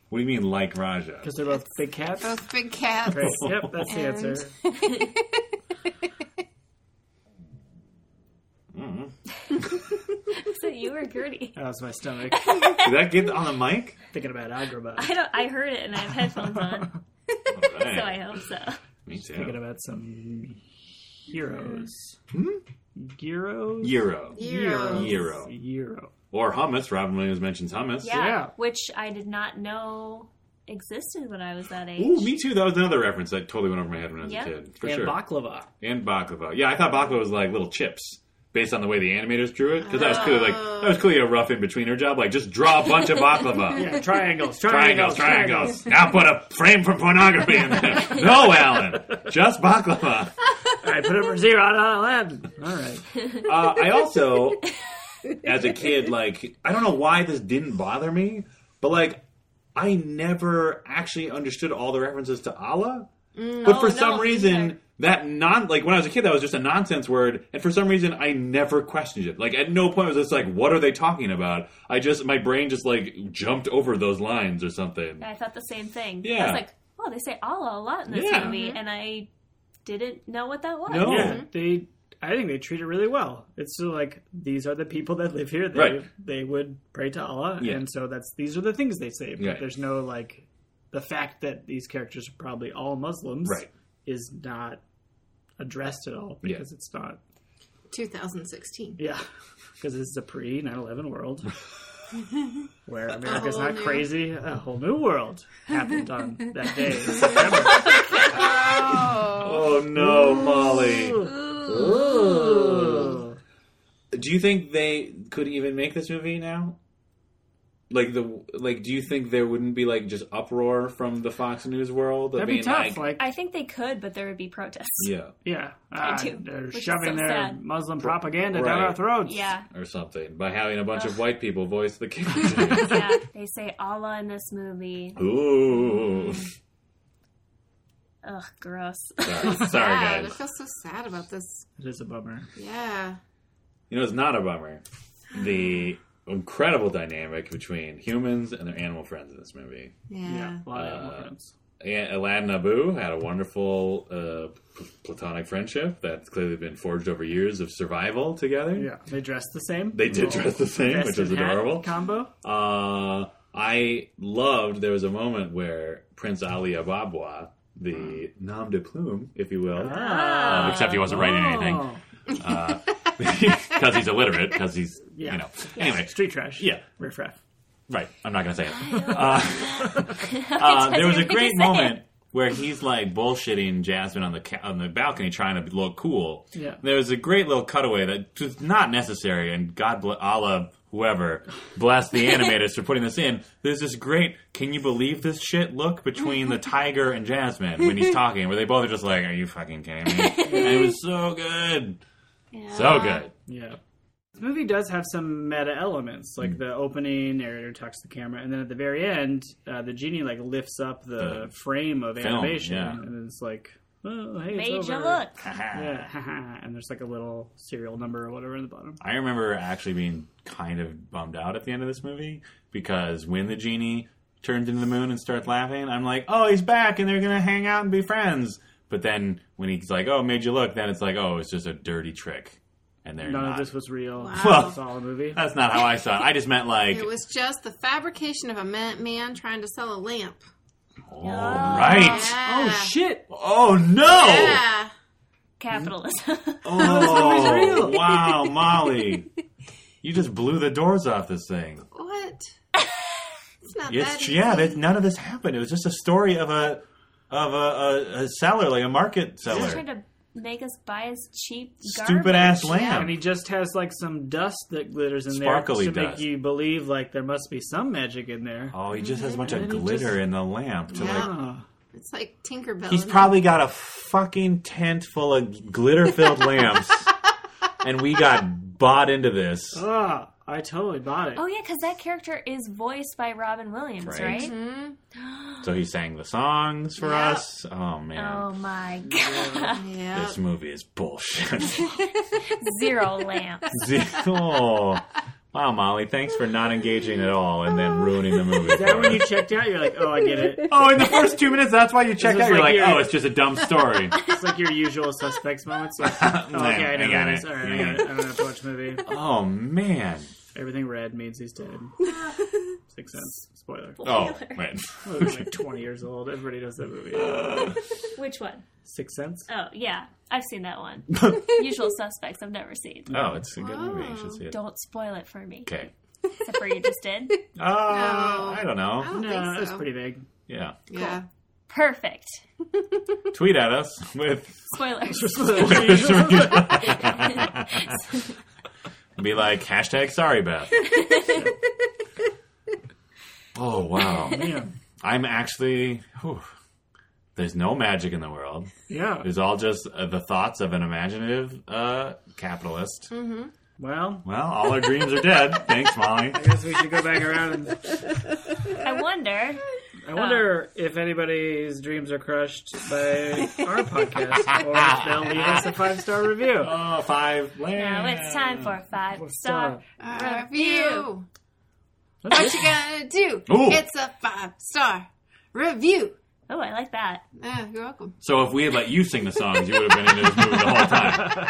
B: what do you mean like Raja?
A: Because they're both big cats.
C: both big cats.
A: Great. Yep, that's the answer.
B: Mm-hmm.
D: Is it you or Gertie?
A: That was my stomach
B: Did that get on the mic?
A: thinking about Agrabah.
D: I don't. I heard it and I have headphones on, so I
B: Alright.
D: hope so.
B: Me
A: Thinking
B: too.
A: about some heroes.
B: Hmm?
A: Gyros.
B: Euro.
C: Gyros.
B: Gyro.
A: Euro.
B: Or hummus. Robin Williams mentions hummus.
D: Yeah,
A: Yeah.
D: which I did not know existed when I was that age.
B: Ooh, me too. That was another reference that totally went over my head when I was
D: Yeah.
B: a kid. For
A: and
B: sure.
A: baklava.
B: and baklava. Yeah, I thought baklava was like little chips based on the way the animators drew it because that was clearly like that was clearly a rough in betweener job. Like just draw a bunch of baklava.
A: Yeah, triangles,
B: Triangles, triangles. Now put a frame from pornography in there. No, Alan, just baklava.
A: All right, put it for zero out of 11. All right.
B: Uh, I also, as a kid, like I don't know why this didn't bother me, but like I never actually understood all the references to Allah. but for
D: Oh,
B: some
D: no,
B: reason,
D: neither.
B: that non like when I was a kid, that was just a nonsense word, and for some reason, I never questioned it. Like at no point was this like, what are they talking about? I just my brain just like jumped over those lines or something.
D: I thought the same thing. I
B: Yeah.
D: was like, oh, they say Allah a lot in this
B: Yeah.
D: movie, and I didn't know what that was.
B: No.
C: Mm-hmm.
A: Yeah, they. I think they treat it really well. It's sort of like these are the people that live here. They
B: Right.
A: they would pray to Allah,
B: Yeah.
A: and so that's these are the things they say. But
B: Right.
A: there's no like the fact that these characters are probably all Muslims
B: Right.
A: is not addressed at all
B: Yeah.
A: because it's not.
C: 2016.
A: Yeah, because this is a pre 9/11 world where America's
C: whole
A: not
C: new-
A: crazy. A whole new world happened on that day. in September.
C: Oh.
B: Oh no, Molly.
A: Ooh.
B: Do you think they could even make this movie now? Like the like, do you think there wouldn't be like just uproar from the Fox News world? of
A: That'd be
B: being
A: tough. like
D: I think they could, but there would be protests.
B: yeah,
A: Yeah, uh,
D: do,
A: they're
D: which is
A: shoving
D: so
A: their
D: sad.
A: Muslim propaganda down
B: Right.
A: our throats.
D: Yeah.
B: or something by having a bunch of white people voice the king.
D: Yeah. they say Allah in this movie.
B: Ooh,
D: Ugh, gross.
B: sorry, sorry
C: God, I
B: guys.
C: feel so sad about this.
A: it is a bummer.
C: Yeah.
B: You know, it's not a bummer. The incredible dynamic between humans and their animal friends in this movie.
C: Yeah.
A: Yeah, a lot of
B: Uh,
A: animal friends.
B: And Aladdin Abu had a wonderful uh, pl- platonic friendship that's clearly been forged over years of survival together.
A: Yeah, they dress the same.
B: They did dress the same,
A: Vest
B: which is
A: and hat
B: adorable.
A: combo.
B: Uh, I loved there was a moment where Prince Ali Ababwa, the nom de plume, if you will, um, except he wasn't writing anything
A: Ah. Oh.
B: because he's illiterate, because he's,
A: Yeah.
B: you know. Anyway,
A: street trash.
B: Yeah.
A: riffraff.
B: Right. I'm not going to say it. Uh, uh, there was a
D: you're gonna
B: great
D: say it.
B: moment where he's like bullshitting Jasmine on the ca- on the balcony, trying to look cool.
A: Yeah.
B: There was a great little cutaway that was not necessary, and God bless Allah, whoever bless the animators for putting this in. There's this great can you believe this shit look between the tiger and Jasmine when he's talking, where they both are just like, Are you fucking kidding me? And it was so good.
D: Yeah.
A: Uh,
B: So good.
A: Yeah. This movie does have some meta elements, like
B: Hmm.
A: the opening narrator talks to the camera, and then at the very end, uh, the genie like lifts up the frame of
B: film,
A: animation,
B: yeah.
A: and it's like, oh, hey, it's
D: Major
A: over."
D: look.
A: Yeah, haha. and there's like a little serial number or whatever in the bottom.
B: I remember actually being kind of bummed out at the end of this movie because when the genie turns into the moon and starts laughing, I'm like, oh, he's back and they're going to hang out and be friends. But then when he's like, oh, made you look, then it's like, oh, it's just a dirty trick. And they're
A: None
B: not. Oh,
A: of this was real.
C: Well-
A: it's all a movie.
B: That's not how I saw it. I just meant like,
C: It was just the fabrication of a man, man trying to sell a lamp.
B: oh, right.
C: Yeah.
A: Oh shit!
B: Oh, no.
C: Yeah.
D: Capitalism.
B: Oh, wow, Molly. You just blew the doors off this thing.
C: What? It's not that
B: It's
C: easy.
B: yeah. That, none of this happened. It was just a story of a of a, a, a seller, like a market
D: He's
B: seller.
D: trying to make us buy his cheap garbage.
B: Stupid ass
A: And he
B: lamp.
A: just has like some dust that glitters in there
B: Sparkly
A: just to
B: dust.
A: make you believe like there must be some magic in there.
B: Oh, he just has a bunch
A: Mm-hmm. And
B: of
A: he
B: glitter
A: just-
B: in the lamp. To like,
A: Ah.
C: It's like Tinkerbell.
B: he's probably got a fucking tent full of glitter filled lamps, and we got bought into this.
A: Ah, I totally bought it.
D: Oh yeah, because that character is voiced by Robin Williams,
B: Right.
D: right?
C: Mm-hmm. Hmm?
B: So he sang the songs for
C: Yeah.
B: us. Oh man,
D: Oh my god,
C: Yeah.
B: this movie is bullshit.
D: zero lamps.
B: oh, wow, Molly, thanks for not engaging at all and then ruining the movie.
A: Is that when you checked out? You're like, oh, I get it.
B: Oh, in the first two minutes, that's why you checked
A: This
B: out.
A: is
B: You're
A: like
B: like,
A: your-
B: oh, it's just a dumb story.
A: It's like your usual suspects moments. Like, oh,
B: No,
A: okay, I
B: I
A: know
B: got
A: that is.
B: it.
A: All right, I
B: Yeah.
A: got it. I don't have to watch the movie.
B: oh man.
A: Everything red means he's dead. Six cents. Spoiler.
B: Oh man.
A: I was like 20 years old. Everybody knows that movie.
D: Which one?
A: Six cents.
D: Oh yeah, I've seen that one. Usual Suspects, I've never seen.
B: Oh, it's a good movie. You should see it.
D: Don't spoil it for me,
B: Okay.
D: except for you just did.
B: Uh, I don't
C: I
B: know.
C: don't
A: No,
C: think so.
A: it was pretty big.
B: Yeah.
C: Yeah.
D: Perfect.
B: Tweet at us with
D: Spoilers.
B: be like hashtag sorry Beth. oh wow.
A: yeah.
B: I'm actually. whew. there's no magic in the world.
A: Yeah.
B: It's all just uh, the thoughts of an imaginative uh, capitalist.
D: Mm-hmm.
A: Well,
B: Well, all our dreams are dead. Thanks, Molly.
A: I guess we should go back around. And,
D: I wonder.
A: I wonder if anybody's dreams are crushed by our podcast, or if they'll leave us a five star review.
B: Oh, five.
D: Now it's time for a five star.
C: Uh,
D: Review.
C: review. What you gonna do?
B: Ooh.
C: It's a five star review.
D: Oh, I like that.
C: Yeah, you're welcome.
B: So if we had let you sing the songs, you would have been into this movie the whole time.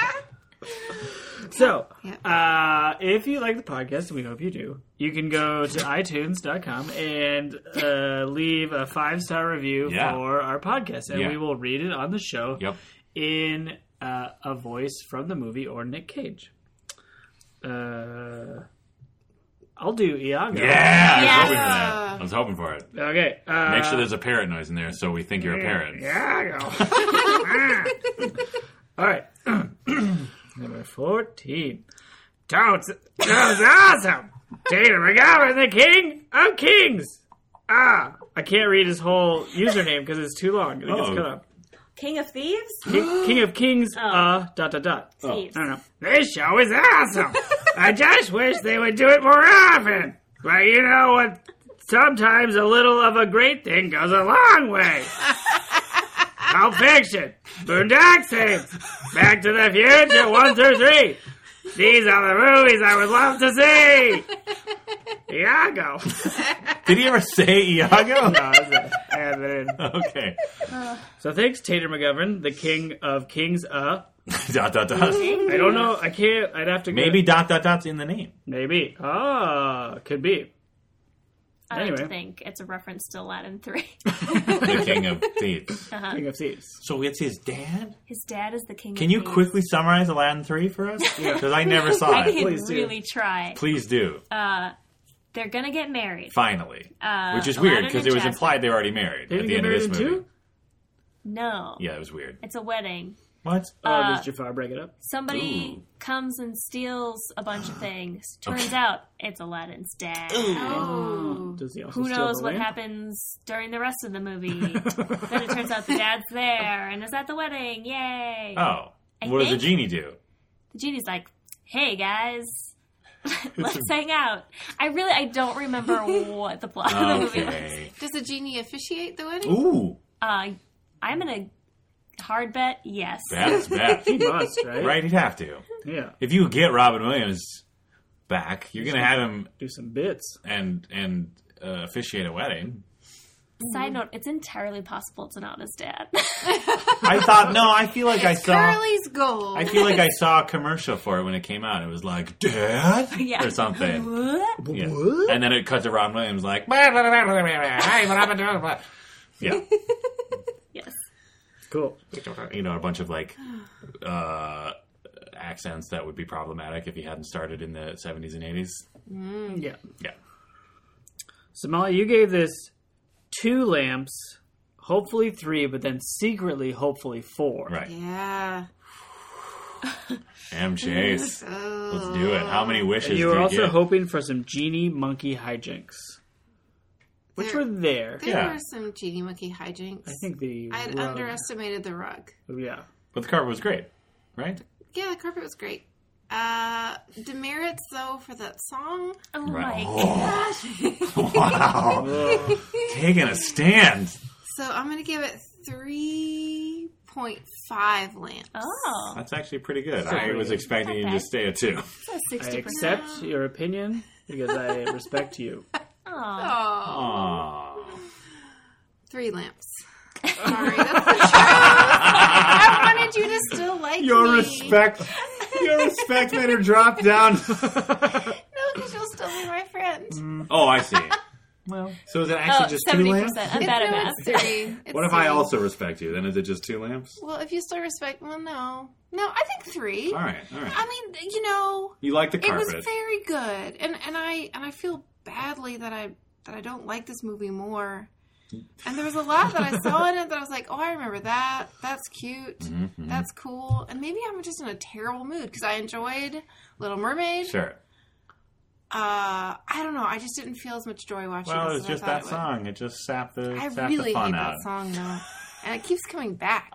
A: So, uh, if you like the podcast, and we hope you do, you can go to iTunes.com and uh, leave a five star review
B: Yeah.
A: for our podcast, and
B: Yeah.
A: we will read it on the show
B: Yep.
A: in uh, a voice from the movie or Nick Cage. Uh, I'll do Iago.
B: Yeah, I was hoping for
D: Yes.
B: that. I was hoping for it.
A: Okay. Uh,
B: Make sure there's a parrot noise in there, so we think
A: Mm,
B: you're a parrot.
A: Iago. All right. Number 14. Tones Tones awesome. Data McGovern, the king of kings. Ah, I can't read his whole username because it's too long. I think it's
B: Oh.
A: cut up.
D: King of Thieves.
A: King, king of kings, uh, dot, dot, dot.
B: Oh.
D: Thieves.
A: I don't know. This show is awesome. I just wish they would do it more often. But you know what? Sometimes a little of a great thing goes a long way. Pulp Fiction, Boondock Saints, Back to the Future 1 through 3. These are the movies I would love to see. Iago.
B: Did he ever say Iago?
A: No, that's it. I had that in.
B: Okay.
A: So thanks, Tater McGovern, the king of kings. Uh,
B: dot dot dot.
A: I don't know. I can't. I'd have to go-
B: Maybe dot dot dot's in the name.
A: Maybe. Ah, could be.
D: I like to
A: Anyway.
D: think it's a reference to Aladdin three.
B: The king of thieves.
A: King of Thieves.
B: So it's his dad.
D: His dad is the king.
B: Can
D: of
B: you
D: thieves.
B: quickly summarize Aladdin three for us? Because I never saw
D: I
B: it.
D: can
A: Please do.
D: really try.
B: Please do.
D: They're gonna get married.
B: Finally,
D: Uh,
B: which is
D: Aladdin
B: weird because
D: and
B: it was
D: Jasmine.
B: implied they were already married
A: They didn't
B: at the
A: get
B: end of
A: married
B: this
A: in
B: movie.
A: two?
D: No.
B: Yeah, it was weird. Uh,
D: It's a wedding.
B: What?
A: Oh,
D: Um, Uh,
A: does Jafar break it up?
D: Somebody comes and steals a bunch of things. Turns out it's Aladdin's dad.
C: Oh.
A: Does he also
D: Who
A: steal
D: knows
A: the
D: what
A: lamp?
D: happens during the rest of the movie? then it turns out the dad's there and is at the wedding. Yay!
B: Oh.
D: I
B: what does the
D: think-
B: genie do?
D: The genie's like, "Hey guys, let's hang out." I really I don't remember what the plot of the movie was.
B: Okay.
C: Does the genie officiate the wedding?
B: Ooh,
D: Uh, I'm gonna hard bet yes.
B: that's bad.
A: He must, right?
B: right? He'd have to.
A: Yeah.
B: If you get Robin Williams back, you're gonna have him
A: Do some bits.
B: and and uh, officiate a wedding.
D: Side note: It's entirely possible it's not his dad.
B: I thought no. I feel like I
A: uh,
B: saw.
C: Curly's gold.
B: I feel like I saw a commercial for it when it came out. It was like Dad
D: Yeah.
B: or something.
D: What?
B: Yeah.
A: What?
B: And then it cut to Robin Williams like, "Blah, blah, blah, blah, blah, blah. Hey, blah, blah, blah, blah." yeah,
D: yes.
A: Cool.
B: you know, a bunch of like uh, accents that would be problematic if he hadn't started in the '70s and '80s.
A: Yeah.
B: Yeah,
A: So Molly, you gave this two lamps, hopefully three, but then secretly, hopefully four.
B: right.
C: yeah.
B: M. Chase,
C: Oh.
B: let's do it. How many wishes?
A: You
B: do
A: were
B: you
A: also
B: get?
A: hoping for some genie monkey hijinks, which
C: There-
A: were there.
C: There
B: Yeah.
C: were some genie monkey hijinks.
A: I think the
C: I had
A: rug-
C: underestimated the rug.
A: Yeah.
B: But the carpet was great, right?
C: Yeah, the carpet was great. Uh, demerits though for that song.
D: Oh
B: Right.
D: my
B: Oh. wow. Taking a stand.
C: So I'm gonna give it three point five lamps.
D: Oh,
B: That's actually pretty good.
A: Still
B: I
A: pretty
B: was
A: good.
B: expecting you
D: Not
B: to
D: bad.
B: stay at two.
D: that's
A: I
D: sixty percent.
A: accept your opinion because I respect you.
D: Oh,
C: Oh,
B: Aw.
C: three lamps. Sorry, that's the truth. I wanted you to still like me.
B: your respect made her drop down.
C: No, because you'll still be my friend.
B: oh, I see.
A: Well,
B: So is it actually
D: oh
B: just two
D: 70
B: lamps?
D: percent. I'm bad at
C: It's,
D: math.
C: no, it's three. It's
B: What if I
C: three.
B: also respect you? Then is it just two lamps?
C: Well, if you still respect, well, no, no, I think three.
B: All right, all right.
C: I mean, you know,
B: You like the
C: it was
B: carpet.
C: very good, and and I and I feel badly that I that I don't like this movie more. And there was a lot that I saw in it that I was like, oh, I remember that. That's cute.
B: Mm-hmm.
C: That's cool. And maybe I'm just in a terrible mood because I enjoyed Little Mermaid.
B: Sure.
C: Uh, I don't know. I just didn't feel as much joy watching.
B: Well, it
C: this
B: was
C: as I
B: just
C: thought
B: that
C: it would.
B: song. It just sapped the,
C: I
B: sapped
C: really
B: the fun
C: hate
B: out.
C: that song though, and it keeps coming back.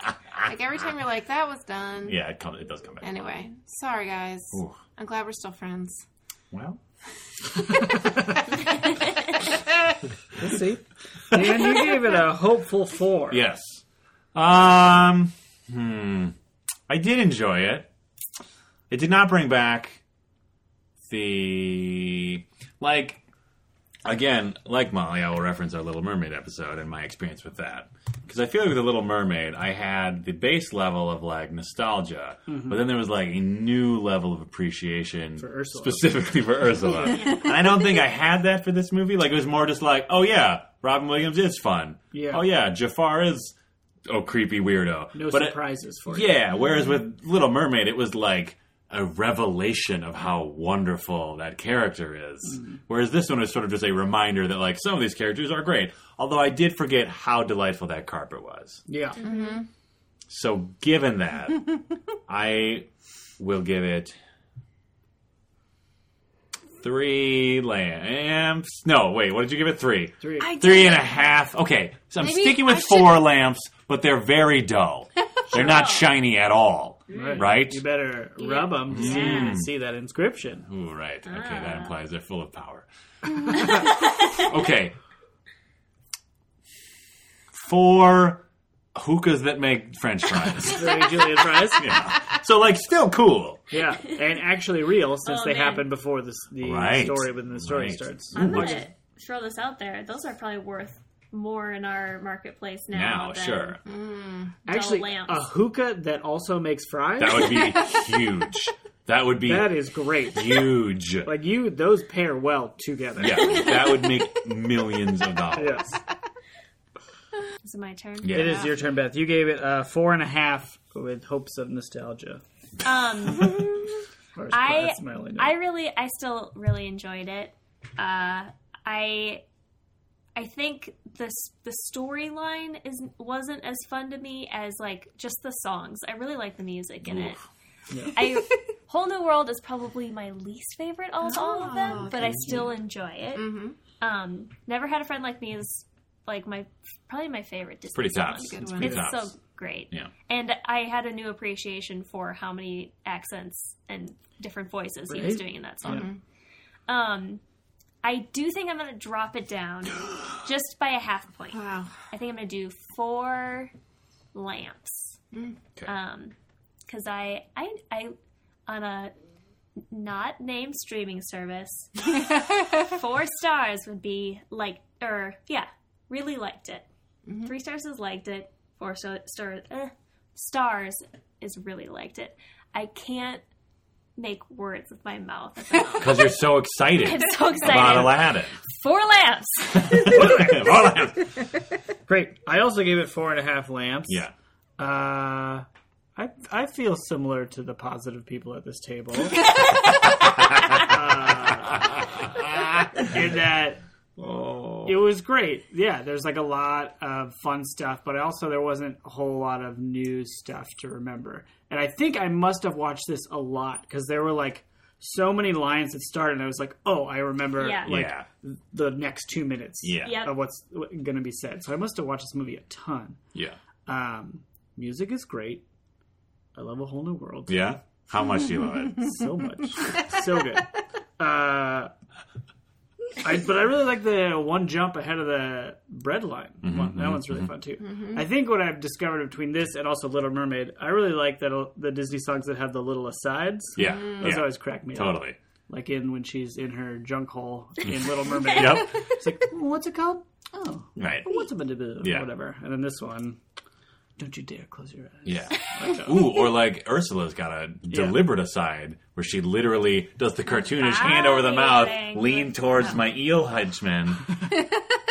C: Like every time you're like, that was done.
B: Yeah, it, comes, it does come back.
C: Anyway, sorry guys.
B: Ooh.
C: I'm glad we're still friends.
B: Well,
A: let's see. And you gave it a hopeful four.
B: Yes. Um. Hmm. I did enjoy it. It did not bring back the like. Again, like Molly, I will reference our Little Mermaid episode and my experience with that. Because I feel like with the Little Mermaid, I had the base level of like nostalgia, but then there was like a new level of appreciation
A: Mm-hmm. For Ursula.
B: specifically for Ursula. And I don't think I had that for this movie. Like it was more just like, oh yeah, Robin Williams is fun.
A: Yeah.
B: Oh yeah, Jafar is oh creepy weirdo.
A: No
B: But it-
A: surprises for you.
B: yeah. Whereas with Little Mermaid, it was like a revelation of how wonderful that character is.
A: Mm-hmm.
B: Whereas this one was sort of just a reminder that like some of these characters are great. Although I did forget how delightful that carpet was.
A: Yeah.
D: Mm-hmm.
B: So given that, I will give it three lamps. No, wait. What did you give it? Three.
A: Three.
B: Three and a half. Okay, so I'm
C: Maybe
B: sticking with
C: I should-
B: four lamps, but they're very dull. They're not shiny at all.
A: Right.
B: Right?
A: You better rub 'em rub them to see, see that inscription.
B: Ooh, right. Okay,
C: Ah.
B: that implies they're full of power. okay. Four hookahs that make French fries.
A: Very Julian Price.
B: so, like, still cool.
A: Yeah, and actually real since
D: Oh,
A: they
D: man.
A: happen before this, the
B: Right.
A: story when the story
B: Right.
A: starts.
D: I'm
B: Ooh,
D: gonna throw this out there. Those are probably worth more in our marketplace now.
B: Now,
D: than-
B: sure.
A: Actually,
D: lamps.
A: a hookah that also makes fries.
B: That would be huge. That would be
A: that is great.
B: huge.
A: Like you, those pair well together.
B: yeah, that would make millions of dollars.
A: Yes.
D: Is it my turn?
B: Yeah.
A: It is your turn, Beth. You gave it a four and a half with hopes of nostalgia.
D: Um,
A: Or is-
D: I-
A: that's my only note.
D: I really, I still really enjoyed it. Uh, I, I think the s- the storyline is wasn't as fun to me as like just the songs. I really like the music in it. I Whole New World is probably my least favorite of all of them,
B: Ah,
C: Oh,
D: but I still enjoy it.
B: Mm.
C: Mm-hmm.
D: Um, Never Had a Friend Like Me is like my probably my favorite Disney.
B: Pretty
D: song.
B: tops.
C: Good
B: It's
C: one.
B: pretty
D: It's
B: tops.
D: so great.
B: Yeah.
D: And I had a new appreciation for how many accents and different voices he was
A: Right.
D: doing in that song. Um, I do think I'm going to drop it down just by a half point.
C: Wow.
D: I think I'm going to do four lamps.
B: Okay.
D: Um, because I, I, I, on a not named streaming service, four stars would be like, or yeah, really liked it. Three stars is liked it. Four star, star eh, stars is really liked it. I can't make words with my mouth. at the moment.
B: Because you're so
D: I'm
B: excited
D: so
B: about
D: excited.
B: Aladdin.
D: Four lamps.
B: Aladdin.
A: Great. I also gave it four and a half lamps.
B: Yeah.
A: Uh, I I feel similar to the positive people at this table. uh, in that
B: Oh.
A: it was great. Yeah, there's like a lot of fun stuff, but also there wasn't a whole lot of new stuff to remember. And I think I must have watched this a lot because there were like so many lines that started, and I was like, oh, I remember
D: Yeah.
A: like
B: yeah.
A: the next two minutes
B: Yeah.
D: Yep.
A: of what's going to be said. So I must have watched this movie a ton.
B: Yeah.
A: Um, music is great. I love a whole new world
B: Yeah. How much do you love it?
A: so much, so good. Uh, I, but I really like the one jump ahead of the bread line.
B: Mm-hmm,
A: one. That one's really fun too. I think what I've discovered between this and also Little Mermaid, I really like that uh, the Disney songs that have the little asides.
B: Yeah.
A: Those
B: yeah.
A: always crack me up.
B: Totally.
A: Like in when she's in her junk hole in Little Mermaid.
B: Yep.
A: It's like, "Oh, what's it called? Oh,
B: Right.
A: what's a bit of a-
B: Yeah.
A: whatever. And then this one, don't you dare close your eyes.
B: Yeah. Ooh, or like Ursula's got a deliberate aside where she literally does the cartoonish
A: Ah,
B: hand over the mouth,
D: Bye.
B: lean towards my eel henchman.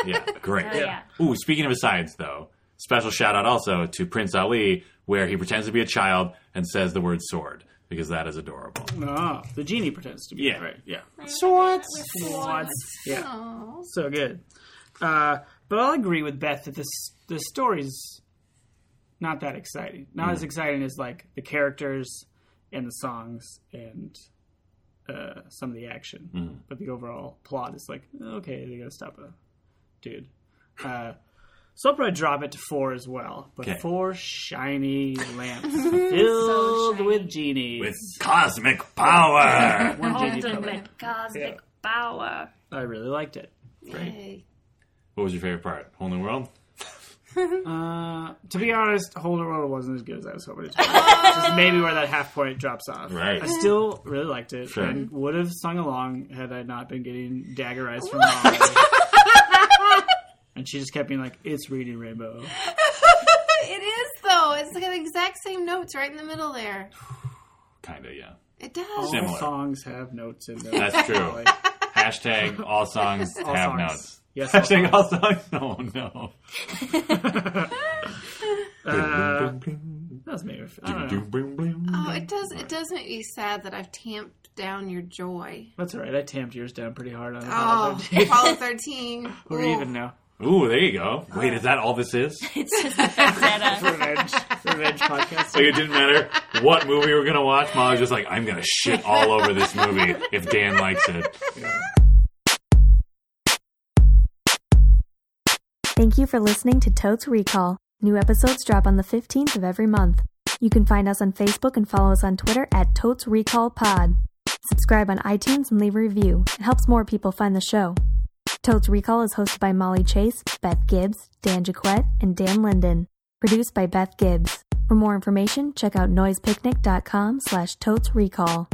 B: yeah, great.
D: Oh, yeah.
B: Ooh, speaking of asides though, special shout out also to Prince Ali where he pretends to be a child and says the word sword because that is adorable.
A: Oh, the genie pretends to be
B: Yeah.
A: right. Yeah.
B: Swords.
A: Yeah.
C: Oh.
A: so good. Uh, but I'll agree with Beth that this the story's not that exciting. Not
B: Hmm.
A: as exciting as like the characters and the songs and uh, some of the action.
B: Hmm.
A: But the overall plot is like okay, they gotta stop a dude. Uh, so I'll probably drop it to four as well. But
B: Okay.
A: four shiny lamps filled
D: shiny.
A: with genies.
B: With cosmic power.
A: one genie probably.
D: Ultimate Oh, cosmic power.
A: I really liked it.
C: Yay.
B: what was your favorite part? Whole New World?
A: Uh, to be honest, Holder World wasn't as good as I was hoping it was. Just maybe where that half point drops off.
B: Right.
A: I still really liked it
B: Sure.
A: and would have sung along had I not been getting daggerized from mom. and she just kept being like, "It's reading rainbow."
C: It is though. It's like the exact same notes right in the middle there.
B: Kinda, yeah.
C: It does.
A: All
B: Similar.
A: songs have notes in them.
B: That's true.
A: Like,
B: Hashtag all songs
A: all
B: have
A: songs.
B: notes.
A: Yes. all
B: Hashtag
A: songs.
B: all songs. Oh no.
A: Uh, that was maybe. I don't know.
C: Oh, it does. It does make me sad that I've tamped down your joy.
A: That's all right. I tamped yours down pretty hard on
C: Oh,
A: Apollo
C: Apollo thirteen.
A: Or
C: Ooh.
A: even now.
B: Ooh, there you go. Wait, is that all this is?
D: It's just uh, a vendetta.
A: Revenge. Revenge podcast.
B: So it didn't matter what movie we were gonna watch. Mom was just like, I'm gonna shit all over this movie if Dan likes it.
F: Thank you for listening to Totes Recall. New episodes drop on the 15th of every month. You can find us on Facebook and follow us on Twitter at Totes Recall Pod. Subscribe on iTunes and leave a review. It helps more people find the show. Totes Recall is hosted by Molly Chase, Beth Gibbs, Dan Jaquette, and Dan Linden. Produced by Beth Gibbs. For more information, check out noisepicnic.com slash totes recall.